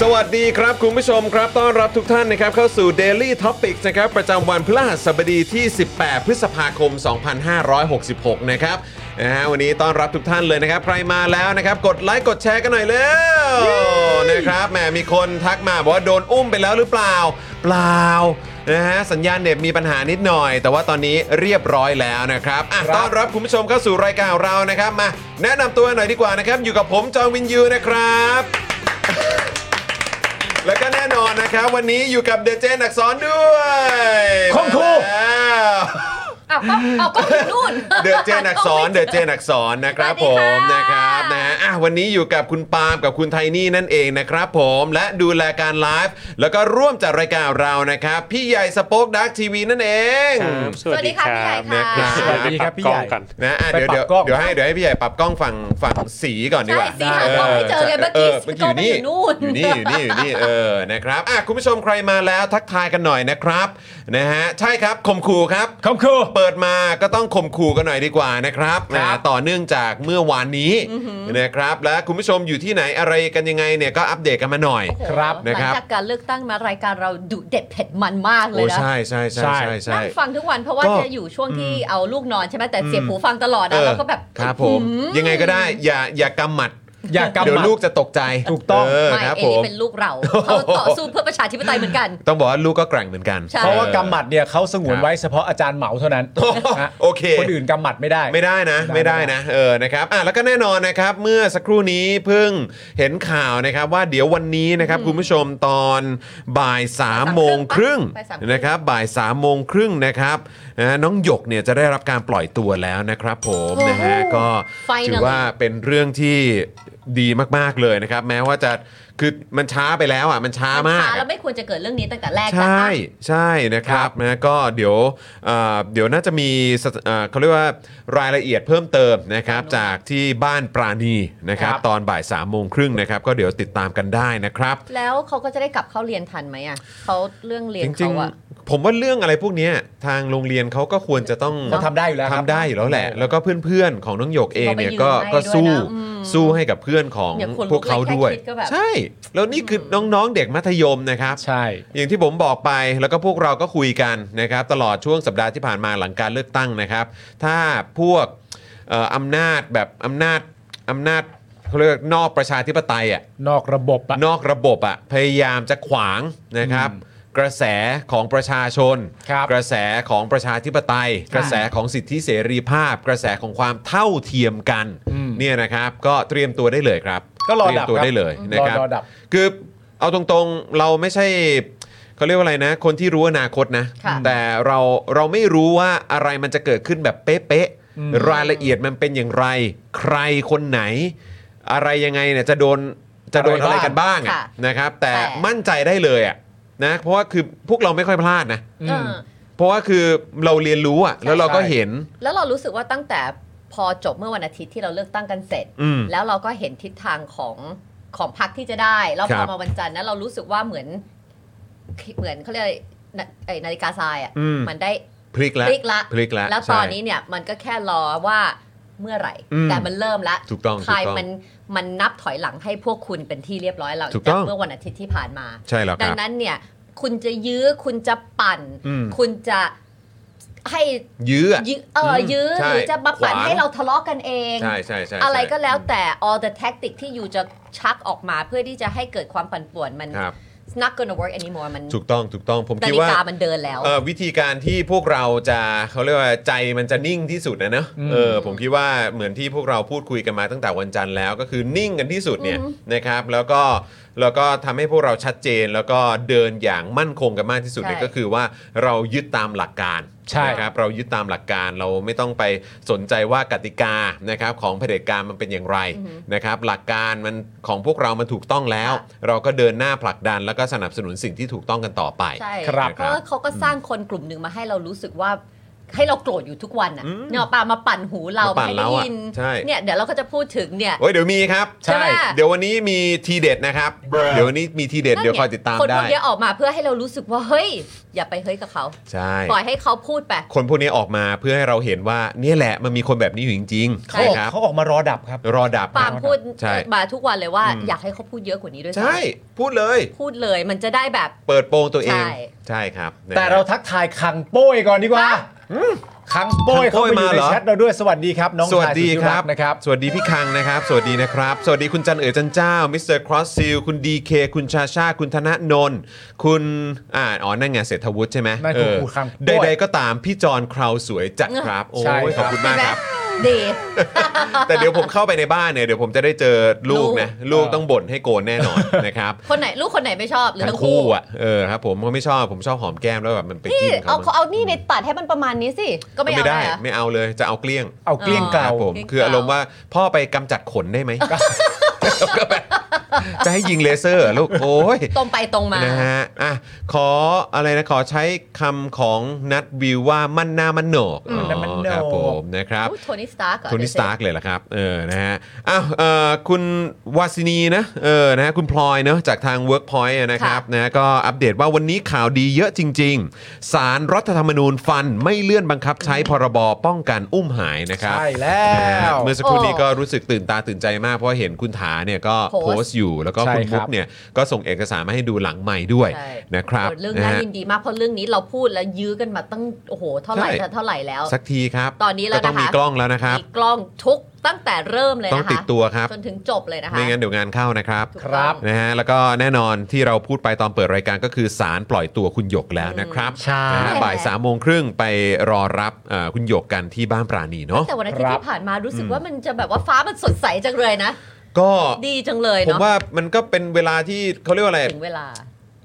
สวัสดีครับคุณผู้ชมครับ ต้อนรับทุกท่านนะครับเข้าสู่ Daily Topics นะครับประจำวันพฤหัสบดีที่ 18 พฤษภาคม 2566 นะครับนะฮะวันนี้ต้อนรับทุกท่านเลยนะครับ ใครมาแล้วนะครับ กดไลค์กดแชร์กันหน่อยเร็วนะครับแหมมีคนทักมาบอกว่าโดนอุ้มไปแล้วหรือเปล่า เปล่านะฮะสัญญาณเน็ตมีปัญหานิดหน่อย แต่ว่าตอนนี้เรียบร้อยแล้วนะครับอ่ะต้อนรับคุณผู้ชมเข้าสู่รายการของเรานะครับมาแนะนำตัวหน่อยดีกว่านะครับอยู่กับผมจอห์นวินยูนะครับ แล้วก็แน่นอนนะครับ วันนี้อยู่กับเดเจนอักษรด้วย คมครู อ้าวก็เอาก็อยู่นู่น เดเจนอักษ รเดเจนอักษรนะครับผ สวัสดี ม ค่ะ นะครับนะฮะอ่ะวันนี้อยู่กับคุณปาล์มกับคุณไทนี่นั่นเองนะครับผมและดูแลการไลฟ์แล้วก็ร่วมจัดรายการเรานะครับ พี่ใหญ่สป็อคดักทีวีนั่นเอง ครับ สวัสดีค่ะพี่ใหญ่ นะ ค่ะ ครับ สวัสดีครับพี่ใหญ่ ปรับกล้องกัน นะอ่ะ ไป เดี๋ยว ปรับกเดี๋ยวล้อง เดี๋ยวให้เดี๋ยวให้พี่ใหญ่ปรับกล้องฝั่งฝั่งสีก่อนดีกว่า ใช่สีหากล้องไม่เจอไงเมื่อกี้ กอยู่นี่ กล้องมันอยู่ อยู่ นู่ นี่ น อยู่นี่อยู่นี่เออนะครับอ่ะคุณผู้ชมใครมาแล้วทักทายกันหน่อยนะครับนะฮะใช่ครับข่มขู่ครับ คมครู เปิดมาก็ต้องข่มขู่กันหน่อยดีกว่านะครับนะต่อเนื่องจากเมื่อวานนี้นะครับ และคุณผู้ชมอยู่ที่ไหนอะไรกันยังไงเนี่ยก็อัปเดตกันมาหน่อย ครับ ห นะ ลั ครับ จากการเลือกตั้งมารายการเราดุเด็ดเผ็ดมันมากเล โอ้ ยนะ ใช่ใช่ใช่ใช่ใช่ นั่งฟังทุกวันเพราะว่า ก็ จะอยู่ช่วงที่เอาลูกนอนใช่ไหมแต่เสียบหูฟังตลอด เอ นะ อ แล้วก็แบบ ครับผม อื้อหือ ยังไงก็ได้อย่าอย่ากำหมัด อย่ากำหมัด เดี๋ยวลูกจะตกใจ ถูกต้อง เออ ไม่ ครับ เอ ผ นี่ ม เป็นลูกเราเขาต่อสู้เพื่อประชาธิปไตยเหมือนกัน ต้องบอกว่าลูกก็แกร่งเหมือนกัน ใช่ เพราะว่ากำหมัดเนี่ยเขาสงวนไว้เฉพาะอาจารย์เหมาเท่านั้น โอ้โห ฮะ โอเค คนอื่นกำหมัดไม่ได้ ไม่ได้นะ ไม่ได้นะเออนะครับอ่ะแล้วก็แน่นอนนะครับเมื่อสักครู่นี้เพิ่งเห็นข่าวนะครับว่าเดี๋ยววันนี้นะครับคุณผู้ชมตอนบ่าย3ามโมงครึ่ง บ่ายสามครึ่ง นะครับบ่าย3ามโมงครึ่งนะครับนะน้องหยกเนี่ยจะได้รับการปล่อยตัวแล้วนะครับผมนะฮะก็ถือว่าเป็นเรื่องที่ดีมากๆเลยนะครับแม้ว่าจะคือมันช้าไปแล้วอ่ะมันช้ามาก ช้า อะ แล้วไม่ควรจะเกิดเรื่องนี้ตั้งแต่แรก ใช่ นะ ใช่นะครับนะก็เดี๋ยวเอ่อเดี๋ยวน่าจะมีสเอ่อเขาเรียกว่ารายละเอียดเพิ่มเติมนะครับจากที่บ้านปราณีนะครับ ครับ ตอนบ่าย3ามโมงครึ่งนะครับก็เดี๋ยวติดตามกันได้นะครับ แล้วเขาก็จะได้กลับเข้าเรียนทันไหมอ่ะเขาเรื่องเรียน จริ เขา ง อ่ะ ๆ ผมว่าเรื่องอะไรพวกเนี้ยทางโรงเรียนเขาก็ควรจะต้อง เขาทำได้อยู่แล้วครับ ทำได้อยู่แล้วแหละ แล้วก็เพื่อนๆ ของน้องหยกเองเนี่ย ก็ ก็ ไปก็ยืนให้ด้วย สู้ นะอืม สู้ให้กับเพื่อนของ เนี่ยขนลุก พวกเขา เลยแค่ ด้วย คิดก็แบบ ใช่ แล้วนี่คือน้องๆเด็กมัธยมนะครับ ใช่ อย่างที่ผมบอกไปแล้วก็พวกเราก็คุยกันนะครับตลอดช่วงสัปดาห์ที่ผ่านมาหลังการเลือกตั้งนะครับ ถ้าพวกเอ่ออำนาจแบบอำนาจอำนาจเขาเรียกนอกประชาธิปไตยอ่ะ นอกระบบอะ นอกระบบอ่ะพยายามจะขวางนะครับ กระแสของประชาชน ครับ กระแสของประชาธิปไตย กระแสของสิทธิเสรีภาพ กระแสของความเท่าเทียมกัน อืม เนี่ยนะครับ ก็เตรียมตัวได้เลยครับ ก็รอ เตรี ดั ม บ ตัว ครับ ได้เลยนะครับ รอดับ คือเอาตรงๆเราไม่ใช่เขาเรียกว่าอะไรนะ คนที่รู้อนาคตนะ ค่ะ แต่เราเราไม่รู้ว่าอะไรมันจะเกิดขึ้นแบบเป๊ะ อืม ๆรายละเอียดมันเป็นอย่างไร ใครคนไหน อะไรยังไงเนี่ยจะโดนจะโดนอะไรกันบ้างอะ ค่ะ นะครับ แต่ แต่ มั่นใจได้เลยอ่ะนะเพราะว่าคือพวกเราไม่ค่อยพลาดนะ เออ เพราะว่าคือเราเรียนรู้อ่ะแล้วเราก็เห็น แล้วเรารู้สึกว่าตั้งแต่ พอจบเมื่อวันอาทิตย์ที่เราเลือกตั้งกันเสร็จ อืม แล้วเราก็เห็นทิศทางของของพรรคที่จะได้ แล้วพ ครั อบ มาวันจันทร์นั้นเรารู้สึกว่าเหมือน เหมือนเขาเรียกอะไรนาไอ้นาฬิกาทรายอ่ะ อืม มันได้ พลิกแล้ว พลิกละ พลิกแล้ว แล้วตอน ใช่ นี้เนี่ยมันก็แค่รอว่าเมื่อไหร่ อืม แต่มันเริ่มละ ถูกต้อง ใคร ถูกต้อง มันมันนับถอยหลังให้พวกคุณเป็นที่เรียบร้อยแล้ว ถูกต้อง จาเมื่อวันอาทิตย์ที่ผ่านมา ใช่แล้วค ดั รั ง บ นั้นเนี่ย คุณจะยื้อคุณจะปั่น อืม คุณจะให้ ยื้ออะ ยื้อเอออ ม ยื้อ ใช่ หรือจะมาปั่น ขวาง ให้เราทะเลาะกันเอง ใช่ใช่ใช่ อะไรก็ ใช่ แล้วแต่ all the tactic ที่อยู่จะชักออกมาเพื่อที่จะให้เกิดความปั่นป่วนมัน ครับ it's not gonna work anymore มัน ถูกต้องถูกต้องผม นา คิด ฬิ ว่าน กามันเดินแล้ว เอ่อวิธีการที่พวกเราจะเขาเรียกว่าใจมันจะนิ่งที่สุดนะเนอะเออผมคิดว่าเหมือนที่พวกเราพูดคุยกันมาตั้งแต่วันจันทร์แล้วก็คือนิ่งกันที่สุดเนี่ยนะครับแล้วก็แล้วก็ทำให้พวกเราชัดเจนแล้วก็เดินอย่างมั่นคงกันมากที่สุดเนี่ย ใช่ ก็คือว่าเรายึดตามหลักการ ใช่ นะครับเรายึดตามหลักการเราไม่ต้องไปสนใจว่ากติกานะครับของเผด็จการมันเป็นอย่างไรนะครับหลักการมันของพวกเรามันถูกต้องแล้ว เราก็เดินหน้าผลักดันแล้วก็สนับสนุนสิ่งที่ถูกต้องกันต่อไป ใช่ ครับ เพราะว่าเขาก็สร้างคนกลุ่มหนึ่งมาให้เรารู้สึกว่า ให้เราโกรธอยู่ทุกวันอ่ะเนี่ยป่ามาปั่นหูเรา มาปั่น ให้ เรา ได้ อะ ยิน ใช่ เนี่ยเดี๋ยวเราก็จะพูดถึงเนี่ย โอ้ยเดี๋ยวมีครับ ใช่ใช่ปะ เดี๋ยววันนี้มีทีเด็ดนะครับ เดี๋ยววันนี้มีทีเด็ดเดี๋ยวคอยติดตาม คนพ ได้ วกเนี้ยออกมาเพื่อให้เรารู้สึกว่าเฮ้ย อย่าไปเฮ้ยกับเขา ใช่ ปล่อยให้เขาพูดไป คนพวกนี้ออกมาเพื่อให้เราเห็นว่าเนี่ยแหละมันมีคนแบบนี้อยู่จริงๆ ใช่ เขาออก นะครับ เขาออกมารอดับครับ รอดับ ปาล์มพูด ใช่ มาทุกวันเลยว่า อืม อยากให้เขาพูดเยอะกว่านี้ด้วยซ้ำ ใช่พูดเลย พูดเลย มันจะได้แบบ เปิดโปงตัวเอง ใช่ ใช่ครับนะ แต่เราทักทายคังโป้ยก่อนดีกว่าคังโป้ย คังโป้ เขา ย มาอยู่ มาเหร ใน อ แชทเราด้วยสวัสดีครับน้อง สวัสชาดีย ค ที่ รับ นะครับ สวัสดีพี่คังนะครับ สวัสดีนะครับ สวัสดีคุณจันเอ๋ยจันเจ้า มิสเตอร์ครอสซิล คุณดีเค คุณชาชา คุณธนนนท์คุณอ่าอ๋อ นั่นไงเศรษฐวุฒิใช่ไหม นั่นคือ เออ ครูคัง ใดๆก็ตาม พี่จอนคราวสวยจัดครับ โอ้ ใช่ ย ค ข รั อบบ คุณ ใช่ มาก ไหม ครับ ดี แต่เดี๋ยวผมเข้าไปในบ้านเนี่ย เดี๋ยวผมจะได้เจอลูกนะ ลูกต้องบ่นให้โกนแน่นอน นะครับ คนไหนลูกคนไหนไม่ชอบหรือ ทั้ ทั้ ง ง คู่ คู่ อ่ะเออครับผมเขาไม่ชอบผมชอบหอมแก้มแล้วแบบมันไป นี่ จิ้ม เอา เขา เขาเอานี่ในตัดให้มันประมาณนี้สิก็ไม่เอา ได้ หรอ ไม่เอาเลยจะเอาเกลี้ยง เอาเกลี้ยง อ๋อ เก ค ลา รับผม เกรง คืออารมณ์ เกรง ว่าพ่อไปกำจัดขนได้ ไหม แล้วก็แบบจะให้ยิงเลเซอร์เหรอลูก โอ้ย ตรงไปตรงมา นะฮะอ่ะขออะไรนะ ขอใช้คำของนัดวิวว่ามั่นหน้ามันโหนก อืมนั่นมัน อ๋อ โหน คกรับผมนะครับ โอ้ยโทนี่สตาร์กเหรอ โทนี่สตาร์กเลยละครับ เออ นะฮะ อ้าวเอ่อคุณวาสินีนะ เออ นะฮะ คุณพลอยเนอะจากทาง Workpoint อะนะครับ นะ ก็อัปเดตว่าวันนี้ข่าวดีเยอะจริง ๆ สารรัฐธรรมนูญฟันไม่เลื่อนบังคับใช้พรบป้องกันอุ้มหายนะครับ ใช่แล้ นะฮะ ว เมื่อสักครู่นี้ก็รู้สึกตื่นตาตื่นใจมาก เพราะเห็นคุณถาเนี่ยก็โพสต์อยู่แล้วก็คุณ ใช่ครั มุ บ กเนี่ยก็ส่งเอกสารมาให้ดูหลังใหม่ด้วย ใช่ นะครับ เรื่อง นะ น่า ฮะ ยินดีมากเพราะเรื่องนี้เราพูดแล้วยื้อกันมาตั้งโอ้โหเท่าไหร่ ใช่ เท่าไหร่แล้ว สักทีครับ ตอนนี้แล้ว ก็ต้อง นะมีคะกล้องแล้วนะครับ มีกล้องทุกตั้งแต่เริ่มเลย ต้อง นะคะ ติดตัวครับ จนถึงจบเลยนะคะ ไม่งั้นเดี๋ยวงานเข้านะครับ ถูก ค ต้อง รับ นะฮะแล้วก็แน่นอนที่เราพูดไปตอนเปิดรายการก็คือสารปล่อยตัวคุณหยกแล้วนะครับ ใช่ นะฮะบ่ายสามโมงครึ่งไปรอรับเอ่อคุณหยกกันที่บ้านปราณีเนาะ แต่วันอาทิต ค ย์ รับ ที่ผ่านมารู้สึกว่ามันจะแบบว่าฟ้ามันสดใสจังเลยนะ ก็ ดีจังเลย ผ เนาะ มว่ามันก็เป็นเวลาที่เขาเรียกว่าอะไร ถึงเวลา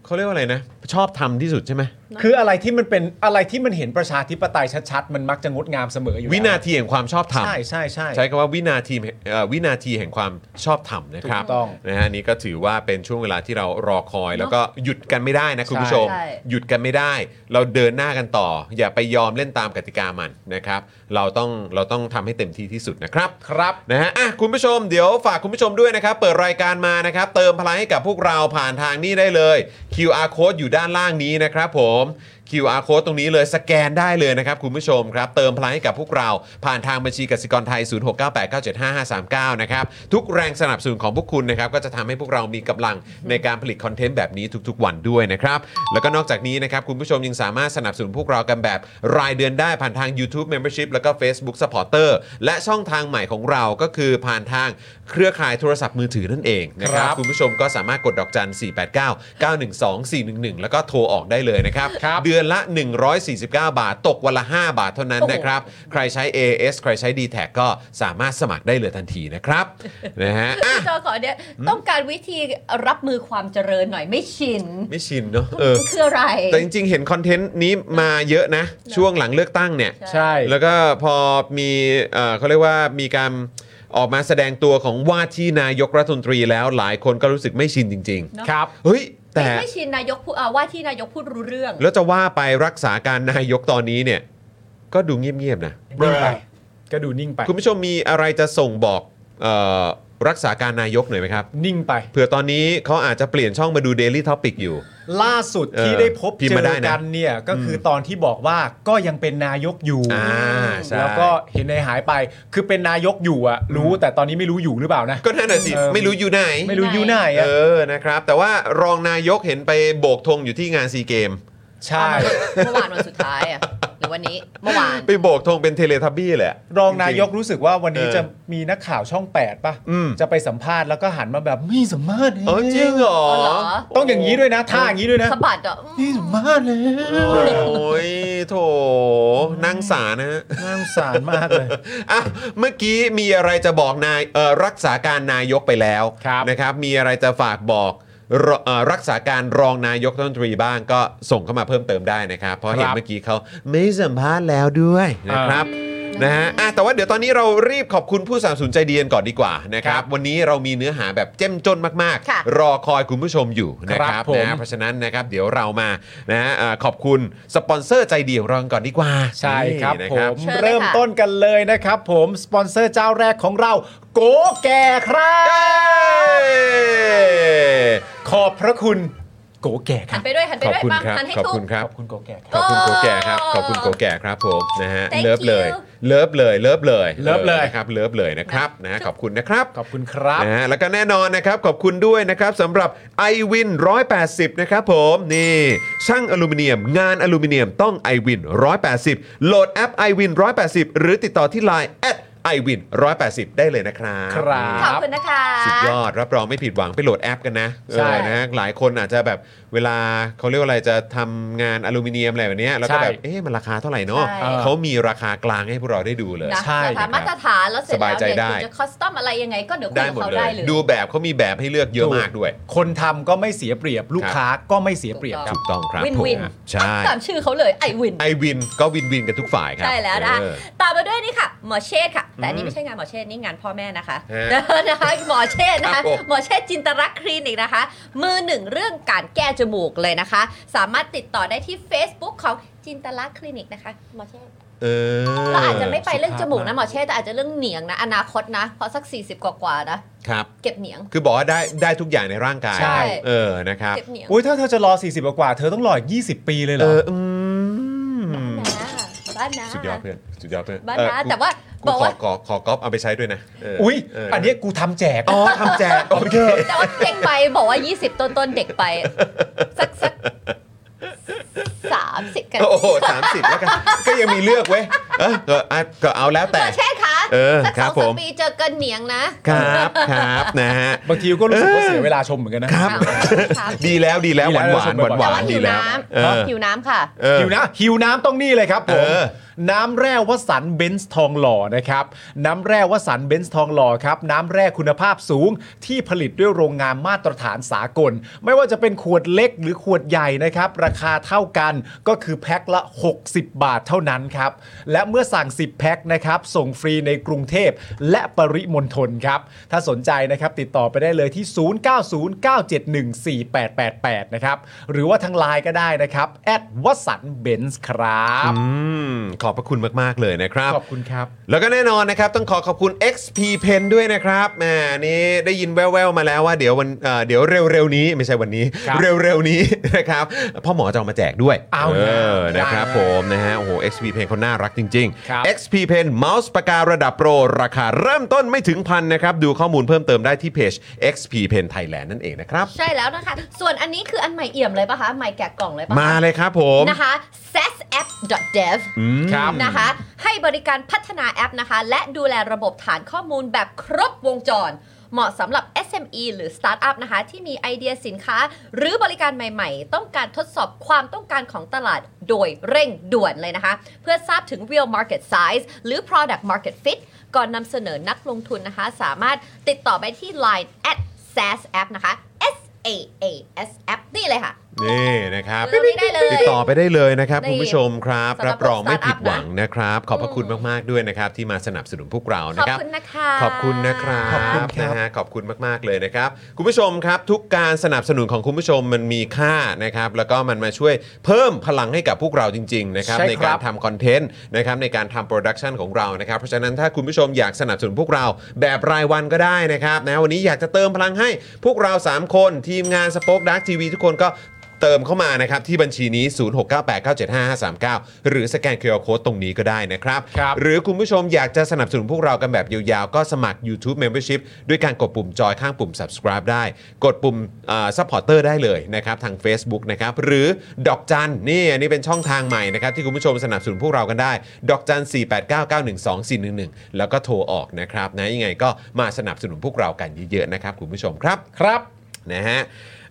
เขาเรียกว่าอะไรนะ ชอบทำที่สุดใช่ไหม คืออะไรที่มันเป็นอะไรที่มันเห็นประชาธิปไตยชัดๆ มันมักจะงดงามเสมออยู่แล้ วินาทีแห่งความชอบทำ ใช่ใช่ใช่ ใช้คำว่าวินาทีเอ่อวินาทีแห่งความชอบธรรมนะครับ ถูกต้อง นะฮะอันนี้ก็ถือว่าเป็นช่วงเวลาที่เรารอคอย แล้วก็หยุดกันไม่ได้นะคุณผู้ชม ใช่ หยุดกันไม่ได้ เราเดินหน้ากันต่อ อย่าไปยอมเล่นตามกติกามันนะครับ เราต้องเราต้องทำให้เต็มที่ที่สุดนะครับ ครับ นะฮะอ่ะคุณผู้ชมเดี๋ยวฝากคุณผู้ชมด้วยนะครับ เปิดรายการมานะครับ เติมพลังให้กับพวกเราผ่านทางนี้ได้เลย QR code อยู่ด้านล่างนี้นะครับผม QR code ตรงนี้เลยสแกนได้เลยนะครับคุณผู้ชมครับเติมพลังให้กับพวกเราผ่านทางบัญชีกสิกรไทย 0698975539 นะครับทุกแรงสนับสนุนของพวกคุณนะครับก็จะทำให้พวกเรามีกำลังในการผลิตคอนเทนต์แบบนี้ทุกๆ วันด้วยนะครับแล้วก็นอกจากนี้นะครับคุณผู้ชมยังสามารถสนับสนุนพวกเรากันแบบรายเดือนได้ผ่านทาง YouTube Membership แล้วก็ Facebook Supporter และช่องทางใหม่ของเราก็คือผ่านทางเครือข่ายโทรศัพท์มือถือนั่นเองนะคครัรับ บ คุณผู้ชมก็สามารถกดดอกจัน 4 8 9 9 1 2 4 1 1 แล้วก็โทรออกได้เลยนะครับ ครับ เดือนละ 149 บาท ตกวันละ 5 บาทเท่านั้น โอ้โห นะครับ ใครใช้ AS ใครใช้ d t แทก็สามารถสมัครได้เลยทันทีนะครับ นะ ฮะอ่ะ จอขอเนี่ยต้องการวิธีรับมือความเจริญหน่อยไม่ชิน ไม่ชินเนาะเออ มันคืออะไร แต่จริงๆ เห็นคอนเทนต์นี้มาเยอะนะ ช่วงหลังเลือกตั้งเนี่ย ใช่ แล้วก็พอมีเอ่อเขาเรียกว่ามีการออกมาแสดงตัวของว่าที่นายกรัฐมนตรีแล้วหลายคนก็รู้สึกไม่ชินจริง เนอะ ครับ ๆ เฮ้ย แต่ ไม่ไม่ชินนายกพูดอ่าว่าที่นายกพูดรู้เรื่อง แล้วจะว่าไปรักษาการนายกตอนนี้เนี่ย ก็ดูเงียบๆนะ ก็ดูนิ่งไป คุณผู้ชมมีอะไรจะส่งบอกเออรักษาการนายกหน่อยไหมครับ นิ่งไป เผื่อตอนนี้เขาอาจจะเปลี่ยนช่องมาดู Daily Topic อยู่ ล่าสุดที่ เออ ได้พบ พิมพ์ เจ มาได้ อ นะ กันเนี่ยก็คือตอนที่บอกว่าก็ยังเป็นนายกอยู่ อ่าใช่ แล้วก็เห็นในหายไปคือเป็นนายกอยู่อะรู้แต่ตอนนี้ไม่รู้อยู่หรือเปล่านะ ก็นั่นแหะสิ เออ ไม่รู้อยู่ไหน ไม่รู้อยู่ไหนอะ เออนะครับ แต่ว่ารองนายกเห็นไปโบกธงอยู่ที่งานซีเกม ใช่ เมื่อวานวันสุดท้าย อ่ะหรือวันนี้เมื่อวาน ไปโบกธงเป็นเทเลทับบี้แหละ รองนายกรู้สึกว่าวันนี้ เออ จะมีนักข่าวช่อง8ป่ะ อืม จะไปสัมภาษณ์แล้วก็หันมาแบบมีสัมภาษณ์ เออจริงเหรอ เอาเหรอ ต้องอย่างนี้ด้วยนะท่าอย่างนี้ด้วยนะ สะบัดอ่ะอืม มีสัมภาษณ์เลย โอ้ยโถนั่งสารนะฮะ น่าสงสารมากเลย อ่ะเมื่อกี้มีอะไรจะบอกนายเอ่อรักษาการนายกไปแล้ว ครับ นะครับ มีอะไรจะฝากบอกรเอ่อรักษาการรองนายกรัฐมนตรีบ้างก็ส่งเข้ามาเพิ่มเติมได้นะครับ เพราะเห็คนรับ เมื่อกี้เขาไม่สัมภาษณ์แล้วด้วยนะครับนะฮะอ่ะแต่ว่าเดี๋ยวตอนนี้เรารีบขอบคุณผู้สามสูนใจเดียนก่อนดีกว่านะครัครับบ วันนี้เรามีเนื้อหาแบบเจ้มจนมาก ค่ะ ๆ รอคอยคุณผู้ชมอยู่นะค ครั รับบ ผม นะเพราะฉะนั้นนะครับเดี๋ยวเรามานะฮะเอ่อขอบคุณสปอนเซอร์ใจดีของเราก่อนดีกว่า ใช่ครับ นี่นะ ผม เชิญเลยค่ะ เริ่มต้นกันเลยนะครับผมสปอนเซอร์เจ้าแรกของเรา โกแก่ครับ ขอบพระคุณโกแก่ค หั รั น บ ไปด้วยหันไป ขอบ ด้วย คุณ บ้าง ครับ หันให้ ขอบ ถู คุ ก ณครับ ขอบคุณโกแก่ค ข รับ อบคุณโกแก่ครับ โอ้ ขอบคุณโกแก่ครับผมนะฮะ Thank เลิฟเลย you เลิฟเลยเลิฟเลย เลิฟเลย นะครับเลิฟเลยนะครับนะฮะขอบคุณนะครับ ขอบคุณครับ นะฮะแล้วก็แน่นอนนะครับ ขอบคุณด้วยนะครับสำหรับ i w วิน180 นะครับผมนี่ช่างอลูมิเนียม งานอลูมิเนียมต้อง i w วิน180 โหลดแอป i w วิน180 หรือติดต่อที่ Line แอด i w วิน180 ได้เลยนะครับ ครับ ขอบคุณนะคะ สุดยอด รับรองไม่ผิดหวังไปโหลดแอปกันนะ ใช่ เออนะฮะหลายคนอาจจะแบบเวลาเขาเรียกว่าอะไรจะทำงานอลูมิเนียมอะไรแบบเนี้ยแล้วก็แบบ ใช่ เอ๊ะมันราคาเท่าไหร่เนาะ ใช่ เขามีราคากลางให้พวกเราได้ดูเลย นะ ใช่ นะคะ ครับ มาตรฐานแล้วเสร็จ สบายแล้ว ใจ เนี่ย ได้ คุณจะคอสตอมอะไรยังไงก็เดี๋ยวคุย ได้ กับ หมด เขา เล ได้ ย เลย ดูแบบเขามีแบบให้เลือกเยอะมากด้วย คนทำก็ไม่เสียเปรียบลูก ครับ ค้าก็ไม่เสียเปรียบครับ ถูกต้องครับ วิน ผม วิน ใช่ ตามชื่อเขาเลยไอวิน ไอวินก็วินวินกันทุกฝ่ายครับ ใช่แล้วนะคะ เออ ตามมาด้วยนี่ค่ะ หมอเชษฐ์ค่ะ แต่อันนี่ไม่ใช่งานหมอเชษฐ์นี่งานพ่อแม่นะคะ ฮะ นะคะหมอเชษฐ์นะ ครั คะ บผม หมอเชษฐ์จินตรักษณ์คลินิกนะคะ มือหนึ่งเรื่องการแก้จมูกเลยนะคะ สามารถติดต่อได้ที่ Facebook ของจินตลักษณ์คลินิกนะคะหมอเชษฐ์ เออ เราอาจจะไม่ไปเรื่อง สุ จ ภาพ มูก มา นะ ก หมอเชษฐ์แต่อาจจะเรื่องเหนียงนะอนาคตนะเพราะสัก 40 กว่าๆนะครับ เก็บเหนียง คือบอกว่าได้ได้ทุกอย่างในร่างกาย ใช่ เออนะครับ เก็บเหนียง อุ้ยถ้าเธอจะรอ 40กว่าๆเธอต้องรออีก20 ปีเลยเหร เอ อ ออืม บ้านนะ สุดยอดเพื่อนสุดยอดเพื่อน บ้าน เออ นะ กู แต่ว่า กู บอก ขอ ว่า ขอขอก๊อปเอาไปใช้ด้วยนะเ อุ้ย เ อันเนี้ยกูทำแจก อ๋อทำแจก โอเค แต่ว่าเด็กไปบอกว่า 20 ต้นต้นๆเด็กไป สักสักสามสิบกัน โอ้โหสามสิบแล้วกัน ก็ยังมีเลือกเว้ย เออเอออ่ะก็เอาแล้วแต่ เช่คะ เออ สัก ค ส รั อบ ง ผ สาม ม ปีเจอกันเหนียงนะครับ ครับนะฮะ บางทีก็รู้สึกว่าเสียเวลาชมเหมือนกันนะ ครับ อ้าวครับ ดีแล้วดีแล้วหวานหวานหวานห แต่ วา ว่าน หิ ดี ว แล้ว น้ เออ ำหิวน้ำค่ะ เออ หิวนะหิวน้ำต้องนี่เลยครับผ เอ ม อ น้ำแร่วสันเบนซ์ทองหล่อนะครับ น้ำแร่วสันเบนซ์ทองหล่อครับน้ำแร่คุณภาพสูงที่ผลิตด้วยโรงงานมาตรฐานสากล ไม่ว่าจะเป็นขวดเล็กหรือขวดใหญ่นะครับ ราคาเท่ากันก็คือแพ็คละ 60 บาทเท่านั้นครับ และเมื่อสั่ง 10 แพ็คนะครับ ส่งฟรีในกรุงเทพและปริมณฑลครับ ถ้าสนใจนะครับติดต่อไปได้เลยที่ 0909714888 นะครับ หรือว่าทางไลน์ก็ได้นะครับแอดวัสันเบนซ์ครับ อืม ขอบพระคุณมาก ๆ เลยนะครับ ขอบคุณครับ แล้วก็แน่นอนนะครับ ต้องขอขอบคุณ XP Pen ด้วยนะครับแหมนี่ได้ยินแว่วๆมาแล้วว่าเดี๋ยววันเอ่อเดี๋ยวเร็วๆนี้ไม่ใช่วันนี้ ครับ เร็วๆนี้ นะครับพ่อหมอจะเอามาแจกด้วย เอา เออ ได้ นะครับผมนะฮะโอ้โห XP Pen เขาน่ารักจริง ครับ XP Pen เมาส์ปากการะดับโปร ราคาเริ่มต้นไม่ถึงพันนะครับ ดูข้อมูลเพิ่มเติมได้ที่เพจ XP Pen Thailand นั่นเองนะครับ ใช่แล้วนะคะ ส่วนอันนี้คืออันใหม่เอี่ยมเลยปะคะ ใหม่แกะกล่องเลยปะคะ มาเลยครับผม นะคะ sasapp.dev ครับ นะคะ ให้บริการพัฒนาแอปนะคะ และดูแลระบบฐานข้อมูลแบบครบวงจร เหมาะสำหรับ SME หรือ Startup นะคะ ที่มีไอเดียสินค้า หรือบริการใหม่ๆ ต้องการทดสอบความต้องการของตลาดโดยเร่งด่วนเลยนะคะ เพื่อทราบถึง real market size หรือ product market fit ก่อนนำเสนอนักลงทุนนะคะ สามารถติดต่อไปที่ line at sasapp นะคะ S A A S app นี่เลยค่ะ นี่นะครับ ดูตรงนี้ได้เลย ติดต่อไปได้เลยนะครับ ได้ คุณผู้ชมครับ สำหรั รั บบ รองไม่ผิด Startup หวังนะครับ ขอบพระคุณมาก ๆ ด้วยนะครับ ที่มาสนับสนุนพวกเรานะ ขอบ ครับ คุณนะคะ ขอบคุณนะครับ ขอบคุณครับ นะฮะขอบคุณมาก ๆ เลยนะครับ คุณผู้ชมครับ ทุกการสนับสนุนของคุณผู้ชมมันมีค่านะครับ แล้วก็มันมาช่วยเพิ่มพลังให้กับพวกเราจริง ๆ นะครับ ใช่ ใน ครั การ บ ทำคอนเทนต์นะครับในการทำโปรดักชันของเรานะครับ เพราะฉะนั้นถ้าคุณผู้ชมอยากสนับสนุนพวกเราแบบรายวันก็ได้นะครับนะวันนี้อยากจะเติมพลังให้พวกเรา 3 คนทีมงานสป็อคดักทีวีทุกคนก็เติมเข้ามานะครับ ที่บัญชีนี้ 0698975539 หรือสแกน QR Code ตรงนี้ก็ได้นะครับ ครับ หรือคุณผู้ชมอยากจะสนับสนุนพวกเรากันแบบยาวๆ ก็สมัคร YouTube Membership ด้วยการกดปุ่มจอยข้างปุ่ม subscribe ได้ กดปุ่มซัพพอร์เตอร์ได้เลยนะครับทาง Facebook นะครับ หรือดอกจันนี่อันนี้เป็นช่องทางใหม่นะครับ ที่คุณผู้ชมสนับสนุนพวกเรากันได้ ดอกจัน 489912411 แล้วก็โทรออกนะครับนะยังไงก็มาสนับสนุนพวกเรากันเยอะๆนะครับคุณผู้ชมครับ ครับ นะฮะ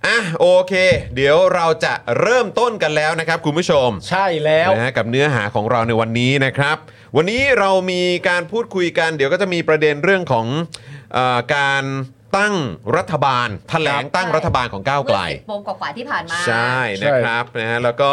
อ่ะโอเค เดี๋ยวเราจะเริ่มต้นกันแล้วนะครับคุณผู้ชม ใช่แล้ว นะฮะกับเนื้อหาของเราในวันนี้นะครับ วันนี้เรามีการพูดคุยกัน เดี๋ยวก็จะมีประเด็นเรื่องของเออการตั้งรัฐบาลแถลงตั้ง ใช่ รัฐบาลของก้าวไกล เมื่อสิบโมงกว่าๆที่ผ่านมา ใช่นะครับนะฮะแล้วก็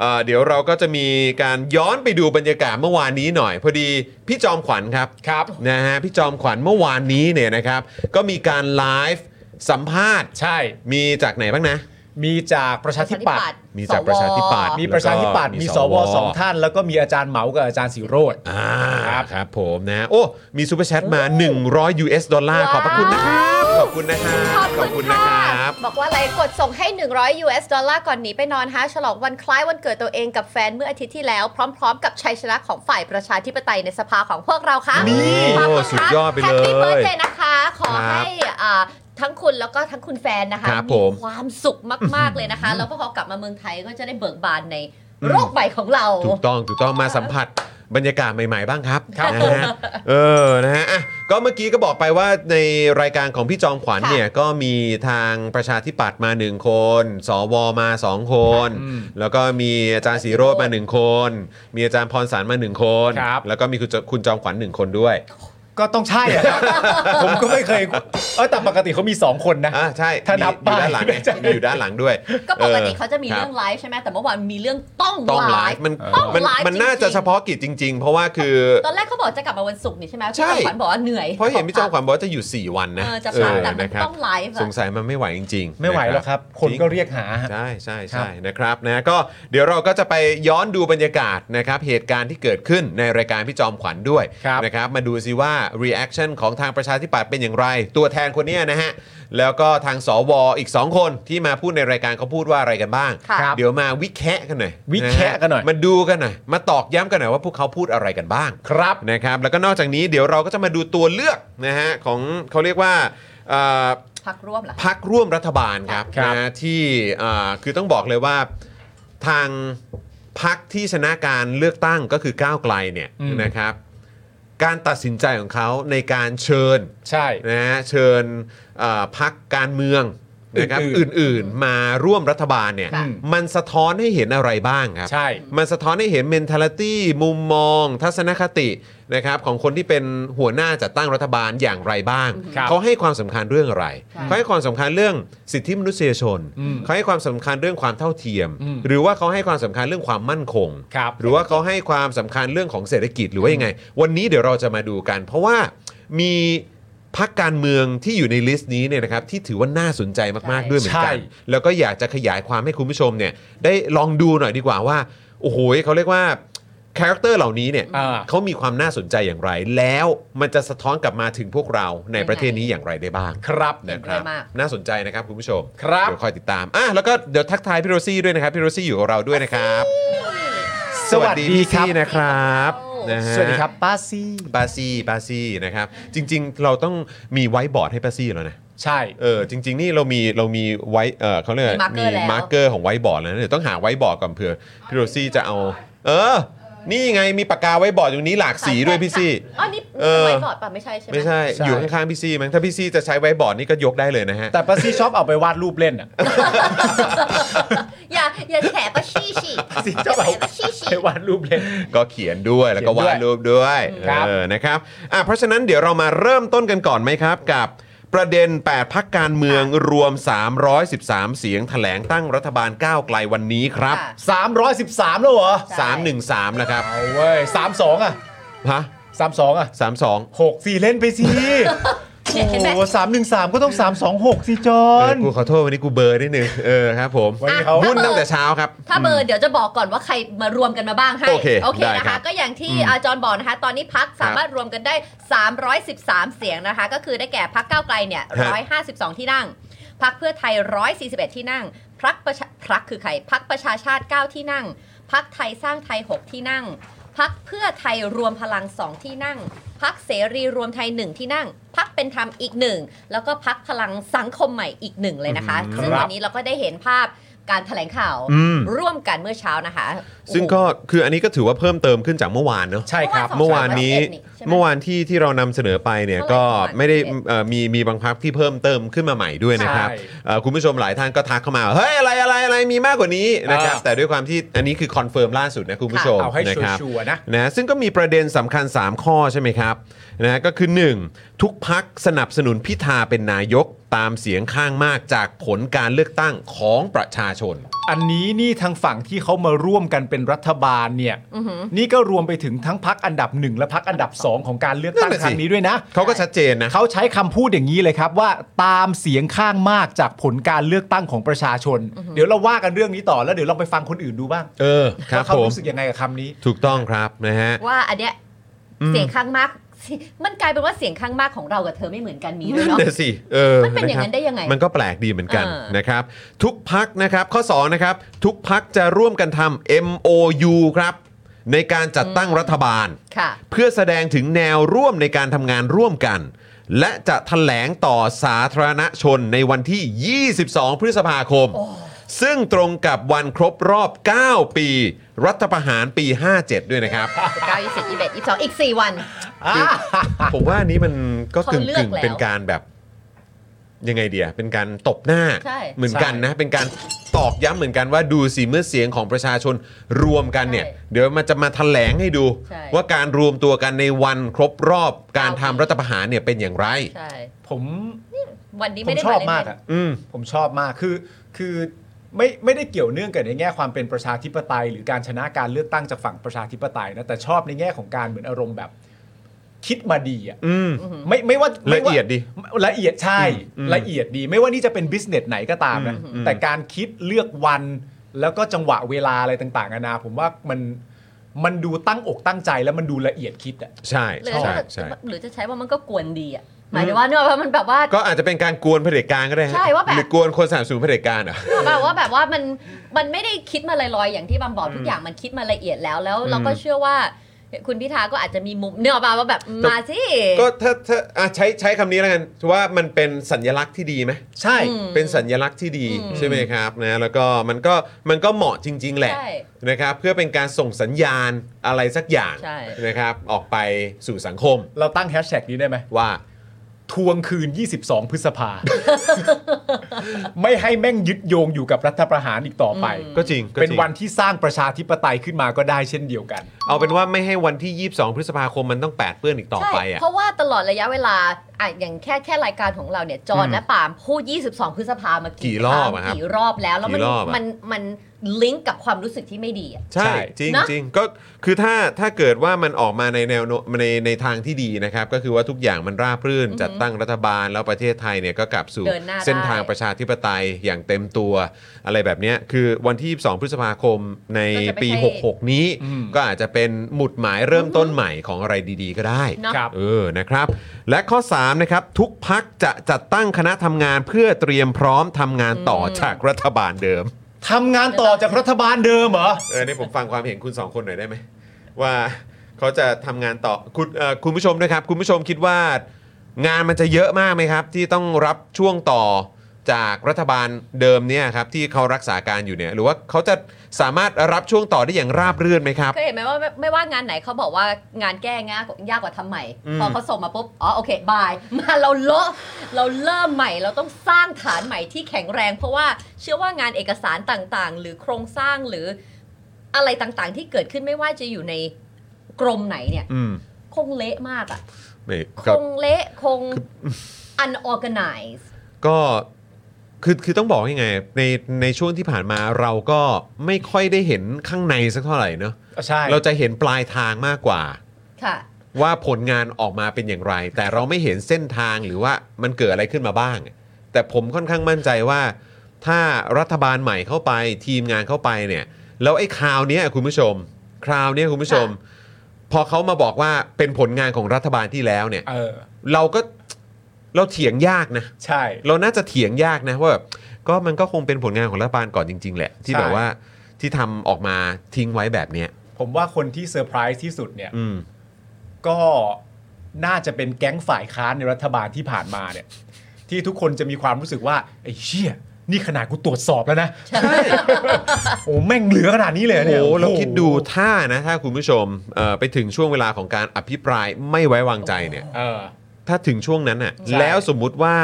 เอ่อเดี๋ยวเราก็จะมีการย้อนไปดูบรรยากาศเมื่อวานนี้หน่อย พอดีพี่จอมขวัญครับ ครับ นะฮะพี่จอมขวัญเมื่อวานนี้เนี่ยนะครับ ก็มีการไลฟ์สัมภาษณ์ ใช่ มีจากไหนบ้างนะ มีจากประชาธิปัตย์ มีจากประชาธิปัตย์ มีประชาธิปัตย์ แล้วก็มี มี ส สววสองท่าน แล้วก็มีอาจารย์เหมากับอาจารย์สิโรธ อ่า ครับ ครับผมนะ โอ้ มีซูเปอร์แชทมา 100 US ดอลลาร์ ขอบพระคุณนะครับ ขอบคุณนะครับ ขอบคุณ นะ ค่ะ ครับ บอกว่าอะไรกดส่งให้ 100 US ดอลลาร์ก่อนหนีไปนอนฮะ ฉลองวันคล้ายวันเกิดตัวเองกับแฟนเมื่ออาทิตย์ที่แล้ว พร้อม ๆ กับชัยชนะของฝ่ายประชาธิปไตยในสภาของพวกเราค่ะ นี่ ขอบคุณ สุดยอดไปเลย แฮปปี้เบิร์ดเดย์นะคะ ขอให้อ่าทั้งคุณแล้วก็ทั้งคุณแฟนนะคะ ครับผม มีความสุขมาก ๆ เลยนะคะ แล้วพอเขากลับมาเมืองไทยก็จะได้เบิกบานในโรคใหม่ของเรา ถูกต้อง ถูกต้อง มาสัมผัสบรรยากาศใหม่ ๆ บ้างครับ ครับ นะฮะ เออ นะฮะ อ่ะ ก็เมื่อกี้ก็บอกไปว่าในรายการของพี่จอมขวัญ ค่ะ เนี่ย ก็มีทางประชาธิปัตย์มา 1 คน สวมา 2 คน อืม แล้วก็มีอาจารย์สีโรดมา 1 คน มีอาจารย์พรสารมา 1 คน ครับ แล้วก็มีคุณจคุณจอมขวัญหนึ่งคนด้วย ก็ต้องใช่อะครับ ผมก็ไม่เคยเออแต่ปกติเขามี 2 คนนะ อ่ะใช่ ถ้านับ มีอยู่ด้านหลัง ไป มีอยู่ด้านหลังด้วย ก็ปกติ ออ เขาจะมี คบ เรื่องไลฟ์ใช่ไหมแต่เมื่อวานมีเรื่องต้อง ต้อง ไล ไล ฟ์ ฟ์มัน ต้อง มัน ไลฟ์ มันน่า จริ จะ งๆ เฉพาะกิจจริง ๆ เพราะว่าคือ ตอนแรกเขาบอกจะกลับมาวันศุกร์นี่ใช่ไหมพี่ ใช่ จอมขวัญบอกว่าเหนื่อย เพราะเห็นพี่จอมข ขพัก วัญบอกว่าจะอยู่ 4 วันนะ เออจะพักแต่มัน นะครั ต้องไลฟ์อะ สงสัยมันไม่ไหวจริงๆ ไม่ไหวแล้วครับ คนก็เรียกหา ใช่ใช่ ครั ใช่ บ นะครับนะก็เดี๋ยวเราก็จะไปย้อนดูบรรยากาศนะครับเหตุการณ์ที่เกิดขึ้นในรายการพี่จอมขวัญด้วยนะครับมาดูซิว่า reaction ของทางประชาธิปัตย์เป็นอย่างไร ตัวแทนคนเนี้ยนะฮะแล้วก็ทางสวอีกสองคนที่มาพูดในรายการเขาพูดว่าอะไรกันบ้าง ค่ะ เดี๋ยวมาวิแคะกันหน่อย วิแคะกันหน่อย มาดูกันหน่อย มาตอกย้ำกันหน่อยว่าพวกเขาพูดอะไรกันบ้าง ครับ นะครับแล้วก็นอกจากนี้เดี๋ยวเราก็จะมาดูตัวเลือกนะฮะของเขาเรียกว่าเอ่อ พักร่วมเหรอคะ พักร่วมรัฐบาลครับ ครับ นะฮะที่เอ่อคือต้องบอกเลยว่าทางพักที่ชนะการเลือกตั้งก็คือก้าวไกลเนี่ยนะครับ การตัดสินใจของเขาในการเชิญ ใช่ นะฮะเชิญเอ่อพักการเมืองนะครับ อื่ อื่ น นๆมาร่วมรัฐบาลเนี่ย ค่ะ มันสะท้อนให้เห็นอะไรบ้างครับ ใช่ มันสะท้อนให้เห็น mentality มุมมอง ทัศนคตินะครับของคนที่เป็นหัวหน้าจัดตั้งรัฐบาลอย่างไรบ้าง ครับ เขาให้ความสำคัญเรื่องอะไร ค่ะ เขาให้ความสำคัญเรื่องสิทธิมนุษยชน เขาให้ความสำคัญเรื่องความเท่าเทียม หรือว่าเขาให้ความสำคัญเรื่องความมั่นคง ครับ หรือว่าเขาให้ความสำคัญเรื่องของเศรษฐกิจหรือว่ายังไง วันนี้เดี๋ยวเราจะมาดูกัน เพราะว่ามีพักการเมืองที่อยู่ในลิสต์นี้เนี่ยนะครับที่ถือว่าน่าสนใจมาก ๆ ด้วยเหมือนกัน ใช่ แล้วก็อยากจะขยายความให้คุณผู้ชมเนี่ยได้ลองดูหน่อยดีกว่าว่า โอ้โหเขาเรียกว่าคาแรคเตอร์เหล่านี้เนี่ย อ่า เขามีความน่าสนใจอย่างไร แล้วมันจะสะท้อนกลับมาถึงพวกเราในประเทศนี้อย่างไรได้บ้าง ครับ นะครับเห็นด้วยมาก น่าสนใจนะครับคุณผู้ชม ครับ เดี๋ยวคอยติดตามอ่ะแล้วก็เดี๋ยวทักทายพี่โรซี่ด้วยนะครับพี่โรซี่อยู่กับเราด้วยนะครับ สวัสดี พี่ ครับ ซี่นะครับนะฮะ สวัสดีครับป้าซี่ ปาซี่ปาซี่นะครับ จริง ๆ เราต้องมีไว้บอร์ดให้ปาซี่แล้วนะ ใช่ เออจริง ๆ นี่เรามีเรามีไว้เออเขาเรียกอะไร มี marker แล้ว มาร์เกอร์ของไว้บอร์ดแล้วนะเดี๋ยวต้องหาไว้บอร์ดก่อนเผื่อพี่โรซี่จะเอา เออ นี่ไงมีปากกาไว้บอร์ดอยู่นี้หลากสีด้วยพี่ซี่ อ๋อนี่ เออ ไว้บอร์ดป่ะไม่ใช่ใช่ไหม ไม่ใช่ ใช่ อยู่ข้างๆพี่ซี่มั้งถ้าพี่ซี่จะใช้ไว้บอร์ดนี่ก็ยกได้เลยนะฮะ แต่ป้าซี่ชอบเอาไปวาดรูปเล่นอ่ะ อย่าอย่าแฉปะชี้ชี้ สิ อ เจ้า ย่า บ่าว แฉปะชี้ชี้ ไปวาดรูปเล่น ก็เขียนด้วยแล้วก็ เขี วายนด้วยดรูปด้วย ครับ เออนะครับอ่ะเพราะฉะนั้นเดี๋ยวเรามาเริ่มต้นกันก่อนไหมครับ กับ ประเด็น 8 พักการเมืองรวม 313 เสียงแถลงตั้งรัฐบาลก้าวไกลวันนี้ครับ ค่ะ 313 แล้วเหรอ ใช่ 313 นะครับ เอาเว้ย32 อ่ะ ฮะ 32 อ่ะ 32 6 4 เล่นไปสิ เนี่ยเห็นไหม โอ้สามหนึ่งสามก็ต้อง 326 สิจอ เอ ห์ อน กูขอโทษวันนี้กูเบลอร์นิดนึงเออครับผม วันนี้เขา วุ่นตั้งแต่เช้าครับ ถ้าเบอร์เดี๋ยวจะบอกก่อนว่าใครมารวมกันมาบ้างให้ โอเคได้ นะ ครั คะ บ ก็อย่างที่อาจารย์บอกนะคะ ตอนนี้พักสามารถรวมกันได้ 313 เสียงนะคะ ก็คือได้แก่พักก้าวไกลเนี่ย ฮะ 152 ที่นั่ง พักเพื่อไทย 141 ที่นั่งพักประชาพักคือใครพักประชาชาติ 9 ที่นั่ง พักไทยสร้างไทย 6 ที่นั่ง พักเพื่อไทยรวมพลัง 2 ที่นั่ง พักเสรีรวมไทย 1 ที่นั่ง พักเป็นธรรมอีกหนึ่ง แล้วก็พักพลังสังคมใหม่อีกหนึ่งเลยนะคะ อืม ซึ่ง ครับ วันนี้เราก็ได้เห็นภาพการแถลงข่าว อืม ร่วมกันเมื่อเช้านะคะ ซึ่งก็คืออันนี้ก็ถือว่าเพิ่มเติมขึ้นจากเมื่อวานเนอะ ใช่ครับ เมื่อวานนี้เมื่ เมื่ อ อวาน วานที่ที่เรานำเสนอไปเนี่ย เมื่อวาน ก็ไม่ได้ เมื่อวาน เอ่อมีมีบางพักที่เพิ่มเติมขึ้นมาใหม่ด้วยนะครับ ใช่ เอ่อคุณผู้ชมหลายท่านก็ทักเข้ามาเฮ้ยอะไรอะไรอะไรมีมากกว่านี้นะครับ อ่า แต่ด้วยความที่อันนี้คือคอนเฟิร์มล่าสุดนะคุณผู้ชม เอาให้ นะ ชั ครับ วร์ๆนะ นะซึ่งก็มีประเด็นสำคัญ 3 ข้อใช่ไหมครับนะก็คือ 1. ทุกพักสนับสนุนพิธาเป็นนายกตามเสียงข้างมากจากผลการเลือกตั้งของประชาชน อันนี้นี่ทางฝั่งที่เขามาร่วมกันเป็นรัฐบาลเนี่ยนี่ก็รวมไปถึงทั้งพักอันดับหนึ่งและพักอันดับสองของการเลือกตั้ง นั่นคน่ะสิรั้งนี้ด้วยนะ เขาก็ชัดเจนนะ เขาใช้คำพูดอย่างนี้เลยครับว่าตามเสียงข้างมากจากผลการเลือกตั้งของประชาชน เดี๋ยวเราว่ากันเรื่องนี้ต่อแล้วเดี๋ยวเราไปฟังคนอื่นดูบ้าง เออครับ ว่าเขา ผม รู้สึกยังไงกับคำนี้ ถูกต้องครับนะฮะ ว่าอันเนี้ย อืม เสียงข้างมากสิมันกลายเป็นว่าเสียงข้างมากของเรากับเธอไม่เหมือนกันมีด้วยเนาะ นั่นนะสิเออ มันเป็นอย่างะนั้ครันบ ได้ยังไง มันก็แปลกดีเหมือนกัน เออ นะครับ ทุกพักนะครับข้อ2นะครับทุกพักจะร่วมกันทำ MOU ครับ ในการจัดตั้งรัฐบาล ค่ะ เพื่อแสดงถึงแนวร่วมในการทำงานร่วมกัน และจะแถลงต่อสาธารณชนในวันที่ 22 พฤษภาคม ซึ่งตรงกับวันครบรอบ 9 ปี รัฐประหารปี 57 ด้วยนะครับ 9 20 21 22 อีก 4 วัน ผมว่าอันนี้มันก็ เขา กึ่ง เลื ก อก ง แล้ว เป็นการแบบ ยังไงเดียเป็นการตบหน้า ใช่ เหมือนกันนะ เป็นการตอกย้ำเหมือนกันว่าดูสิเมื่อเสียงของประชาชนรวมกันเนี่ย เดี๋ยวมันจะมาแถลงให้ดู ใช่ ว่าการรวมตัวกันในวันครบรอบการ เก้าปี ทำรัฐประหารเนี่ยเป็นอย่างไร ใช่ ผม วันนี้ ผ ไม่ ม ได้ ชอบ เล่นๆ มากอะ อืม ผมชอบมากคือคือไม่ไม่ได้เกี่ยวเนื่องกันในแง่ความเป็นประชาธิปไตย หรือการชนะการเลือกตั้งจากฝั่งประชาธิปไตยนะแต่ชอบในแง่ของการเหมือนอารมณ์แบบ คิดมาดีอ่ะ อืม ไม่ไม่ว่าไม่ว่า ละเอียดดิ ละเอียดใช่ละเอียดดี ไม่ว่านี่จะเป็นบิสเนสไหนก็ตามนะ อืม แต่การคิดเลือกวัน แล้วก็จังหวะเวลาอะไรต่างๆนานาผมว่ามันมันดูตั้งอกตั้งใจแล้วมันดูละเอียดคิดอ่ะ ใช่ หรือ ใช่ ถ้า ใช่ หรือจะใช้ว่ามันก็กวนดีอ่ะ หมายถึงว่าเนกอะว่ามันแบบว่า ก็อาจจะเป็นการกวนเผด็จการก็ได้ฮะ ใช่ว่าแบบ หรือกวนคนสามสูนเผด็จการเหรอ แบบว่าแบบว่ามันมันไม่ได้คิดมาลอยๆอย่างที่บัมบอกทุกอย่างมันคิดมาละเอียดแล้วแล้วเราก็เชื่อว่า คุณพิธาก็อาจจะมีมุมเนื้ออกมาว่าแบบมาสิ ก็ถ้าถ้าอ่ะใช้ใช้คำนี้แล้วกันว่ามันเป็นสัญลักษณ์ที่ดีไหม ใช่ อืม เป็นสัญลักษณ์ที่ดีใช่ไหมครับนะแล้วก็มันก็มันก็เหมาะจริง ๆ แหละ ใช่ นะครับ เพื่อเป็นการส่งสัญญาณอะไรสักอย่าง ใช่ นะครับ ออกไปสู่สังคม เราตั้งแฮชแท็กนี้ได้ไหม ว่า ทวงคืน 22 พฤษภา ไม่ให้แม่งยึดโยงอยู่กับรัฐประหารอีกต่อไป ก็จริงก็จริง เป็นวันที่สร้างประชาธิปไตยขึ้นมาก็ได้เช่นเดียวกัน เอาเป็นว่าไม่ให้วันที่ 22 พฤษภาคมมันต้องแปดเปื้อนอีกต่อไปอ่ะ เพราะว่าตลอดระยะเวลาอ่ะอย่างแค่แค่รายการของเราเนี่ย จอห์นและปาล์มพูด 22 พฤษภามา กี่ กี่ รอบ ค อะ ง ครับ กี่รอบแล้ว แล้วมัน กี่รอบอะ มันมันลิงก์กับความรู้สึกที่ไม่ดีอะ ใช่ ใช่ จริง นะ จริงก็คือถ้าถ้าเกิดว่ามันออกมาในแนวโนในในทางที่ดีนะครับ ก็คือว่าทุกอย่างมันราบรื่น จัดตั้งรัฐบาลแล้วประเทศไทยเนี่ยก็กลับสู่ เดินหน้าได้ เส้นทางประชาธิปไตยอย่างเต็มตัวอะไรแบบเนี้ยคือวันที่ 22 พฤษภาคมในปี 66 นี้ อืม ก็อาจจะเป็นหมุดหมายเริ่มต้นใหม่ของอะไรดีๆ ก็ได้ เนาะ ครับ เออ นะครับ และข้อ 3 นะครับ ทุกพักจะจัดตั้งคณะทำงานเพื่อเตรียมพร้อมทำงานต่อจากรัฐบาลเดิม ทำงานต่อจากรัฐบาลเดิมเหรอ เออเนี่ยผมฟังความเห็นคุณสองคนหน่อยได้ไหมว่าเขาจะทำงานต่อคุณเอ่อคุณผู้ชมด้วยครับ คุณผู้ชมคิดว่างานมันจะเยอะมากไหมครับ ที่ต้องรับช่วงต่อจากรัฐบาลเดิมเนี่ยครับที่เขารักษาการอยู่เนี่ย หรือว่าเขาจะสามารถรับช่วงต่อได้อย่างราบรื่นไหมครับ เคยเห็นไหมว่าไม่ไม่ว่างานไหนเขาบอกว่างานแก้ง่ายกว่ายากกว่าทำใหม่ อืม พอเขาส่งมาปุ๊บ อ๋อ โอเค บาย มาเราเลาะเราเริ่มใหม่ เราต้องสร้างฐานใหม่ที่แข็งแรง เพราะว่าเชื่อว่างานเอกสารต่างๆ หรือโครงสร้างหรืออะไรต่างๆ ที่เกิดขึ้นไม่ว่าจะอยู่ในกรมไหนเนี่ย อืม คงเละมากอะ ไม่ ค ครับ งเละคง unorganized ก็คือคือต้องบอกยังไง ในในช่วงที่ผ่านมาเราก็ไม่ค่อยได้เห็นข้างในสักเท่าไหร่เนอะ ใช่ เราจะเห็นปลายทางมากกว่า ค่ะ ว่าผลงานออกมาเป็นอย่างไร แต่เราไม่เห็นเส้นทางหรือว่ามันเกิดอะไรขึ้นมาบ้าง แต่ผมค่อนข้างมั่นใจว่า ถ้ารัฐบาลใหม่เข้าไป ทีมงานเข้าไปเนี่ย แล้วไอ้คราวเนี้ยคุณผู้ชม คราวเนี้ยคุณผู้ชม พอเขามาบอกว่าเป็นผลงานของรัฐบาลที่แล้วเนี่ย เออ เราก็เราเถียงยากนะ ใช่ เราน่าจะเถียงยากนะว่าแบบก็มันก็คงเป็นผลงานของรัฐบาลก่อนจริง ๆ แหละ ที่ ใช่ แบบว่าที่ทำออกมาทิ้งไว้แบบเนี้ย ผมว่าคนที่เซอร์ไพรส์ที่สุดเนี่ย อืม ก็น่าจะเป็นแก๊งฝ่ายค้านในรัฐบาลที่ผ่านมาเนี่ย ที่ทุกคนจะมีความรู้สึกว่าไอ้เชี่ยนี่ขนาดกูตรวจสอบแล้วนะใช่โอ้แม่งเหลือขนาดนี้เลยเหรอเนี่ย โอ้โหเราคิดดู โอ้โห ถ้านะถ้าคุณผู้ชมเอ่อไปถึงช่วงเวลาของการอภิปรายไม่ไว้วางใจเนี่ย เออ ถ้าถึงช่วงนั้นน่ะ ใช่ แล้วสมมุติว่า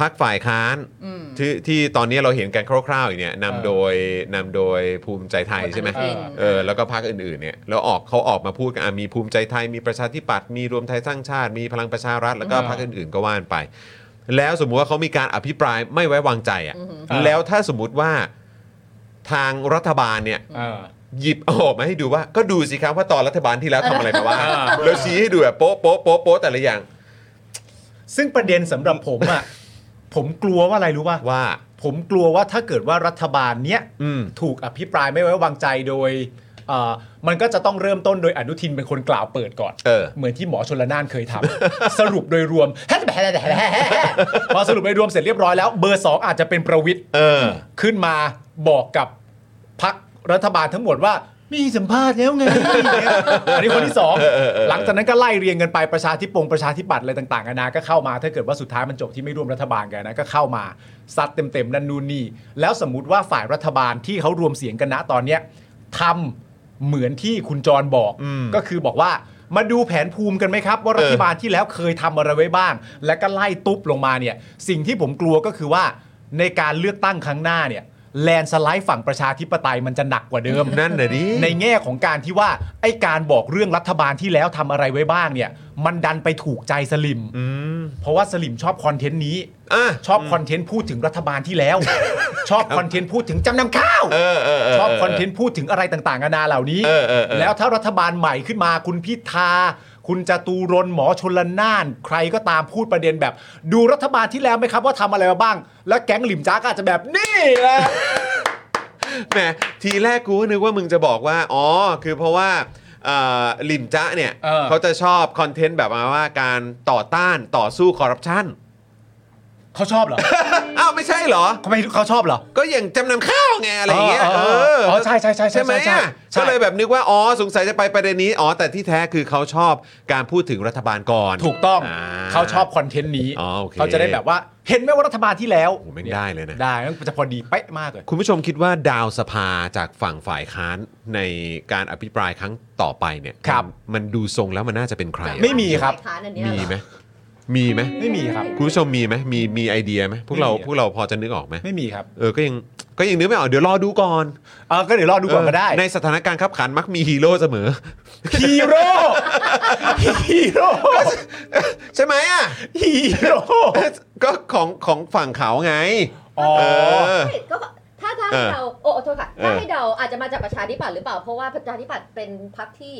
พักฝ่ายค้าน อืม ที่ที่ตอนนี้เราเห็นกันคร่าวๆอยู่เนี่ยนำโดยนำโดยภูมิใจไทยใช่ไหม คุณอนุทิน เออแล้วก็พรรคอื่นๆเนี่ยแล้วออกเขาออกมาพูดกันอ่ะมีภูมิใจไทยมีประชาธิปัตย์มีรวมไทยสร้างชาติ มีพลังประชารัฐแล้วก็พรรคอื่นๆก็ว่านไป แล้วสมมุติว่าเขามีการอภิปรายไม่ไว้วางใจอ่ะแล้วถ้าสมมุติว่าทางรัฐบาลเนี่ย เออ หยิบเอาออกมาให้ดูว่าก็ดูสิครับว่าตอนรัฐบาลที่แล้วทำอะไรมาบ้าง อ่า แล้วชี้ให้ดูแบบโป๊ะโป๊ะโป๊ะโป๊ะแต่ละอย่าง ซึ่งประเด็นสำหรับผมอ่ะ ผมกลัวว่าอะไรรู้ป่ะ ว่า ผมกลัวว่าถ้าเกิดว่ารัฐบาลเนี้ย อืม ถูกอภิปรายไม่ไว้วางใจโดยเอ่อมันก็จะต้องเริ่มต้นโดยอนุทินเป็นคนกล่าวเปิดก่อน เออ เหมือนที่หมอชนละนานเคยทำ สรุปโดยรวม พอสรุปโดยรวมเสร็จเรียบร้อยแล้ว เบอร์สองอาจจะเป็นประวิทย์ เออ ขึ้นมาบอกกับพักรัฐบาลทั้งหมดว่า มีสัมภาษณ์แล้วไง อันนี้คนที่สอง เออเออเออ หลังจากนั้นก็ไล่เรียงกันไปประชาธิปงประชาธิปัตย์อะไรต่างๆนานาก็เข้ามาถ้าเกิดว่าสุดท้ายมันจบที่ไม่ร่วมรัฐบาลกันนะก็เข้ามาซัดเต็มๆนั่นนู่นนี่แล้วสมมติว่าฝ่ายรัฐบาลที่เขารวมเสียงกันนะตอนเนี้ยทำเหมือนที่คุณจรบอก อืม ก็คือบอกว่ามาดูแผนภูมิกันไหมครับ ว่ารัฐบาลที่แล้วเคยทำอะไรไว้บ้าง และก็ไล่ตุ๊บลงมาเนี่ย สิ่งที่ผมกลัวก็คือว่าในการเลือกตั้งครั้งหน้าเนี่ยแลนสไลด์ฝั่งประชาธิปไตยมันจะหนักกว่าเดิม นั่นน่ะดิ ในแง่ของการที่ว่าไอ้การบอกเรื่องรัฐบาลที่แล้วทำอะไรไว้บ้างเนี่ย มันดันไปถูกใจสลิม อืม เพราะว่าสลิมชอบคอนเทนต์นี้ อ่ะ ชอบคอนเทนต์พูดถึงรัฐบาลที่แล้ว ชอบคอนเทนต์พูดถึงจำนำข้าว เออเออเออ ชอบคอนเทนต์พูดถึงอะไรต่างๆนานาเหล่านี้ เออเออเออ แล้วถ้ารัฐบาลใหม่ขึ้นมาคุณพิธา คุณจตูรนต์หมอชนละนาน ใครก็ตามพูดประเด็นแบบ ดูรัฐบาลที่แล้วไหมครับว่าทำอะไรมาบ้าง แล้วแก๊งหลิมจ้าก็อาจจะแบบนี่แหละ แหมทีแรกกูก็นึกว่ามึงจะบอกว่า อ๋อ คือเพราะว่าเอ่อลิมจ๊ะเนี่ย เออ จะชอบคอนเทนต์แบบมาว่าการต่อต้านต่อสู้คอร์รัปชัน เขาชอบเหรอ อ้าวไม่ใช่เหรอ ทำไมเขาชอบเหรอ ก็อย่างจำนำข้าวไงอะไรอย่างเงี้ย เออเออเออ เ เออใช่ใช่ใช่ใช่ ใช่ไหม ใช่ อ่ะ ใช่ ก็เลยแบบนึกว่า อ๋อ สงสัยจะไปประเด็นนี้ อ๋อ แต่ที่แท้คือเขาชอบการพูดถึงรัฐบาลก่อน ถูกต้อง อ่า เขาชอบคอนเทนต์นี้ อ๋อโอเค เขาจะได้แบบว่าเห็นไหมว่ารัฐบาลที่แล้ว โอ้โหแม่งได้เลยนะ ได้มันจะพอดีเป๊ะมากเลย คุณผู้ชมคิดว่าดาวสภาจากฝั่งฝ่ายค้านในการอภิปรายครั้งต่อไปเนี่ย ครับ มันมันดูทรงแล้วมันน่าจะเป็นใครอะ ไม่มีครับ ฝ่ายค้านอันเนี้ย มี เหรอ ไหมมีไหม ไม่มีครับ คุณผู้ชมมีไหมมีมีไอเดียไหมพวกเรา ไม่มีอะ พวกเราพอจะนึกออกไหม ไม่มีครับ เออก็ยังก็ยังนึกไม่ออกเดี๋ยวรอดูก่อน เออก็เดี๋ยวรอดูก่อนก็ได้ เออในสถานการณ์ขับขันมักมีฮีโร่เสมอ ฮีโร่ฮีโร่ ใช่ไหมอ่ะ ฮีโร่ ก็ของของฝั่งเขาไง อ๋อ เออ ก็ถ้าถ้า เออให้เดาโอ้โทษค่ะ เออ ถ้าให้เดาอาจจะมาจากประชาธิปัตย์หรือเปล่า เพราะว่าประชาธิปัตย์เป็นพรรคที่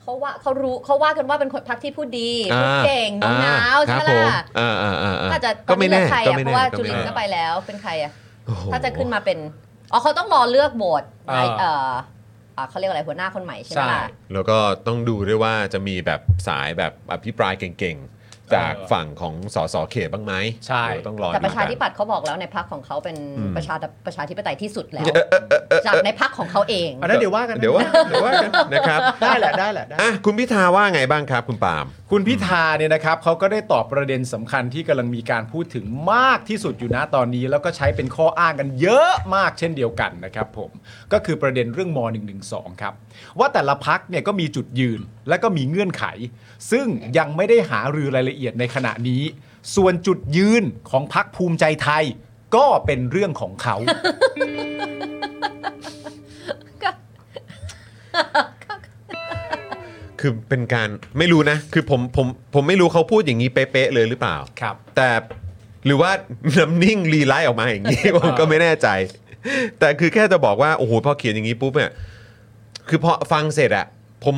เขาว่าเขารู้เขาว่ากันว่าเป็นคนพรรคที่พูดดีพูดเก่งโน้มน้าว ค ใช่ รับผไหมม ล่ะ อ่าอ่าอ่าอ่า อาจจะ ก็ไม่แน่ ใคร ก็ อ่ะ ไม่ เพ แน่ ราะว่า ก็ จุ ไม่ ลิน แน่ ก็ไปแล้วเป็นใครอ่ะ โอ้โห ถ้าจะขึ้นมาเป็นอ๋อเขาต้องรอเลือกโหวต อ่า ไอเอออ่าเขาเรียกอะไรหัวหน้าคนใหม่ใช่ไหม ใช่ ล่ะ แล้วก็ต้องดูด้วยว่าจะมีแบบสายแบบอภิปรายเก่งๆ จาก เออ ฝั่งของสสเขตบ้างไหม ใช่ เดี๋ยวต้องรอดู แต่ประชาธิ กัน ปัตย์เขาบอกแล้วในพรรคของเขาเป็น อืม ประชาประชาธิปไตยที่สุดแล้ว จากในพรรคของเขาเอง อันนั้นเดี๋ยวว่ากันนะ เดี๋ยวว่าเดี๋ยวว่ากันนะครับ ได้แหละได้แห ละได้ อ่ะคุณพิธาว่าไงบ้างครับคุณปาล์ม คุณพิธาเนี่ยนะครับเขาก็ได้ตอบประเด็นสำคัญที่กำลังมีการพูดถึงมากที่สุดอยู่นะตอนนี้ แล้วก็ใช้เป็นข้ออ้างกันเยอะมากเช่นเดียวกันนะครับผมก็คือประเด็นเรื่องม .112 ครับ ว่าแต่ละพักเนี่ยก็มีจุดยืนและก็มีเงื่อนไข ซึ่งยังไม่ได้หารือรายละเอียดในขณะนี้ ส่วนจุดยืนของพักภูมิใจไทย ก็เป็นเรื่องของเขา ก็ คือเป็นการไม่รู้นะ คือผมผมผมไม่รู้เขาพูดอย่างนี้เป๊ะๆเลยหรือเปล่า ครับ แต่หรือว่า น้ำนิ่งรีไลท์ออกมาอย่าง นี้ ผมก็ไม่แน่ใจ แต่คือแค่จะบอกว่า โอ้โหพอเขียนอย่างนี้ปุ๊บเนี่ยคือพอฟังเสร็จอะผม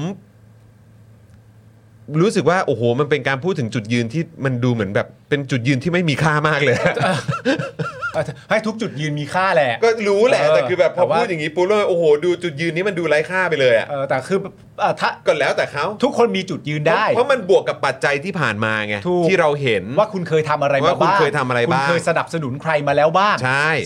รู้สึกว่า โอ้โห มันเป็นการพูดถึงจุดยืนที่มันดูเหมือนแบบ เป็นจุดยืนที่ไม่มีค่ามากเลย ให้ทุกจุดยืนมีค่าแหละ ก็รู้แหละแต่คือแบบพอ แต่ว่า พูดอย่างนี้ปุ๊บแล้วโอ้โห ดูจุดยืนนี้มันดูไร้ค่าไปเลยอะ เออแต่คือเอ่อถ้า ก็แล้วแต่เขา ทุกคนมีจุดยืนได้ เพราะเพราะมันบวกกับปัจจัยที่ผ่านมาไง ถูก ที่เราเห็น ว่าคุณเคยทำอะไรมาบ้าง ว่าคุณเคยทำอะไรบ้าคุงณเคยสนับสนุนใครมาแล้วบ้าง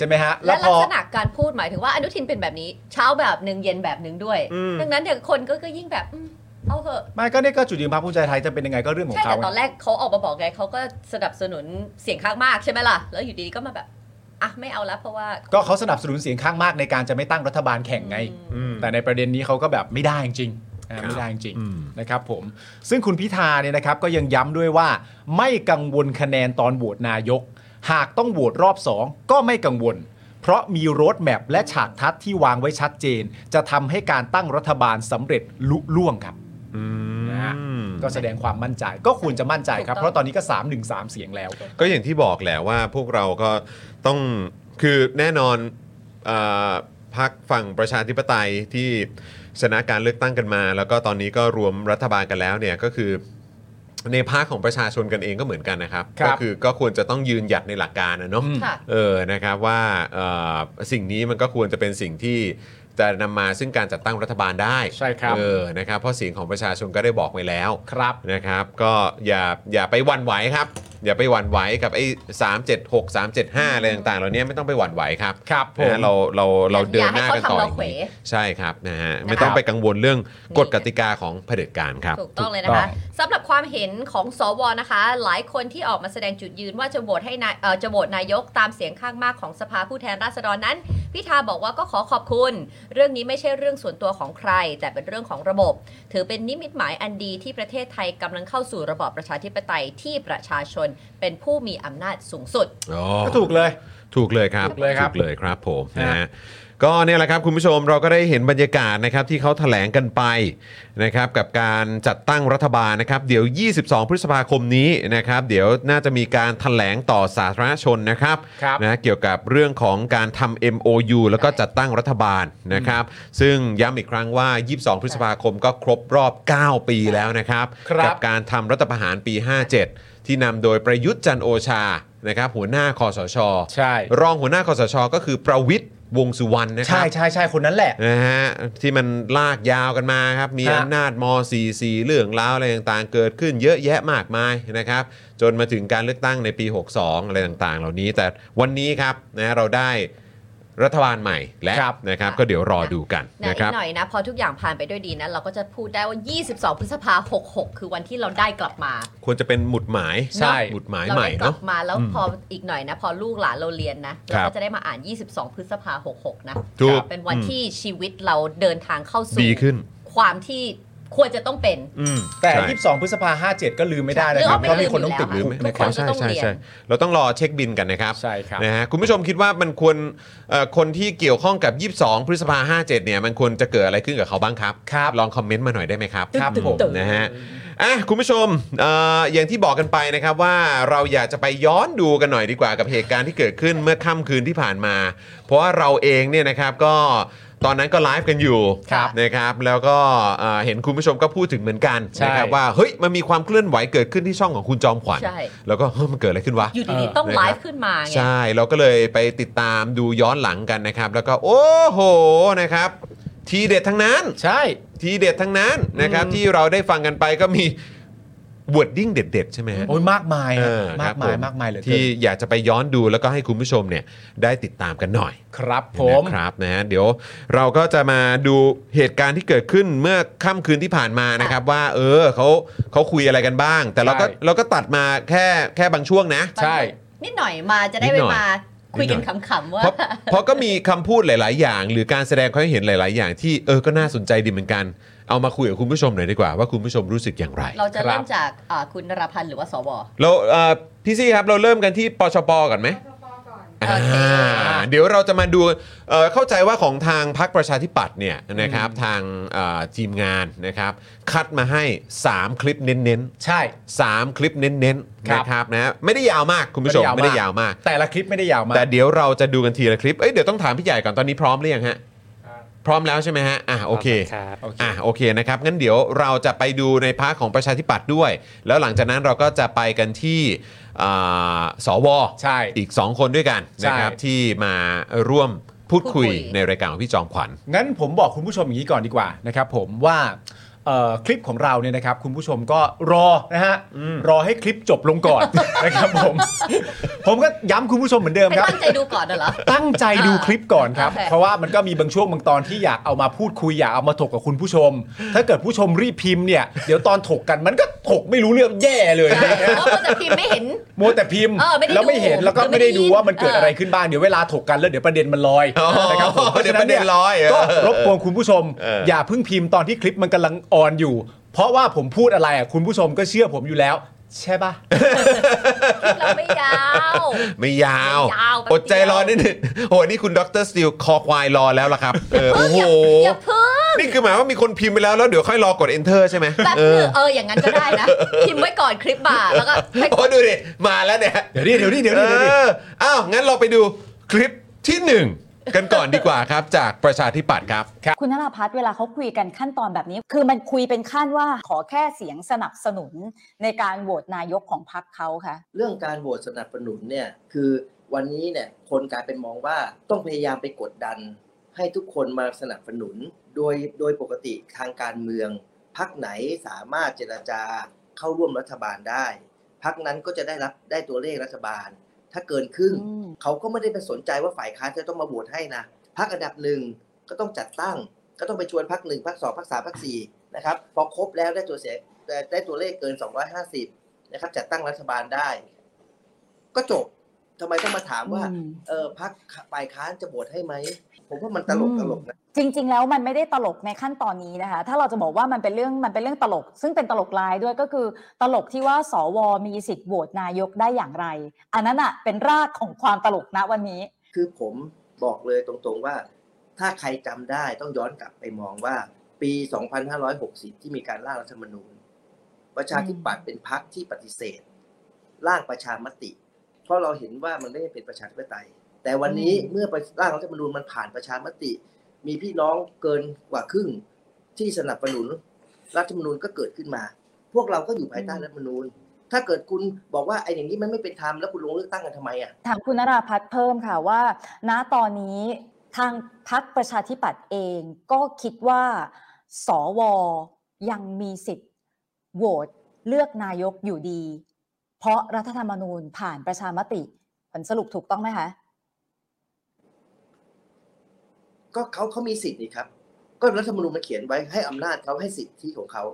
ใช่ ไหมฮะ และ พ ลั อก ษณะการพูดหมายถึงว่าอนุทินเป็นแบบนี้ เช้าแบบหนึ่งเย็นแบบหนึ่งด้วย อืม ดังนั้นเนี่ยคนก็ก็ยิ่งแบบอืมเอาเถอะ ไม่ก็เนี่ยก็จุดยืนพรรคภูมิใจไทยจะเป็นยังไงก็เรื่องของ ใช่ เขา แต่ตอนแรกเขาออกมาบอกไงเขาก็สนับสนุนเสียงข้างมากใช่ไหมล่ะ แล้วอยู่ดีๆก็มาแบบอ่ะไม่เอาละเพราะว่า ก็เขาสนับสนุนเสียงข้างมากในการจะไม่ตั้งรัฐบาลแข่งไง อืม แต่ในประเด็นนี้เขาก็แบบไม่ได้จริงๆอ่าไม่ได้จริง อืม ๆนะครับผมซึ่งคุณพิธาเนี่ยนะครับก็ยังย้ำด้วยว่าไม่กังวลคะแนนตอนโหวตนายก หากต้องโหวตรอบ 2 ก็ไม่กังวล เพราะมีโรดแมพและฉากทัศน์ที่วางไว้ชัดเจน จะทำให้การตั้งรัฐบาลสำเร็จลุล่วงครับ อื นะฮะ ม ก็แสดงความมั่นใจก็ควรจะมั่นใจครับ เพราะตอนนี้ก็ 3 1 3 เสียงแล้ว ก็อย่างที่บอกแหละว่าพวกเราก็ต้องคือแน่นอนเออพักฝั่งประชาธิปไตยที่ชนะการเลือกตั้งกันมา แล้วก็ตอนนี้ก็รวมรัฐบาลกันแล้วเนี่ยก็คือในภาคของประชาชนกันเองก็เหมือนกันนะครับ ครั ก็ บ คือก็ควรจะต้องยืนหยัดในหลักการนะเนาะ ค่ะ เออ นะครับว่าเอ่อสิ่งนี้มันก็ควรจะเป็นสิ่งที่จะนำมาซึ่งการจัดตั้งรัฐบาลได้ ใช่ครับ เออ นะครับ เพราะเสียงของประชาชนก็ได้บอกไว้แล้ว ครับ นะครับ ก็อย่าอย่าไปหวั่นไหวครับ อย่าไปหวั่นไหวกับไอ้สามเจ็ดหกสามเจ็ดห้าอะไรต่างๆเหล่านี้ไม่ต้องไปหวั่นไหวครับ ครับผม นะฮะเราเราเราเดินหน้ากันต่อ อย่าให้เขาทำอเราย่าง เขว นี้ใช่ครับนะฮะไม่ต้องไปกังวลเรื่องกฎกติกาของเผด็จการครับ ถูกต้องเลย ถู นะ กต้อคะง สำหรับความเห็นของสวนะคะ หลายคนที่ออกมาแสดงจุดยืนว่าจะโหวตให้นายเอ่อจะโหวตนายกตามเสียงข้างมากของสภาผู้แทนราษฎรนั้น พิธาบอกว่าก็ขอขอบคุณ เรื่องนี้ไม่ใช่เรื่องส่วนตัวของใคร แต่เป็นเรื่องของระบบ ถือเป็นนิมิตหมายอันดีที่ประเทศไทยกำลังเข้าสู่ระบอบประชาธิปไตยที่ประชาชนเป็นผู้มีอำนาจสูงสุด ก็ถูกเลย ถูกเลยครับ ถูกเลยครับ ถูกเลยครับผม ฮะ นะฮะก็เนี่ยแหละครับคุณผู้ชมเราก็ได้เห็นบรรยากาศนะครับที่เขาแถลงกันไปนะครับกับการจัดตั้งรัฐบาลนะครับเดี๋ยว 22 พฤษภาคมนี้นะครับเดี๋ยวน่าจะมีการแถลงต่อสาธารณชนนะครับ ครับ นะเกี่ยวกับเรื่องของการทำ MOU แล้วก็จัดตั้งรัฐบาลนะครับซึ่งย้ำอีกครั้งว่า 22 พฤษภาคมก็ครบรอบ 9 ปีแล้วนะครับ ครับ กั การทำรัฐประหารปี 57 ที่นำโดยประยุทธ์จันทร์โอชา นะครับ หัวหน้าคอสช ใช่ รองหัวหน้าคอสช ก็คือประวิทย์วงษ์สุวรรณนะค ใช่ รับ ใช่ใช่คนนั้นแหละ นะฮะที่มันลากยาวกันมาครับ มี ฮะ อำนาจม .44 เรื่องราวอะไรต่างๆ เกิดขึ้นเยอะแยะมากมายนะครับ จนมาถึงการเลือกตั้งในปี 62 อะไรต่างๆ เหล่านี้ แต่วันนี้ครับนะเราได้รัฐบาลใหม่และนะครับ ก็เดี๋ยวรอดูกัน นะ นะค อี รับ กหน่อยนะ พอทุกอย่างผ่านไปด้วยดีนะ เราก็จะพูดได้ว่า 22 พฤษภา66 คือวันที่เราได้กลับมา ควรจะเป็นหมุดหมาย ใช่ หมุดหมาย เรา ใหม่ ได้กลั เนาะ บมาแล้วพออีกหน่อยนะ พอลูกหลานเราเรียนนะ ครั เรา บ ก็จะได้มาอ่าน 22 พฤษภา66 นะ ถูก เป็นวัน อืม ที่ชีวิตเราเดินทางเข้าสู่ ดีขึ้น ความที่ควรจะต้องเป็น อืม แต่ ใช่ 22 พฤษภา57 ก็ลืมไม่ได้นะค เรื่ รั อบ ง เพราะ ไม่ มีคน ลื ต้อ ม ง อติดยู่แล้ว ลืม ไห นะค ค รั น บ จะต้องเรียน ใช่ใช่ใช่เราต้องรอเช็คบินกันนะครับ ใช่ครับ นะฮะคุณผู้ชมคิดว่ามันควรเอ่อคนที่เกี่ยวข้องกับ 22 พฤษภา57เนี่ยมันควรจะเกิดอะไรขึ้นกับเขาบ้างครับ ลองคอมเมนต์มาหน่อยได้ไหมครับ ครับผม นะฮะอ่ะคุณผู้ชมเอ่ออย่างที่บอกกันไปนะครับว่าเราอยากจะไปย้อนดูกันหน่อยดีกว่ากับเหตุการณ์ที่เกิดขึ้นเมื่อค่ำคืนที่ผ่านมา เพราะว่าเราเองเนี่ยนะครับก็ตอนนั้นก็ไลฟ์กันอยู่ ครับ นะครับแล้วก็เอ่อเห็นคุณผู้ชมก็พูดถึงเหมือนกัน ใช่ นะครับว่าเฮ้ยมันมีความเคลื่อนไหวเกิดขึ้นที่ช่องของคุณจอมขวัญ ใช่ แล้วก็เฮ้ยมันเกิดอะไรขึ้นวะ อยู่ดีๆต้องไลฟ์ขึ้นมาไง ใช่เราก็เลยไปติดตามดูย้อนหลังกันนะครับ แล้วก็โอ้โหนะครับ ทีเด็ดทั้งนั้น ใช่ ทีเด็ดทั้งนั้นนะครับที่เราได้ฟังกันไปก็มีวอร์ดดิ้งเด็ด ๆ ใช่ไหมฮะ โอ้ยมากมาย เอ อะ อ มากมายมากมายเหลย ที่อยากจะไปย้อนดูแล้วก็ให้คุณผู้ชมเนี่ยได้ติดตามกันหน่อย ครับผม นะครับนะฮะเดี๋ยวเราก็จะมาดูเหตุการณ์ที่เกิดขึ้นเมื่อค่ำคืนที่ผ่านมานะครับ ว่า เออเขาเขาคุยอะไรกันบ้าง แต่เราก็เราก็ตัดมาแค่แค่บางช่วงนะ ใช่ นิดหน่อยมาจะได้ไป นิดหน่อย มาคุยกันขำๆว่า เพราะเพราะก็มีคำพูดหลาย ๆ อย่าง หรือการแสดงความเห็นหลาย ๆ อย่างที่เออก็น่าสนใจดีเหมือนกัน เอามาคุยกับคุณผู้ชมหน่อยดีกว่าว่าคุณผู้ชมรู้สึกอย่างไร เราจะเริ่คมรับ จากอ่าคุณนรพันธ์หรือว่าสว เราเอ่อพี่ซี่ครับเราเริ่มกันที่ปชปก่อนไหม โอเค อ่าเดี๋ยวเราจะมาดูเอ่อเข้าใจว่าของทางพรรคประชาธิปัตย์เนี่ยนะครับทางเอ่อทีมงานนะครับคัดมาให้ 3 คลิปเน้น ใช่ ๆ 3 คลิปเน้นๆ ครับ นะครับนะไม่ได้ยาวมากคุณผู้ชมไม่ได้ยาวมาก แต่ละคลิปไม่ได้ยาวมาก แต่เดี๋ยวเราจะดูกันทีละคลิป เอ้ยเดี๋ยวต้องถามพี่ใหญ่ก่อนตอนนี้พร้อมหรือยังฮะ พร้อมแล้วใช่ไหมฮะ อ่ะโอเค โอเค อ่ะโอเคนะครับ งั้นเดี๋ยวเราจะไปดูในพาร์ทของประชาธิปัตย์ด้วย แล้วหลังจากนั้นเราก็จะไปกันที่อ่าสว ใช่ อีก 2 คนด้วยกัน ใช่ นะครับที่มาร่วมพูดคุย พูดคุย ในรายการของพี่จอมขวัญ งั้นผมบอกคุณผู้ชมอย่างนี้ก่อนดีกว่านะครับผมว่าเอ่อคลิปของเราเนี่ยนะครับ คุณผู้ชมก็รอนะฮะรอให้คลิปจบลงก่อน นะครับผม ผมก็ย้ำคุณผู้ชมเหมือนเดิม ให้ ครับ ตั้งใจดูก่อนน่ะเหรอ ตั้งใจดูคลิปก่อนครับ โอเค เพราะว่ามันก็มีบางช่วงบางตอนที่อยากเอามาพูดคุยอยากเอามาถกกับคุณผู้ชม ถ้าเกิดผู้ชมรีบพิมพ์เนี่ยเดี๋ยวตอนถกกันมันก็ถกไม่รู้เรื่องแย่เลย ใช่เพราะว่าจะพิมพ์ไม่เห็น มัวแต่พิมพ์ เออไม่ได้ แล้วไม่ ดู เห็นแล้วก็ หรือไม่ ไม่ได้ดู ได้ยิน ว่ามันเกิด เอออ อะไรขึ้นบ้างเดี๋ยวเวลาถกกันแล้วเดี๋ยวประเด็นมันลอย อ๋อ นะครับผมพาฉ เดี๋ยวประเด็นลอยเออ ก็รบกวนคุณผู้ชม เออ อ อ ย่าเพิ่งพิมพ์ตอนที่คลิปมันกำลังออนอยู่ เพราะว่าผมพูดอะไรอ่ะคุณผู้ชมก็เชื่อผมอยู่แล้ว ใช่ปะ เราไม่ยาว ไม่ยาว ไม่ยาวแป๊บเดียว อดใจรอนิดหนึงโอ้โหนี่คุณดรสติลคอควายรอแล้วล่ะครับเออโอ้โห อย่าเพิ่ง นี่คือหมายว่ามีคนพิมพ์ไปแล้วแล้วเดี๋ยวค่อยรอกด enter ใช่ไหม แบบ เอ นึ อง เอออย่างนั้นก็ได้นะพิมพ์ไว้ก่อนคลิปบ่าแล้วก็ให้ก โอ้ ด ดูดิมาแล้วเนี่ย เดี๋ยวดิเดี๋ยวดิเดี๋ยวดิเดี๋ยวดิ เอออ้าว งั้นเราไปดูคลิปที่หนึ่งกันก่อนดีกว่าครับ จากประชาธิปัตย์ครับ คุณธนาพัฒน์เวลาเขาคุยกันขั้นตอนแบบนี้ คือมันคุยเป็นขั้นว่าขอแค่เสียงสนับสนุนในการโหวตนายกของพรรคเขาค่ะ เรื่องการโหวตสนับสนุนเนี่ยคือวันนี้เนี่ยคนกลายเป็นมองว่าต้องพยายามไปกดดัน ให้ทุกคนมาสนับสนุน โดยโดยปกติทางการเมืองพักไหนสามารถเจรจาเข้าร่วมรัฐบาลได้พักนั้นก็จะได้รับได้ตัวเลขรัฐบาล ถ้าเกินครึ่ง อืม เขาก็ไม่ได้ไปสนใจว่าฝ่ายค้านจะต้องมาโหวตให้นะพักอันดับหนึ่งก็ต้องจัดตั้ง ก็ต้องไปชวนพักหนึ่งพักสองพักสามพักสี่นะครับพอครบแล้วได้ตัวเสียได้ได้ตัวเลขเกิน 250 นะครับจัดตั้งรัฐบาลได้ ก็จบทำไมต้องมาถามว่า อืม เออพักฝ่ายค้านจะโหวตให้ไหม ผมว่ามันตลก อืม ตลกนะ จริง ๆ แล้วมันไม่ได้ตลกในขั้นตอนนี้นะคะ ถ้าเราจะบอกว่ามันเป็นเรื่องมันเป็นเรื่องตลก ซึ่งเป็นตลกลายด้วยก็คือตลกที่ว่าสวมีสิทธิ์โหวตนายกได้อย่างไร อันนั้นอ่ะเป็นรากของความตลกนะวันนี้ คือผมบอกเลยตรงๆว่า ถ้าใครจำได้ต้องย้อนกลับไปมองว่า ปี 2560 ที่มีการร่างรัฐธรรมนูญ ประชาธิปัตย์เป็นพรรคที่ปฏิเสธ ร่างประชามติ เพราะเราเห็นว่ามันไม่ได้เป็นประชาธิปไตย แต่วันนี้เมื่อร่างรัฐธรรมนูญมันผ่านประชามติ มีพี่น้องเกินกว่าครึ่งที่สนับสนุนรัฐธรรมนูญก็เกิดขึ้นมา พวกเราก็อยู่ภายใต้รัฐธรรมนูญ ถ้าเกิดคุณบอกว่าไอ้อย่างนี้มันไม่เป็นธรรมแล้วคุณลงเลือกตั้งกันทำไมอ่ะ ถามคุณนราพัฒน์เพิ่มค่ะว่า ณตอนนี้ทางพักประชาธิปัตย์เองก็คิดว่า สวยังมีสิทธิ์โหวตเลือกนายกอยู่ดี เพราะรัฐธรรมนูญผ่านประชามติผลสรุปถูกต้องไหมคะ ก็เขาเขามีสิทธิ์นี่ครับ ก็รัฐธรรมนูญมันเขียนไว้ให้อำนาจเขาให้สิทธิของเขา